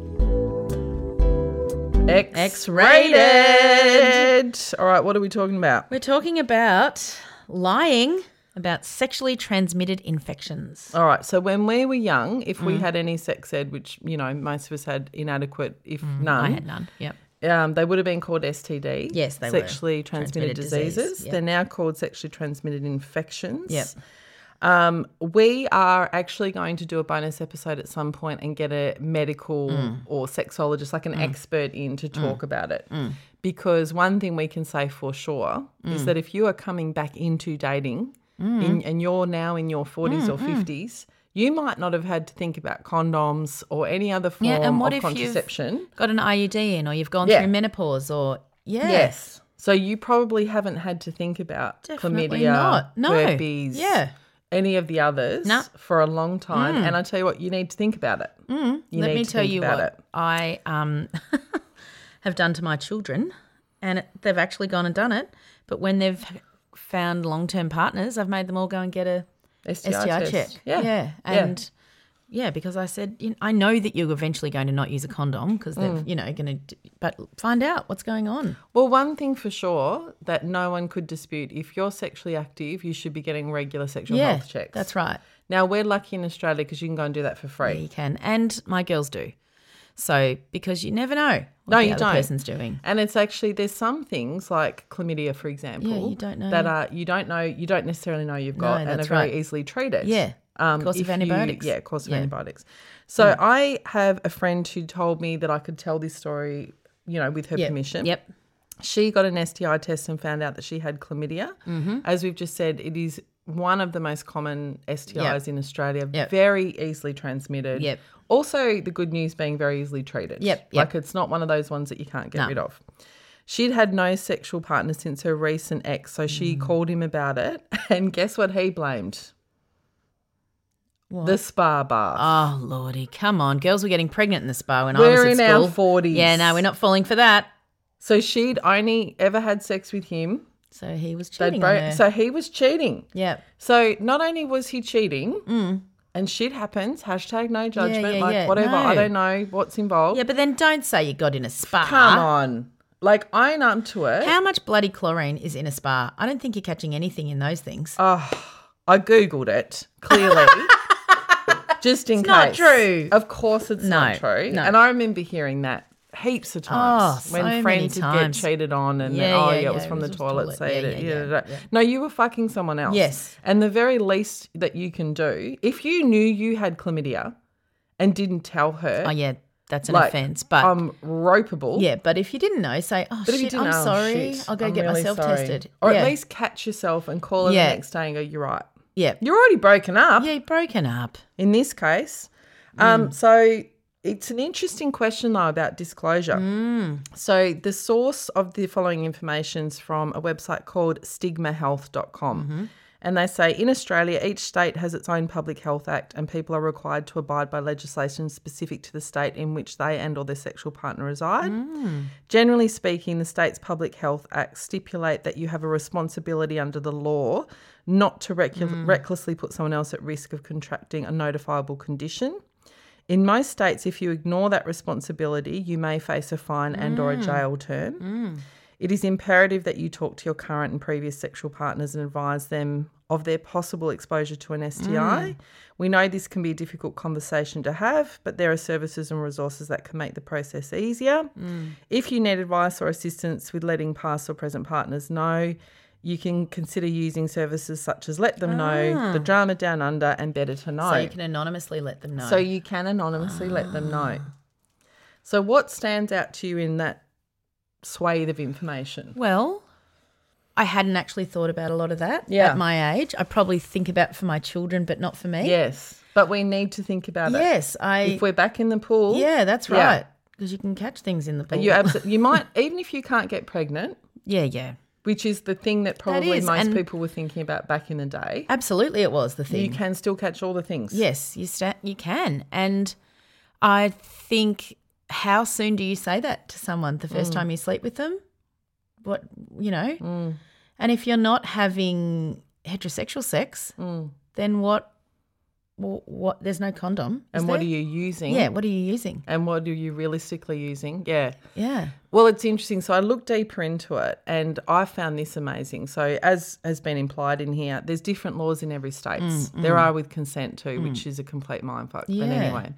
Speaker 1: X-
Speaker 2: X-rated.
Speaker 1: All right, what are we talking about?
Speaker 2: We're talking about lying about sexually transmitted infections.
Speaker 1: All right. So when we were young, if
Speaker 2: Mm.
Speaker 1: we had any sex ed, which you know most of us had inadequate, if none,
Speaker 2: Mm, I had none. Yep.
Speaker 1: Um, they would have been called STD.
Speaker 2: Yes, they were.
Speaker 1: sexually transmitted,
Speaker 2: Transmitted disease,
Speaker 1: diseases.
Speaker 2: yep.
Speaker 1: They're now called sexually transmitted infections.
Speaker 2: Yep.
Speaker 1: Um, we are actually going to do a bonus episode at some point and get a medical
Speaker 2: Mm.
Speaker 1: or sexologist, like an expert, in to talk about it.
Speaker 2: Mm.
Speaker 1: Because one thing we can say for sure is that if you are coming back into dating
Speaker 2: Mm.
Speaker 1: in, and you're now in your 40s or 50s, you might not have had to think about condoms or any other form
Speaker 2: Yeah, and what
Speaker 1: of
Speaker 2: if you've-
Speaker 1: contraception.
Speaker 2: Got an IUD in, or you've gone
Speaker 1: Yeah.
Speaker 2: through menopause, or yeah.
Speaker 1: Yes. So you probably haven't had to think about
Speaker 2: Definitely
Speaker 1: chlamydia,
Speaker 2: not. No.
Speaker 1: herpes,
Speaker 2: Yeah.
Speaker 1: any of the others
Speaker 2: No.
Speaker 1: for a long time. And I tell you what, you need to think about it. Mm. You
Speaker 2: Let
Speaker 1: need
Speaker 2: me
Speaker 1: to
Speaker 2: tell
Speaker 1: think
Speaker 2: you
Speaker 1: about
Speaker 2: what I um, have done to my children, and it, they've actually gone and done it. But when they've found long-term partners, I've made them all go and get a
Speaker 1: it. STI,
Speaker 2: STI
Speaker 1: test.
Speaker 2: check.
Speaker 1: Yeah.
Speaker 2: yeah, and yeah. because I said you know, I know that you're eventually going to not use a condom because they're
Speaker 1: Mm.
Speaker 2: you know going to, but find out what's going on.
Speaker 1: Well, one thing for sure that no one could dispute: if you're sexually active, you should be getting regular sexual
Speaker 2: yeah,
Speaker 1: health checks.
Speaker 2: that's right.
Speaker 1: Now we're lucky in Australia because you can go and do that for free.
Speaker 2: You can, and my girls do. So because you never know what
Speaker 1: No,
Speaker 2: the
Speaker 1: you
Speaker 2: other
Speaker 1: don't.
Speaker 2: person's doing.
Speaker 1: And it's actually there's some things like chlamydia, for example,
Speaker 2: you don't know.
Speaker 1: that are you don't know you don't necessarily know you've got and are
Speaker 2: that's
Speaker 1: very
Speaker 2: right.
Speaker 1: easily treated.
Speaker 2: Yeah.
Speaker 1: um,
Speaker 2: Course of
Speaker 1: if you-
Speaker 2: antibiotics.
Speaker 1: yeah, course of
Speaker 2: Yeah.
Speaker 1: antibiotics. So I have a friend who told me that I could tell this story, you know, with her
Speaker 2: Yep.
Speaker 1: permission.
Speaker 2: Yep.
Speaker 1: She got an STI test and found out that she had chlamydia.
Speaker 2: Mm-hmm.
Speaker 1: As we've just said, it is one of the most common STIs in Australia,
Speaker 2: Yep.
Speaker 1: very easily transmitted.
Speaker 2: Yep.
Speaker 1: Also, the good news being very easily treated.
Speaker 2: Yep, yep.
Speaker 1: Like it's not one of those ones that you can't get rid of. She'd had no sexual partner since her recent ex, so she
Speaker 2: Mm.
Speaker 1: called him about it. And guess what he blamed?
Speaker 2: What?
Speaker 1: The spa bath.
Speaker 2: Oh lordy, come on! Girls were getting pregnant in the spa when I
Speaker 1: We're
Speaker 2: was at
Speaker 1: in our
Speaker 2: school.
Speaker 1: 40s.
Speaker 2: Yeah, no, we're not falling for that.
Speaker 1: so she'd only ever had sex with him.
Speaker 2: So he was
Speaker 1: They'd
Speaker 2: cheating
Speaker 1: bro-
Speaker 2: on her.
Speaker 1: So he was cheating.
Speaker 2: yep.
Speaker 1: So not only was he cheating, and shit happens, hashtag no judgment,
Speaker 2: Mm. yeah,
Speaker 1: like
Speaker 2: yeah.
Speaker 1: whatever, I
Speaker 2: No.
Speaker 1: don't know what's involved.
Speaker 2: Yeah, but then don't say you got in a spa.
Speaker 1: Come on. Like, own up to it.
Speaker 2: How much bloody chlorine is in a spa? I don't think you're catching anything in those things.
Speaker 1: Oh, I Googled it, clearly. just in case.
Speaker 2: It's not true.
Speaker 1: Of course it's not
Speaker 2: No,
Speaker 1: true.
Speaker 2: no.
Speaker 1: And I remember hearing that heaps of times
Speaker 2: Oh, so
Speaker 1: when
Speaker 2: many
Speaker 1: friends would get
Speaker 2: times.
Speaker 1: cheated on and then,
Speaker 2: Yeah,
Speaker 1: oh, yeah,
Speaker 2: yeah,
Speaker 1: it was
Speaker 2: yeah,
Speaker 1: from
Speaker 2: it
Speaker 1: the
Speaker 2: was
Speaker 1: toilet
Speaker 2: toilet.
Speaker 1: seat.
Speaker 2: Yeah,
Speaker 1: it-
Speaker 2: yeah,
Speaker 1: yeah, da,
Speaker 2: yeah,
Speaker 1: da. No, you were fucking someone else.
Speaker 2: Yes.
Speaker 1: And the very least that you can do, if you knew you had chlamydia and didn't tell her,
Speaker 2: oh yeah, that's an
Speaker 1: like,
Speaker 2: offence. But
Speaker 1: I'm ropeable.
Speaker 2: yeah, but if you didn't know, say, oh
Speaker 1: But if you
Speaker 2: shit,
Speaker 1: didn't,
Speaker 2: I'm
Speaker 1: oh,
Speaker 2: sorry,
Speaker 1: shit,
Speaker 2: I'll go
Speaker 1: I'm
Speaker 2: get
Speaker 1: really
Speaker 2: myself
Speaker 1: sorry.
Speaker 2: tested,
Speaker 1: Or
Speaker 2: yeah.
Speaker 1: at least catch yourself and call her
Speaker 2: Yeah.
Speaker 1: the next day and go, you're right.
Speaker 2: yeah,
Speaker 1: You're already broken up
Speaker 2: yeah, Mm. broken up.
Speaker 1: in this case. Um, so it's an interesting question though about disclosure.
Speaker 2: Mm.
Speaker 1: So the source of the following information is from a website called stigmahealth.com. And they say in Australia, each state has its own public health act, and people are required to abide by legislation specific to the state in which they and/or their sexual partner reside. Generally speaking, the state's public health acts stipulate that you have a responsibility under the law not to recu- recklessly put someone else at risk of contracting a notifiable condition. In most states, if you ignore that responsibility, you may face a fine and
Speaker 2: Mm.
Speaker 1: or a jail term. It is imperative that you talk to your current and previous sexual partners and advise them of their possible exposure to an STI.
Speaker 2: Mm.
Speaker 1: We know this can be a difficult conversation to have, but there are services and resources that can make the process easier.
Speaker 2: Mm.
Speaker 1: If you need advice or assistance with letting past or present partners know, you can consider using services such as Let Them Know, The Drama Down Under, and Better to Know.
Speaker 2: Ah. So you can anonymously let them know.
Speaker 1: So you can anonymously let them know.
Speaker 2: Ah.
Speaker 1: So what stands out to you in that swathe of information?
Speaker 2: Well, I hadn't actually thought about a lot of that
Speaker 1: Yeah.
Speaker 2: at my age. I probably think about for my children, but not for me.
Speaker 1: Yes, but we need to think about it.
Speaker 2: Yes, I.
Speaker 1: If we're back in the pool,
Speaker 2: yeah, that's
Speaker 1: Yeah.
Speaker 2: right. Because you can catch things in the pool.
Speaker 1: you abs- you might even if you can't get pregnant,
Speaker 2: yeah, yeah.
Speaker 1: which is the thing that probably
Speaker 2: is,
Speaker 1: most
Speaker 2: and-
Speaker 1: people were thinking about back in the day.
Speaker 2: Absolutely, it was the thing.
Speaker 1: You can still catch all the things.
Speaker 2: Yes, you sta you can. And I think how soon do you say that to someone the
Speaker 1: Mm.
Speaker 2: first time you sleep with them? What, you know? And if you're not having heterosexual sex,
Speaker 1: mm.
Speaker 2: then what wh- what there's no condom. is
Speaker 1: And what are
Speaker 2: there?
Speaker 1: you using?
Speaker 2: Yeah, what are you using?
Speaker 1: And what are you realistically using? Yeah.
Speaker 2: Yeah.
Speaker 1: Well, it's interesting. So I looked deeper into it, and I found this amazing. So, as has been implied in here, there's different laws in every state. There are with consent too, which is a complete mindfuck.
Speaker 2: Yeah.
Speaker 1: But anyway,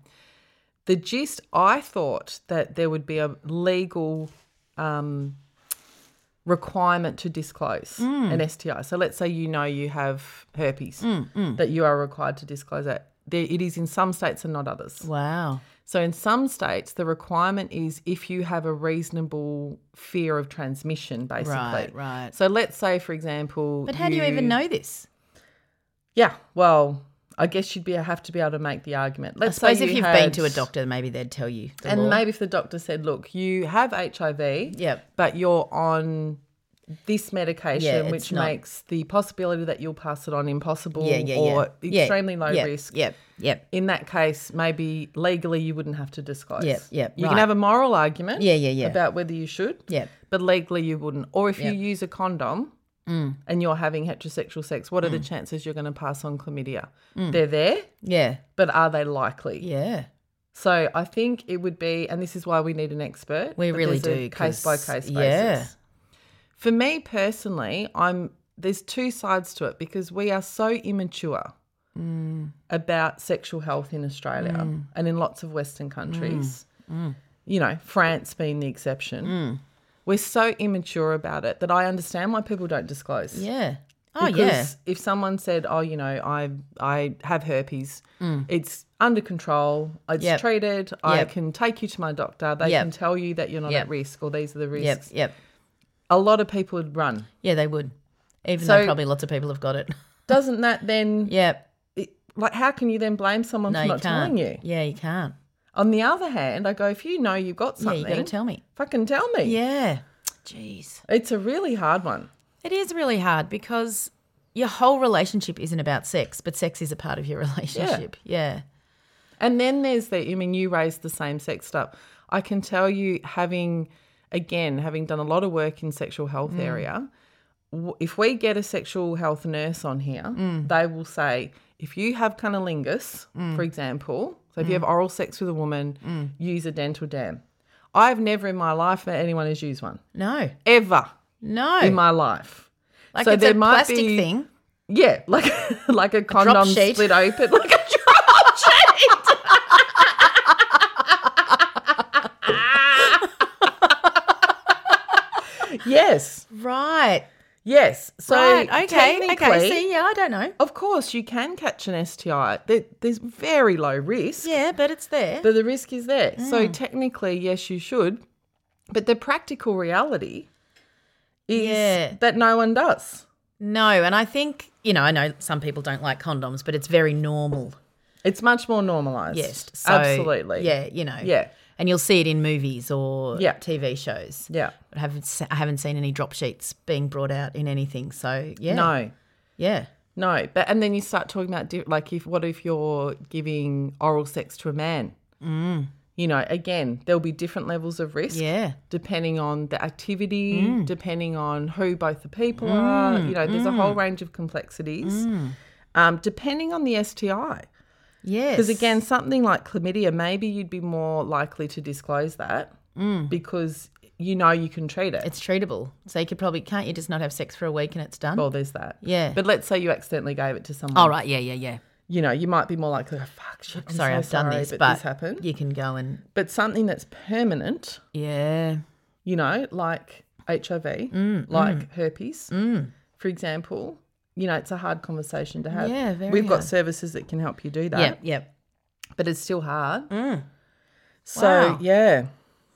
Speaker 1: the gist I thought that there would be a legal um, requirement to disclose an STI. So let's say you know you have herpes,
Speaker 2: Mm.
Speaker 1: that you are required to disclose that. There, it is in some states and not others.
Speaker 2: Wow.
Speaker 1: So, in some states, the requirement is if you have a reasonable fear of transmission, basically.
Speaker 2: Right, right.
Speaker 1: So, let's say, for example.
Speaker 2: But how do you even know this?
Speaker 1: Yeah, well, I guess you'd be have to be able to make the argument.
Speaker 2: I
Speaker 1: Let's
Speaker 2: suppose
Speaker 1: say
Speaker 2: if
Speaker 1: you
Speaker 2: you've been
Speaker 1: had-
Speaker 2: to a doctor, maybe they'd tell you. The
Speaker 1: and
Speaker 2: law.
Speaker 1: maybe if the doctor said, "Look, you have HIV,
Speaker 2: Yep.
Speaker 1: but you're on." This medication,
Speaker 2: it's
Speaker 1: which
Speaker 2: not-
Speaker 1: makes the possibility that you'll pass it on impossible
Speaker 2: yeah, yeah, yeah.
Speaker 1: or
Speaker 2: Yeah,
Speaker 1: extremely low
Speaker 2: yeah,
Speaker 1: risk.
Speaker 2: Yep, yep.
Speaker 1: in that case, maybe legally you wouldn't have to disclose.
Speaker 2: Yep, yep,
Speaker 1: You
Speaker 2: right.
Speaker 1: can have a moral argument.
Speaker 2: Yeah, yeah, yeah.
Speaker 1: About whether you should.
Speaker 2: Yep.
Speaker 1: But legally you wouldn't. Or if
Speaker 2: Yep. Mm.
Speaker 1: you use a condom and you're having heterosexual sex, what are the chances you're going to pass on chlamydia? They're there,
Speaker 2: Yeah,
Speaker 1: but are they likely?
Speaker 2: Mm. yeah.
Speaker 1: So I think it would be, and this is why we need an expert.
Speaker 2: We
Speaker 1: but
Speaker 2: really
Speaker 1: there's a
Speaker 2: do,
Speaker 1: case by
Speaker 2: 'cause-
Speaker 1: case basis.
Speaker 2: yeah.
Speaker 1: For me personally, I'm there's two sides to it because we are so immature
Speaker 2: Mm.
Speaker 1: about sexual health in Australia and in lots of Western countries
Speaker 2: Mm.
Speaker 1: you know, France being the exception. We're so immature about it that I understand why people don't disclose.
Speaker 2: Yeah. Oh,
Speaker 1: because
Speaker 2: yeah.
Speaker 1: if someone said, "Oh, you know, I I have herpes. It's under control. It's
Speaker 2: Mm. Yep.
Speaker 1: treated. I
Speaker 2: Yep.
Speaker 1: can take you to my doctor. They
Speaker 2: Yep.
Speaker 1: can tell you that you're not
Speaker 2: Yep.
Speaker 1: at risk, or these are the
Speaker 2: Yep.
Speaker 1: risks."
Speaker 2: Yep.
Speaker 1: A lot of people would run.
Speaker 2: Yeah, they would. Even
Speaker 1: So-
Speaker 2: though probably lots of people have got it.
Speaker 1: Doesn't that then,
Speaker 2: Yep.
Speaker 1: it- like, how can you then blame someone
Speaker 2: No,
Speaker 1: for
Speaker 2: you
Speaker 1: not
Speaker 2: can't.
Speaker 1: telling you?
Speaker 2: Yeah, you can't.
Speaker 1: On the other hand, I go, if you know you've got
Speaker 2: Yeah,
Speaker 1: something,
Speaker 2: you got to tell me.
Speaker 1: fucking tell me.
Speaker 2: Yeah. Jeez.
Speaker 1: It's a really hard one.
Speaker 2: It is really hard because your whole relationship isn't about sex, but sex is a part of your relationship. Yeah.
Speaker 1: And then there's the, I mean, you raised the same sex stuff. I can tell you, having, again, having done a lot of work in sexual
Speaker 2: Mm.
Speaker 1: health area, w- if we get a sexual health nurse on here,
Speaker 2: Mm.
Speaker 1: they will say, if you have cunnilingus, for example, so if you
Speaker 2: Mm.
Speaker 1: have oral sex with a woman, use a dental dam. I've never in my life met anyone who's used one,
Speaker 2: No.
Speaker 1: ever
Speaker 2: No.
Speaker 1: in my life.
Speaker 2: like
Speaker 1: so
Speaker 2: it's
Speaker 1: there
Speaker 2: a
Speaker 1: might
Speaker 2: plastic
Speaker 1: be-
Speaker 2: thing.
Speaker 1: Yeah, like like a condom
Speaker 2: sheet.
Speaker 1: split open, like a drop sheet. yes,
Speaker 2: Right.
Speaker 1: yes. So
Speaker 2: right. Okay. Okay.
Speaker 1: technically,
Speaker 2: See, yeah, I don't know.
Speaker 1: of course, you can catch an STI. There, there's very low risk,
Speaker 2: Yeah, Mm. but it's there.
Speaker 1: but the risk is there. So technically, yes, you should, but the practical reality is
Speaker 2: Yeah.
Speaker 1: that no one does.
Speaker 2: no, and I think, you know, I know some people don't like condoms, but it's very normal.
Speaker 1: It's much more normalized.
Speaker 2: Yes. So,
Speaker 1: absolutely.
Speaker 2: Yeah, you know.
Speaker 1: Yeah.
Speaker 2: And you'll see it in movies or
Speaker 1: Yeah.
Speaker 2: TV shows.
Speaker 1: Yeah.
Speaker 2: But I haven't, se- I haven't seen any drop sheets being brought out in anything. So, yeah.
Speaker 1: No.
Speaker 2: Yeah.
Speaker 1: No, but and then you start talking about di- like if what if you're giving oral sex to a man? Mm. You know, again, there'll be different levels of risk
Speaker 2: Yeah.
Speaker 1: depending on the activity,
Speaker 2: Mm.
Speaker 1: depending on who both the people are. You know, there's a
Speaker 2: Mm.
Speaker 1: whole range of complexities. Um, depending on the STI,
Speaker 2: Yes.
Speaker 1: because again, something like chlamydia, maybe you'd be more likely to disclose that because you know you can treat it.
Speaker 2: Mm. it's treatable. So you could probably can't you just not have sex for a week and it's done?
Speaker 1: well, there's that.
Speaker 2: Yeah.
Speaker 1: But let's say you accidentally gave it to someone.
Speaker 2: All right. Yeah. Yeah. Yeah.
Speaker 1: you know, you might be more likely, oh, fuck, shit, I'm
Speaker 2: sorry,
Speaker 1: so
Speaker 2: I've done
Speaker 1: sorry,
Speaker 2: this, but,
Speaker 1: this happened.
Speaker 2: you can go and
Speaker 1: But something that's permanent,
Speaker 2: yeah,
Speaker 1: you know, like HIV,
Speaker 2: Mm,
Speaker 1: like herpes, for example, you know, it's a hard conversation to have.
Speaker 2: Yeah, very
Speaker 1: We've got
Speaker 2: hard.
Speaker 1: services that can help you do that,
Speaker 2: yep, yep.
Speaker 1: but it's still hard.
Speaker 2: Mm.
Speaker 1: So,
Speaker 2: Wow.
Speaker 1: yeah.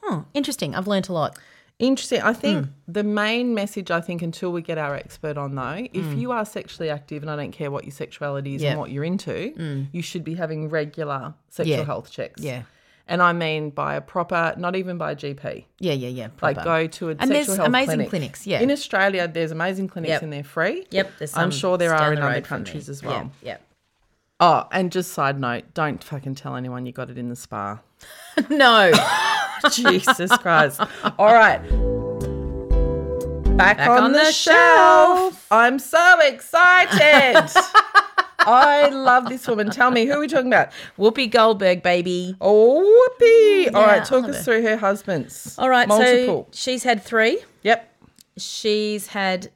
Speaker 2: Hmm, interesting. I've learnt a lot.
Speaker 1: Interesting. I
Speaker 2: Mm.
Speaker 1: think the main message, I think, until we get our expert on, though, if you are sexually active, and I don't care what your sexuality is
Speaker 2: Mm. Yeah. Mm.
Speaker 1: and what you're into, you should be having regular sexual
Speaker 2: Yeah.
Speaker 1: health checks.
Speaker 2: Yeah,
Speaker 1: And I mean by a proper, not even by a GP.
Speaker 2: yeah, yeah, yeah.
Speaker 1: Like
Speaker 2: proper.
Speaker 1: go to a
Speaker 2: And there's
Speaker 1: sexual health
Speaker 2: amazing
Speaker 1: clinic.
Speaker 2: clinics, yeah.
Speaker 1: In Australia, there's amazing clinics
Speaker 2: Yep.
Speaker 1: and they're free.
Speaker 2: Yep, there's
Speaker 1: I'm
Speaker 2: some
Speaker 1: sure there
Speaker 2: down
Speaker 1: are
Speaker 2: the
Speaker 1: in other
Speaker 2: road from me.
Speaker 1: countries as well.
Speaker 2: Yep.
Speaker 1: Oh, and just side note, don't fucking tell anyone you got it in the spa.
Speaker 2: yep. No,
Speaker 1: Jesus Christ. All right. Back, on,
Speaker 2: on
Speaker 1: the,
Speaker 2: the
Speaker 1: shelf. I'm so excited. I love this woman. Tell me, who are we talking about?
Speaker 2: Whoopi Goldberg, baby.
Speaker 1: Oh, whoopee. All
Speaker 2: Yeah,
Speaker 1: right,
Speaker 2: I
Speaker 1: talk
Speaker 2: love
Speaker 1: us
Speaker 2: it.
Speaker 1: through her husbands.
Speaker 2: All right,
Speaker 1: Multiple.
Speaker 2: so she's had three.
Speaker 1: yep.
Speaker 2: She's had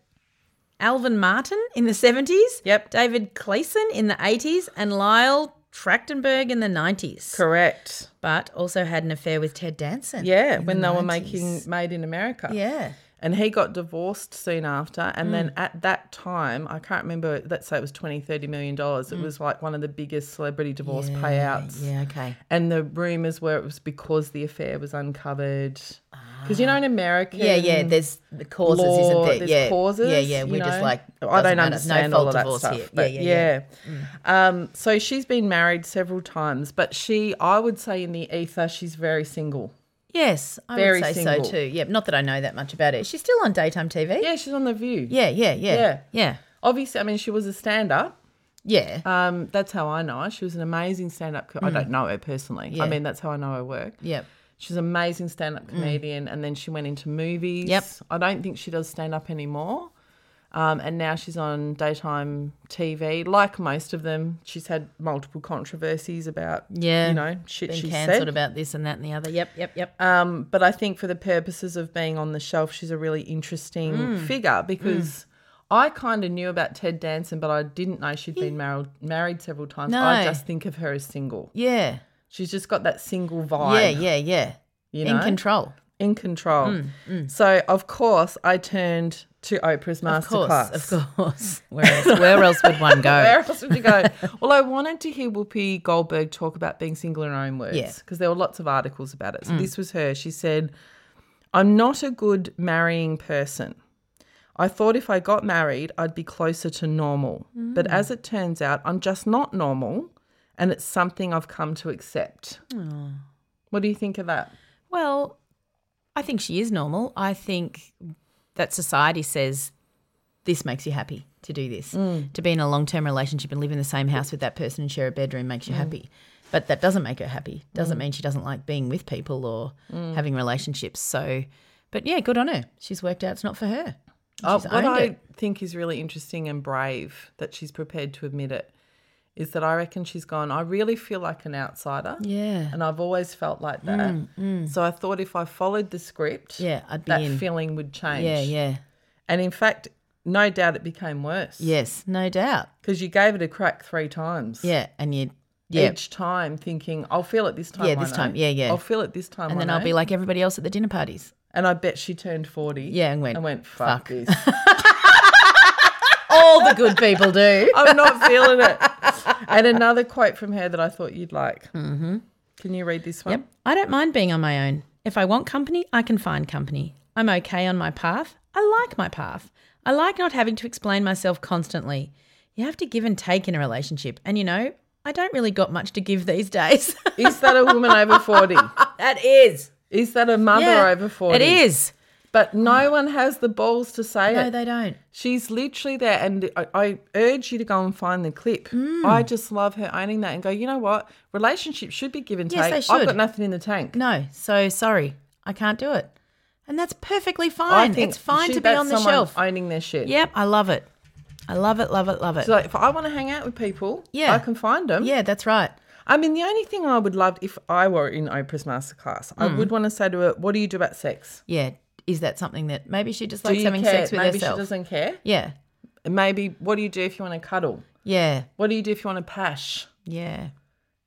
Speaker 2: Alvin Martin in the seventies.
Speaker 1: Yep.
Speaker 2: David Cleason in the eighties, and Lyle Trachtenberg in the nineties.
Speaker 1: Correct.
Speaker 2: But also had an affair with Ted Danson.
Speaker 1: Yeah,
Speaker 2: in
Speaker 1: when
Speaker 2: the
Speaker 1: they were
Speaker 2: 90s.
Speaker 1: making Made in America.
Speaker 2: Yeah. Mm.
Speaker 1: And he got divorced soon after. And then at that time, I can't remember, let's say it was 20, 30 million dollars. It was like one of the biggest celebrity divorce payouts.
Speaker 2: Mm. Yeah. Okay.
Speaker 1: And the rumors were it was because the affair was uncovered. Because, you know, in America.
Speaker 2: Ah. Yeah, yeah. There's the causes,
Speaker 1: law,
Speaker 2: isn't there?
Speaker 1: there's
Speaker 2: Yeah,
Speaker 1: causes.
Speaker 2: Yeah, yeah.
Speaker 1: you
Speaker 2: We're just
Speaker 1: know?
Speaker 2: like
Speaker 1: I don't
Speaker 2: doesn't matter. It's
Speaker 1: understand
Speaker 2: no fault
Speaker 1: all of that
Speaker 2: divorce
Speaker 1: stuff.
Speaker 2: here.
Speaker 1: but
Speaker 2: yeah, yeah, Mm. yeah.
Speaker 1: yeah. Um, so she's been married several times, but she, I would say, in the ether, she's very single.
Speaker 2: Yes, I
Speaker 1: Very
Speaker 2: would say
Speaker 1: single.
Speaker 2: so too. Yeah, not that I know that much about it. She's still on daytime TV.
Speaker 1: Yeah, she's on the View.
Speaker 2: yeah, yeah, yeah,
Speaker 1: Yeah.
Speaker 2: yeah,
Speaker 1: Obviously, I mean, she was a stand-up.
Speaker 2: yeah.
Speaker 1: Um, that's how I know her. She was an amazing stand-up. Co- I don't know her personally.
Speaker 2: Mm. Yeah.
Speaker 1: I mean, that's how I know her work.
Speaker 2: Yep.
Speaker 1: She's an amazing stand-up comedian, and then she went into movies.
Speaker 2: Yep.
Speaker 1: I don't think she does stand-up anymore. Um, and now she's on daytime TV. Like most of them, she's had multiple controversies about,
Speaker 2: Yeah.
Speaker 1: you know, shit
Speaker 2: Been
Speaker 1: she
Speaker 2: cancelled
Speaker 1: said.
Speaker 2: about this and that and the other. Yep, yep, yep. Uh,
Speaker 1: Um, but I think for the purposes of being on the shelf, she's a really interesting
Speaker 2: Mm.
Speaker 1: figure because I kind of knew about Ted Danson, but I didn't know she'd been married married several times. I
Speaker 2: No.
Speaker 1: just think of her as single.
Speaker 2: yeah,
Speaker 1: She's just got that single
Speaker 2: Yeah,
Speaker 1: vibe.
Speaker 2: yeah, yeah.
Speaker 1: You
Speaker 2: In
Speaker 1: know?
Speaker 2: control.
Speaker 1: In control. So, of course, I turned to Oprah's
Speaker 2: Of course,
Speaker 1: masterclass.
Speaker 2: of course. Where else, where else would one go?
Speaker 1: Where else would you go? well, I wanted to hear Whoopi Goldberg talk about being single in her own words
Speaker 2: Yeah. Mm.
Speaker 1: because there were lots of articles about it. So this was her. She said, I'm not a good marrying person. I thought if I got married, I'd be closer to normal. But
Speaker 2: Mm.
Speaker 1: as it turns out, I'm just not normal and it's something I've come to accept. What do you think of that?
Speaker 2: Well, I think she is normal. I think that society says this makes you happy to do this. To be in a long term relationship and live in the same house with that person and share a bedroom makes you happy. But that doesn't make her happy. Doesn't mean she doesn't like being with people or having relationships. So, but yeah, good on her. She's worked out it's not for her.
Speaker 1: Oh,
Speaker 2: She's
Speaker 1: what
Speaker 2: owned
Speaker 1: I
Speaker 2: it.
Speaker 1: think is really interesting and brave that she's prepared to admit it is that I reckon she's gone, I really feel like an outsider.
Speaker 2: Yeah.
Speaker 1: And I've always felt like that. So I thought if I followed the script,
Speaker 2: Mm, Yeah, I'd be
Speaker 1: that
Speaker 2: in.
Speaker 1: feeling would change.
Speaker 2: Yeah, yeah.
Speaker 1: And in fact, no doubt it became worse.
Speaker 2: Yes, no doubt.
Speaker 1: Because you gave it a crack three times.
Speaker 2: Yeah. And you, yeah.
Speaker 1: Each time thinking, I'll feel it this time.
Speaker 2: Yeah,
Speaker 1: I
Speaker 2: this
Speaker 1: know.
Speaker 2: time. Yeah, yeah.
Speaker 1: I'll feel it this time.
Speaker 2: And
Speaker 1: I
Speaker 2: then I'll
Speaker 1: know."
Speaker 2: be like everybody else at the dinner parties.
Speaker 1: and I bet she turned 40.
Speaker 2: Yeah, and went,
Speaker 1: and went fuck,
Speaker 2: fuck.
Speaker 1: this.
Speaker 2: All the good people do.
Speaker 1: I'm not feeling it. And another quote from her that I thought you'd like. Mm-hmm. Can you read this one?
Speaker 2: Yep. I don't mind being on my own. If I want company, I can find company. I'm okay on my path. I like my path. I like not having to explain myself constantly. You have to give and take in a relationship. And you know, I don't really got much to give these days.
Speaker 1: Is that a woman over 40?
Speaker 2: that is.
Speaker 1: Is that a mother over 40?
Speaker 2: It is.
Speaker 1: But no one has the balls to say
Speaker 2: No,
Speaker 1: it.
Speaker 2: they don't.
Speaker 1: She's literally there, and I, I urge you to go and find the clip.
Speaker 2: Mm.
Speaker 1: I just love her owning that and go, you know what? Relationships should be give and
Speaker 2: Yes,
Speaker 1: take.
Speaker 2: they
Speaker 1: I've
Speaker 2: should.
Speaker 1: got nothing in the tank.
Speaker 2: No. So sorry. I can't do it. And that's perfectly
Speaker 1: I
Speaker 2: fine.
Speaker 1: think
Speaker 2: It's fine
Speaker 1: she-
Speaker 2: to be
Speaker 1: that's
Speaker 2: on the
Speaker 1: someone
Speaker 2: shelf.
Speaker 1: Owning their shit.
Speaker 2: Yep. I love it. I love it, love it, love it.
Speaker 1: So um, if I want to hang out with people,
Speaker 2: Yeah.
Speaker 1: I can find them.
Speaker 2: yeah, that's right.
Speaker 1: I mean, the only thing I would love if I were in Oprah's masterclass,
Speaker 2: Mm.
Speaker 1: I would want to say to her, "What do you do about sex?
Speaker 2: Yeah. Is that something that maybe she just
Speaker 1: Do
Speaker 2: likes
Speaker 1: you
Speaker 2: having
Speaker 1: care?
Speaker 2: sex with
Speaker 1: Maybe
Speaker 2: herself?
Speaker 1: she doesn't care.
Speaker 2: Yeah.
Speaker 1: Maybe what do you do if you want to cuddle?
Speaker 2: Yeah.
Speaker 1: What do you do if you want to pash?
Speaker 2: Yeah.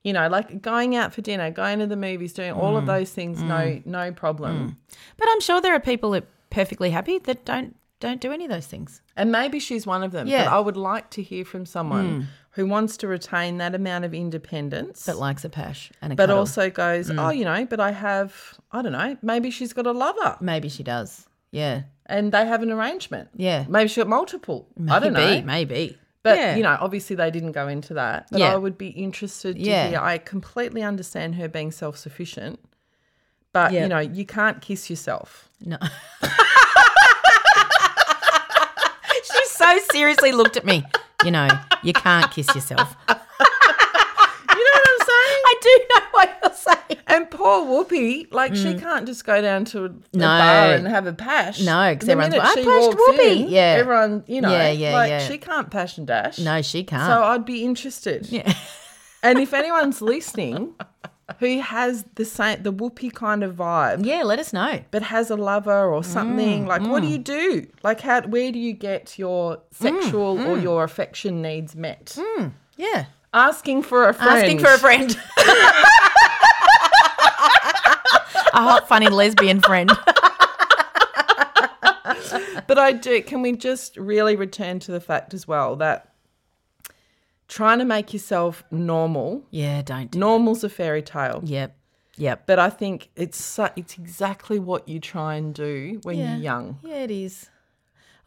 Speaker 1: You know, like going out for dinner, going to the movies, doing all
Speaker 2: Mm.
Speaker 1: of those things. No, no problem.
Speaker 2: But I'm sure there are people that perfectly happy that don't don't do any of those things.
Speaker 1: And maybe she's one of them. But
Speaker 2: Yeah. Mm.
Speaker 1: I would like to hear from someone who wants to retain that amount of independence,
Speaker 2: That Mm. likes a pash and a
Speaker 1: but
Speaker 2: cuddle.
Speaker 1: also goes, oh, you know, but I have, I don't know, maybe she's got a lover
Speaker 2: maybe she does. Yeah.
Speaker 1: and they have an arrangement.
Speaker 2: Yeah.
Speaker 1: Maybe she's got multiple.
Speaker 2: Maybe,
Speaker 1: I don't know.
Speaker 2: Maybe.
Speaker 1: But,
Speaker 2: Yeah.
Speaker 1: you know, obviously they didn't go into that. But
Speaker 2: Yeah.
Speaker 1: I would be interested to
Speaker 2: Yeah.
Speaker 1: hear. I completely understand her being self sufficient. But,
Speaker 2: Yeah.
Speaker 1: you know, you can't kiss yourself.
Speaker 2: No. she so seriously looked at me. You know, you can't kiss yourself. you know what I'm saying? I do know what you're saying. Hmm.
Speaker 1: And poor Whoopi, like she can't just go down to a, a
Speaker 2: No.
Speaker 1: bar and have a pash.
Speaker 2: No, 'cause
Speaker 1: The
Speaker 2: everyone's
Speaker 1: minute
Speaker 2: like, "I
Speaker 1: she
Speaker 2: pashed
Speaker 1: walks
Speaker 2: Whoopi."
Speaker 1: in,
Speaker 2: Yeah.
Speaker 1: everyone, you know,
Speaker 2: Yeah, yeah,
Speaker 1: like
Speaker 2: yeah.
Speaker 1: she can't pash and dash.
Speaker 2: No, she can't.
Speaker 1: so I'd be interested.
Speaker 2: yeah.
Speaker 1: And if anyone's listening, who has the same the Whoopi kind of vibe,
Speaker 2: yeah, Mm, let us know.
Speaker 1: but has a lover or something, like what do
Speaker 2: mm.
Speaker 1: you do? Like how where do you get your sexual or
Speaker 2: mm.
Speaker 1: your affection needs met?
Speaker 2: Yeah.
Speaker 1: Asking for a friend.
Speaker 2: Mm. Asking for a friend. a hot, funny lesbian friend.
Speaker 1: But I do. Can we just really return to the fact as well that trying to make yourself normal,
Speaker 2: Yeah, don't. do-
Speaker 1: normal's a fairy tale.
Speaker 2: Yep. Yep.
Speaker 1: But I think it's so, it's exactly what you try and do when
Speaker 2: Yeah.
Speaker 1: you're young.
Speaker 2: Yeah, it is.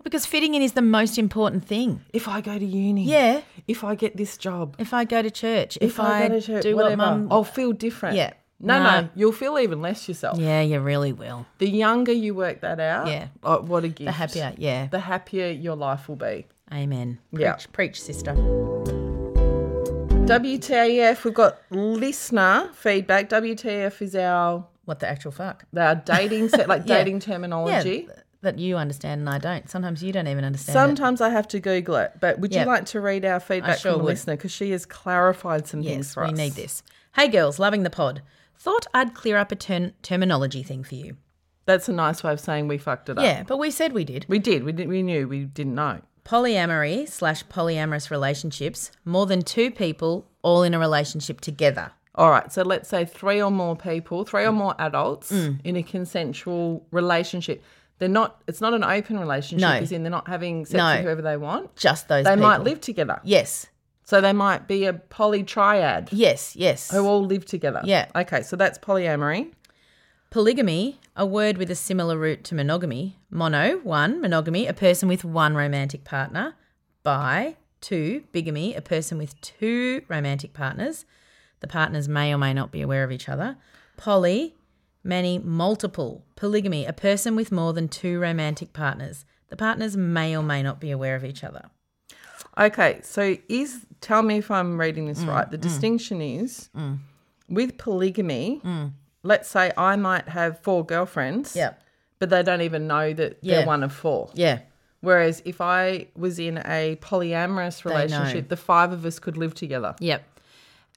Speaker 2: Because fitting in is the most important thing.
Speaker 1: If I go to uni,
Speaker 2: Yeah.
Speaker 1: If I get this job,
Speaker 2: If I go to church, Oh, if,
Speaker 1: if, I, go to church,
Speaker 2: do
Speaker 1: whatever,
Speaker 2: what mum.
Speaker 1: I'll feel different.
Speaker 2: Yeah.
Speaker 1: No,
Speaker 2: Nah.
Speaker 1: no, you'll feel even less yourself.
Speaker 2: Yeah, you really will.
Speaker 1: The younger you work that out,
Speaker 2: Yeah.
Speaker 1: oh, what a gift.
Speaker 2: The happier. Yeah.
Speaker 1: The happier your life will be.
Speaker 2: Amen. Preach,
Speaker 1: Yeah.
Speaker 2: preach, sister.
Speaker 1: WTF, we've got listener feedback. WTF is our
Speaker 2: What the actual fuck?
Speaker 1: our dating set like
Speaker 2: Yeah.
Speaker 1: dating
Speaker 2: Yeah,
Speaker 1: terminology.
Speaker 2: th- that you understand and I don't. Sometimes you don't even understand. it.
Speaker 1: Sometimes I have to Google it, but would
Speaker 2: Yeah.
Speaker 1: you like to read our feedback
Speaker 2: sure
Speaker 1: from the
Speaker 2: would.
Speaker 1: listener because she has clarified some things
Speaker 2: Yes,
Speaker 1: for
Speaker 2: we
Speaker 1: us?
Speaker 2: need this. Hey, girls, loving the pod. Thought I'd clear up a term terminology thing for you.
Speaker 1: That's a nice way of saying we fucked it up.
Speaker 2: Yeah, but we said we did.
Speaker 1: we did. We did, we knew we didn't know.
Speaker 2: Polyamory slash polyamorous relationships, more than two people all in a relationship together.
Speaker 1: All right, so let's say three or more people, three
Speaker 2: Mm.
Speaker 1: or more adults in a consensual relationship. They're not. It's not an open relationship.
Speaker 2: No.
Speaker 1: As in, they're not having sex
Speaker 2: No.
Speaker 1: with whoever they want.
Speaker 2: Just those
Speaker 1: They
Speaker 2: people.
Speaker 1: might live together.
Speaker 2: Yes.
Speaker 1: So they might be a poly triad
Speaker 2: Yes. Yes.
Speaker 1: who all live together.
Speaker 2: Yeah.
Speaker 1: Okay, so that's polyamory.
Speaker 2: Polygamy, a word with a similar root to monogamy. Mono, one, monogamy, a person with one romantic partner. Bi, two, bigamy, a person with two romantic partners. The partners may or may not be aware of each other. Poly, many, multiple. Polygamy, a person with more than two romantic partners. The partners may or may not be aware of each other.
Speaker 1: Okay, so is tell me if I'm reading
Speaker 2: Mm,
Speaker 1: this right. The distinction is with polygamy.
Speaker 2: Mm.
Speaker 1: Let's say I might have four girlfriends. But they don't even know that
Speaker 2: Yeah.
Speaker 1: they're one of four.
Speaker 2: Yeah.
Speaker 1: Whereas if I was in a polyamorous
Speaker 2: know.
Speaker 1: relationship, the five of us could live together.
Speaker 2: Yep.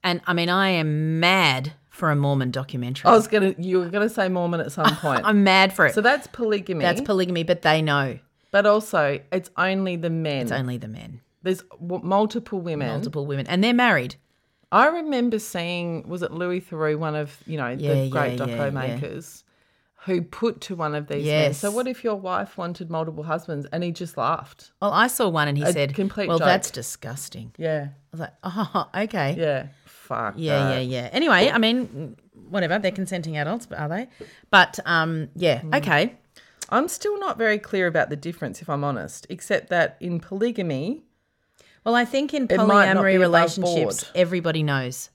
Speaker 2: And I mean, I am mad for a Mormon documentary.
Speaker 1: I was gonna, you were gonna say Mormon at some point.
Speaker 2: I'm mad for it.
Speaker 1: so that's polygamy.
Speaker 2: That's polygamy, but they know
Speaker 1: but also it's only the men.
Speaker 2: it's only the men.
Speaker 1: There's w- multiple women.
Speaker 2: multiple women, and they're married.
Speaker 1: I remember seeing was it Louis Theroux, one of you know
Speaker 2: Yeah,
Speaker 1: the great
Speaker 2: yeah,
Speaker 1: doco
Speaker 2: yeah, yeah.
Speaker 1: makers, who put to one of these men.
Speaker 2: Yes.
Speaker 1: So what if your wife wanted multiple husbands and he just laughed?
Speaker 2: Well, I saw one, and he
Speaker 1: A
Speaker 2: said,
Speaker 1: complete
Speaker 2: "Well,
Speaker 1: joke.
Speaker 2: that's disgusting."
Speaker 1: Yeah,
Speaker 2: I was like, "Oh, okay, yeah,
Speaker 1: yeah, fuck.
Speaker 2: yeah,
Speaker 1: that.
Speaker 2: yeah." Anyway, I mean, whatever. They're consenting adults, but are they? But um, yeah,
Speaker 1: Mm.
Speaker 2: okay.
Speaker 1: I'm still not very clear about the difference, if I'm honest, except that in polygamy,
Speaker 2: Well, I think in
Speaker 1: It might not be
Speaker 2: polyamory
Speaker 1: above
Speaker 2: relationships,
Speaker 1: board.
Speaker 2: everybody knows.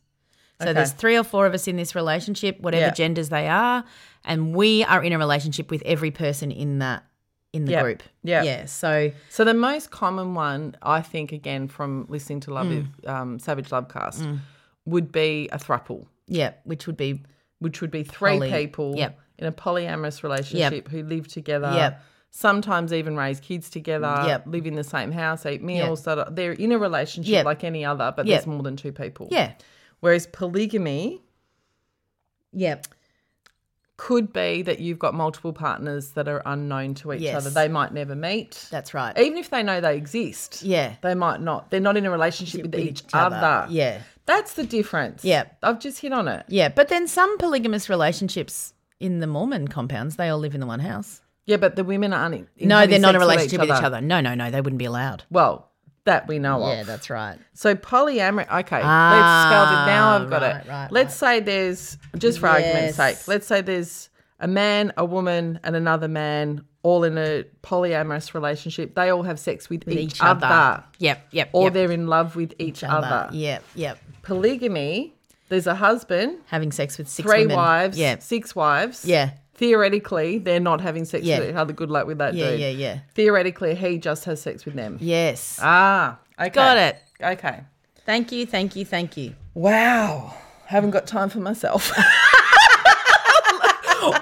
Speaker 2: So
Speaker 1: Okay.
Speaker 2: there's three or four of us in this relationship, whatever
Speaker 1: Yeah.
Speaker 2: genders they are, and we are in a relationship with every person in that in the
Speaker 1: Yep.
Speaker 2: group.
Speaker 1: Yep.
Speaker 2: Yeah. So
Speaker 1: So the most common one, I think, again from listening to
Speaker 2: Mm.
Speaker 1: Love um, Savage Lovecast, would be a thruple,
Speaker 2: yeah, which would be
Speaker 1: which would be three
Speaker 2: Poly-
Speaker 1: people
Speaker 2: yep.
Speaker 1: in a polyamorous relationship who live together.
Speaker 2: Yep.
Speaker 1: Sometimes even raise kids together.
Speaker 2: Yep.
Speaker 1: Live in the same house, eat meals. da- da- They're in a relationship
Speaker 2: Yep.
Speaker 1: like any other, but
Speaker 2: Yep.
Speaker 1: there's more than two people.
Speaker 2: yeah,
Speaker 1: Whereas polygamy
Speaker 2: yeah,
Speaker 1: could be that you've got multiple partners that are unknown to each
Speaker 2: Yes.
Speaker 1: other. They might never meet.
Speaker 2: that's right.
Speaker 1: even if they know they exist,
Speaker 2: Yeah.
Speaker 1: they might not. They're not in a relationship with, each, other.
Speaker 2: Yeah.
Speaker 1: that's the difference.
Speaker 2: Yeah.
Speaker 1: I've just hit on it.
Speaker 2: Yeah. But then some polygamous relationships in the Mormon compounds, they all live in the one house.
Speaker 1: Yeah, but the women aren't. in- in
Speaker 2: No,
Speaker 1: having
Speaker 2: they're not in a
Speaker 1: sex
Speaker 2: relationship with each other. No, no, no. They wouldn't be allowed.
Speaker 1: Well, that we know of.
Speaker 2: that's right.
Speaker 1: So polyamory. Okay,
Speaker 2: Ah,
Speaker 1: let's spell it. Now I've got
Speaker 2: right,
Speaker 1: it.
Speaker 2: right,
Speaker 1: let's say there's just for argument's
Speaker 2: Yes.
Speaker 1: sake. Let's say there's a man, a woman, and another man all in a polyamorous relationship. They all have sex with,
Speaker 2: With
Speaker 1: each, other.
Speaker 2: Yep, yep.
Speaker 1: Or
Speaker 2: yep.
Speaker 1: they're in love with each, other.
Speaker 2: Yep, yep.
Speaker 1: Polygamy, there's a husband,
Speaker 2: Having sex with six
Speaker 1: three
Speaker 2: women.
Speaker 1: wives,
Speaker 2: Yeah.
Speaker 1: six wives.
Speaker 2: Yeah.
Speaker 1: Theoretically, they're not having sex
Speaker 2: Yeah.
Speaker 1: with each other. Good luck with that
Speaker 2: Yeah,
Speaker 1: dude.
Speaker 2: yeah, yeah.
Speaker 1: Theoretically, he just has sex with them.
Speaker 2: Yes.
Speaker 1: Ah, okay.
Speaker 2: Got it.
Speaker 1: Okay.
Speaker 2: Thank you, thank you, thank you.
Speaker 1: Wow. Haven't got time for myself.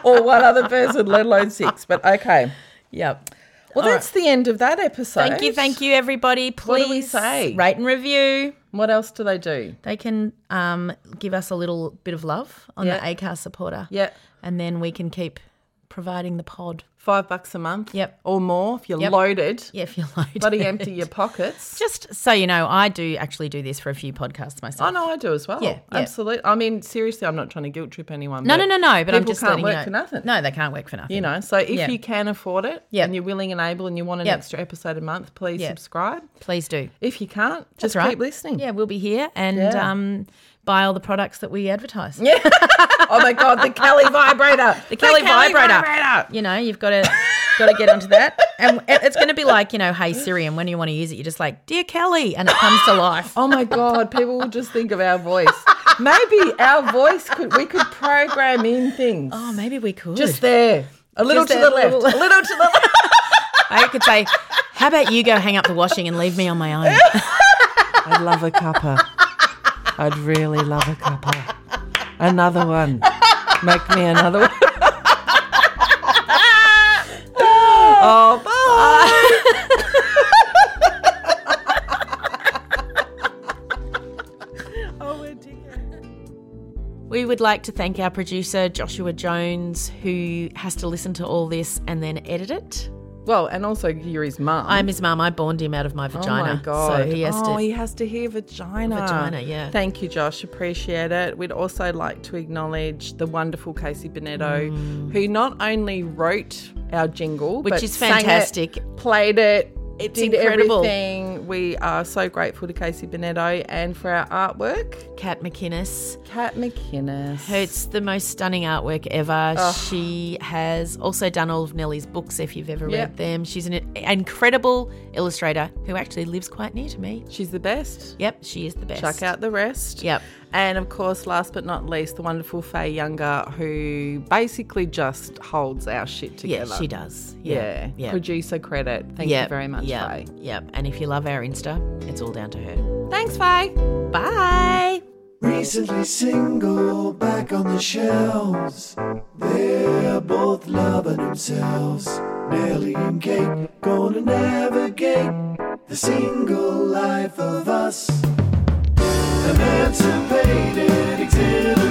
Speaker 1: or one other person, let alone six. But okay.
Speaker 2: Yep.
Speaker 1: Well, that's the end of that episode.
Speaker 2: Thank you, thank you, everybody. Please
Speaker 1: What do we say?
Speaker 2: rate and review.
Speaker 1: What else do they do?
Speaker 2: They can um, give us a little bit of love on
Speaker 1: Yeah.
Speaker 2: the ACAR supporter.
Speaker 1: Yeah.
Speaker 2: And then we can keep providing the pod.
Speaker 1: Five bucks a month.
Speaker 2: Yep.
Speaker 1: Or more if you're
Speaker 2: Yep.
Speaker 1: loaded.
Speaker 2: Yeah, if you like.
Speaker 1: Bloody empty your pockets.
Speaker 2: Just so you know, I do actually do this for a few podcasts myself.
Speaker 1: Oh no, I do as well.
Speaker 2: Yeah, yeah.
Speaker 1: absolutely. I mean, seriously, I'm not trying to guilt trip anyone.
Speaker 2: No, no, no, no. But I'm
Speaker 1: people
Speaker 2: just
Speaker 1: can't
Speaker 2: letting
Speaker 1: work
Speaker 2: you know.
Speaker 1: for nothing.
Speaker 2: No, they can't work for nothing.
Speaker 1: You know, so if
Speaker 2: Yeah.
Speaker 1: you can afford it,
Speaker 2: Yeah.
Speaker 1: and you're willing and able, and you want an
Speaker 2: Yeah.
Speaker 1: extra episode a month, please
Speaker 2: Yeah.
Speaker 1: subscribe.
Speaker 2: please do.
Speaker 1: If you can't, just
Speaker 2: right.
Speaker 1: keep listening.
Speaker 2: Yeah, we'll be here and
Speaker 1: Yeah.
Speaker 2: um, buy all the products that we advertise. Yeah,
Speaker 1: Oh my god, the Kelly vibrator.
Speaker 2: the Kelly, vibrator.
Speaker 1: vibrator.
Speaker 2: You know, you've got to got to get onto that, and it- it's going to be like you know, hey Siri, and when you want to use it, you're just like, dear Kelly, and it comes to life.
Speaker 1: Oh my god, people will just think of our voice. Maybe our voice could we could program in things.
Speaker 2: Oh, maybe we could.
Speaker 1: just there. A little
Speaker 2: Just
Speaker 1: to
Speaker 2: there,
Speaker 1: the
Speaker 2: a
Speaker 1: left. A
Speaker 2: little-
Speaker 1: little to the left.
Speaker 2: I could say, how about you go hang up the washing and leave me on my own.
Speaker 1: I'd love a cuppa. I'd really love a cuppa. Another one. Make me another one. oh, bye.
Speaker 2: We would like to thank our producer, Joshua Jones, who has to listen to all this and then edit it.
Speaker 1: Well, and also Yuri's mum.
Speaker 2: I'm his mum. I borned him out of my vagina.
Speaker 1: Oh my god!
Speaker 2: So he has
Speaker 1: oh,
Speaker 2: to.
Speaker 1: he has to hear vagina.
Speaker 2: Vagina, yeah.
Speaker 1: Thank you, Josh. Appreciate it. We'd also like to acknowledge the wonderful Casey Bonetto, who not only wrote our jingle,
Speaker 2: Mm. Which
Speaker 1: but
Speaker 2: is
Speaker 1: sang it,
Speaker 2: fantastic.
Speaker 1: played it.
Speaker 2: It's
Speaker 1: did
Speaker 2: incredible.
Speaker 1: Everything. We are so grateful to Casey Bonetto and for our artwork,
Speaker 2: Kat McInnes.
Speaker 1: Kat McInnes.
Speaker 2: It's the most stunning artwork ever. She has also done all of Nellie's books, if you've ever
Speaker 1: Yep.
Speaker 2: read them. She's an incredible illustrator who actually lives quite near to me.
Speaker 1: She's the best.
Speaker 2: Yep, she is the best.
Speaker 1: Chuck out the rest.
Speaker 2: Yep.
Speaker 1: And of course, last but not least, the wonderful Faye Younger, who basically just holds our shit
Speaker 2: Yeah,
Speaker 1: together.
Speaker 2: she does.
Speaker 1: Yeah.
Speaker 2: yeah.
Speaker 1: Producer credit. Thank you very much,
Speaker 2: yep.
Speaker 1: Faye.
Speaker 2: Yep. And if you love our Insta, it's all down to her.
Speaker 1: Thanks, Faye.
Speaker 2: Bye.
Speaker 3: Recently single, back on the shelves. They're both loving themselves. Nelly and Kate gonna navigate the single life of us. Emancipated, exhilarated.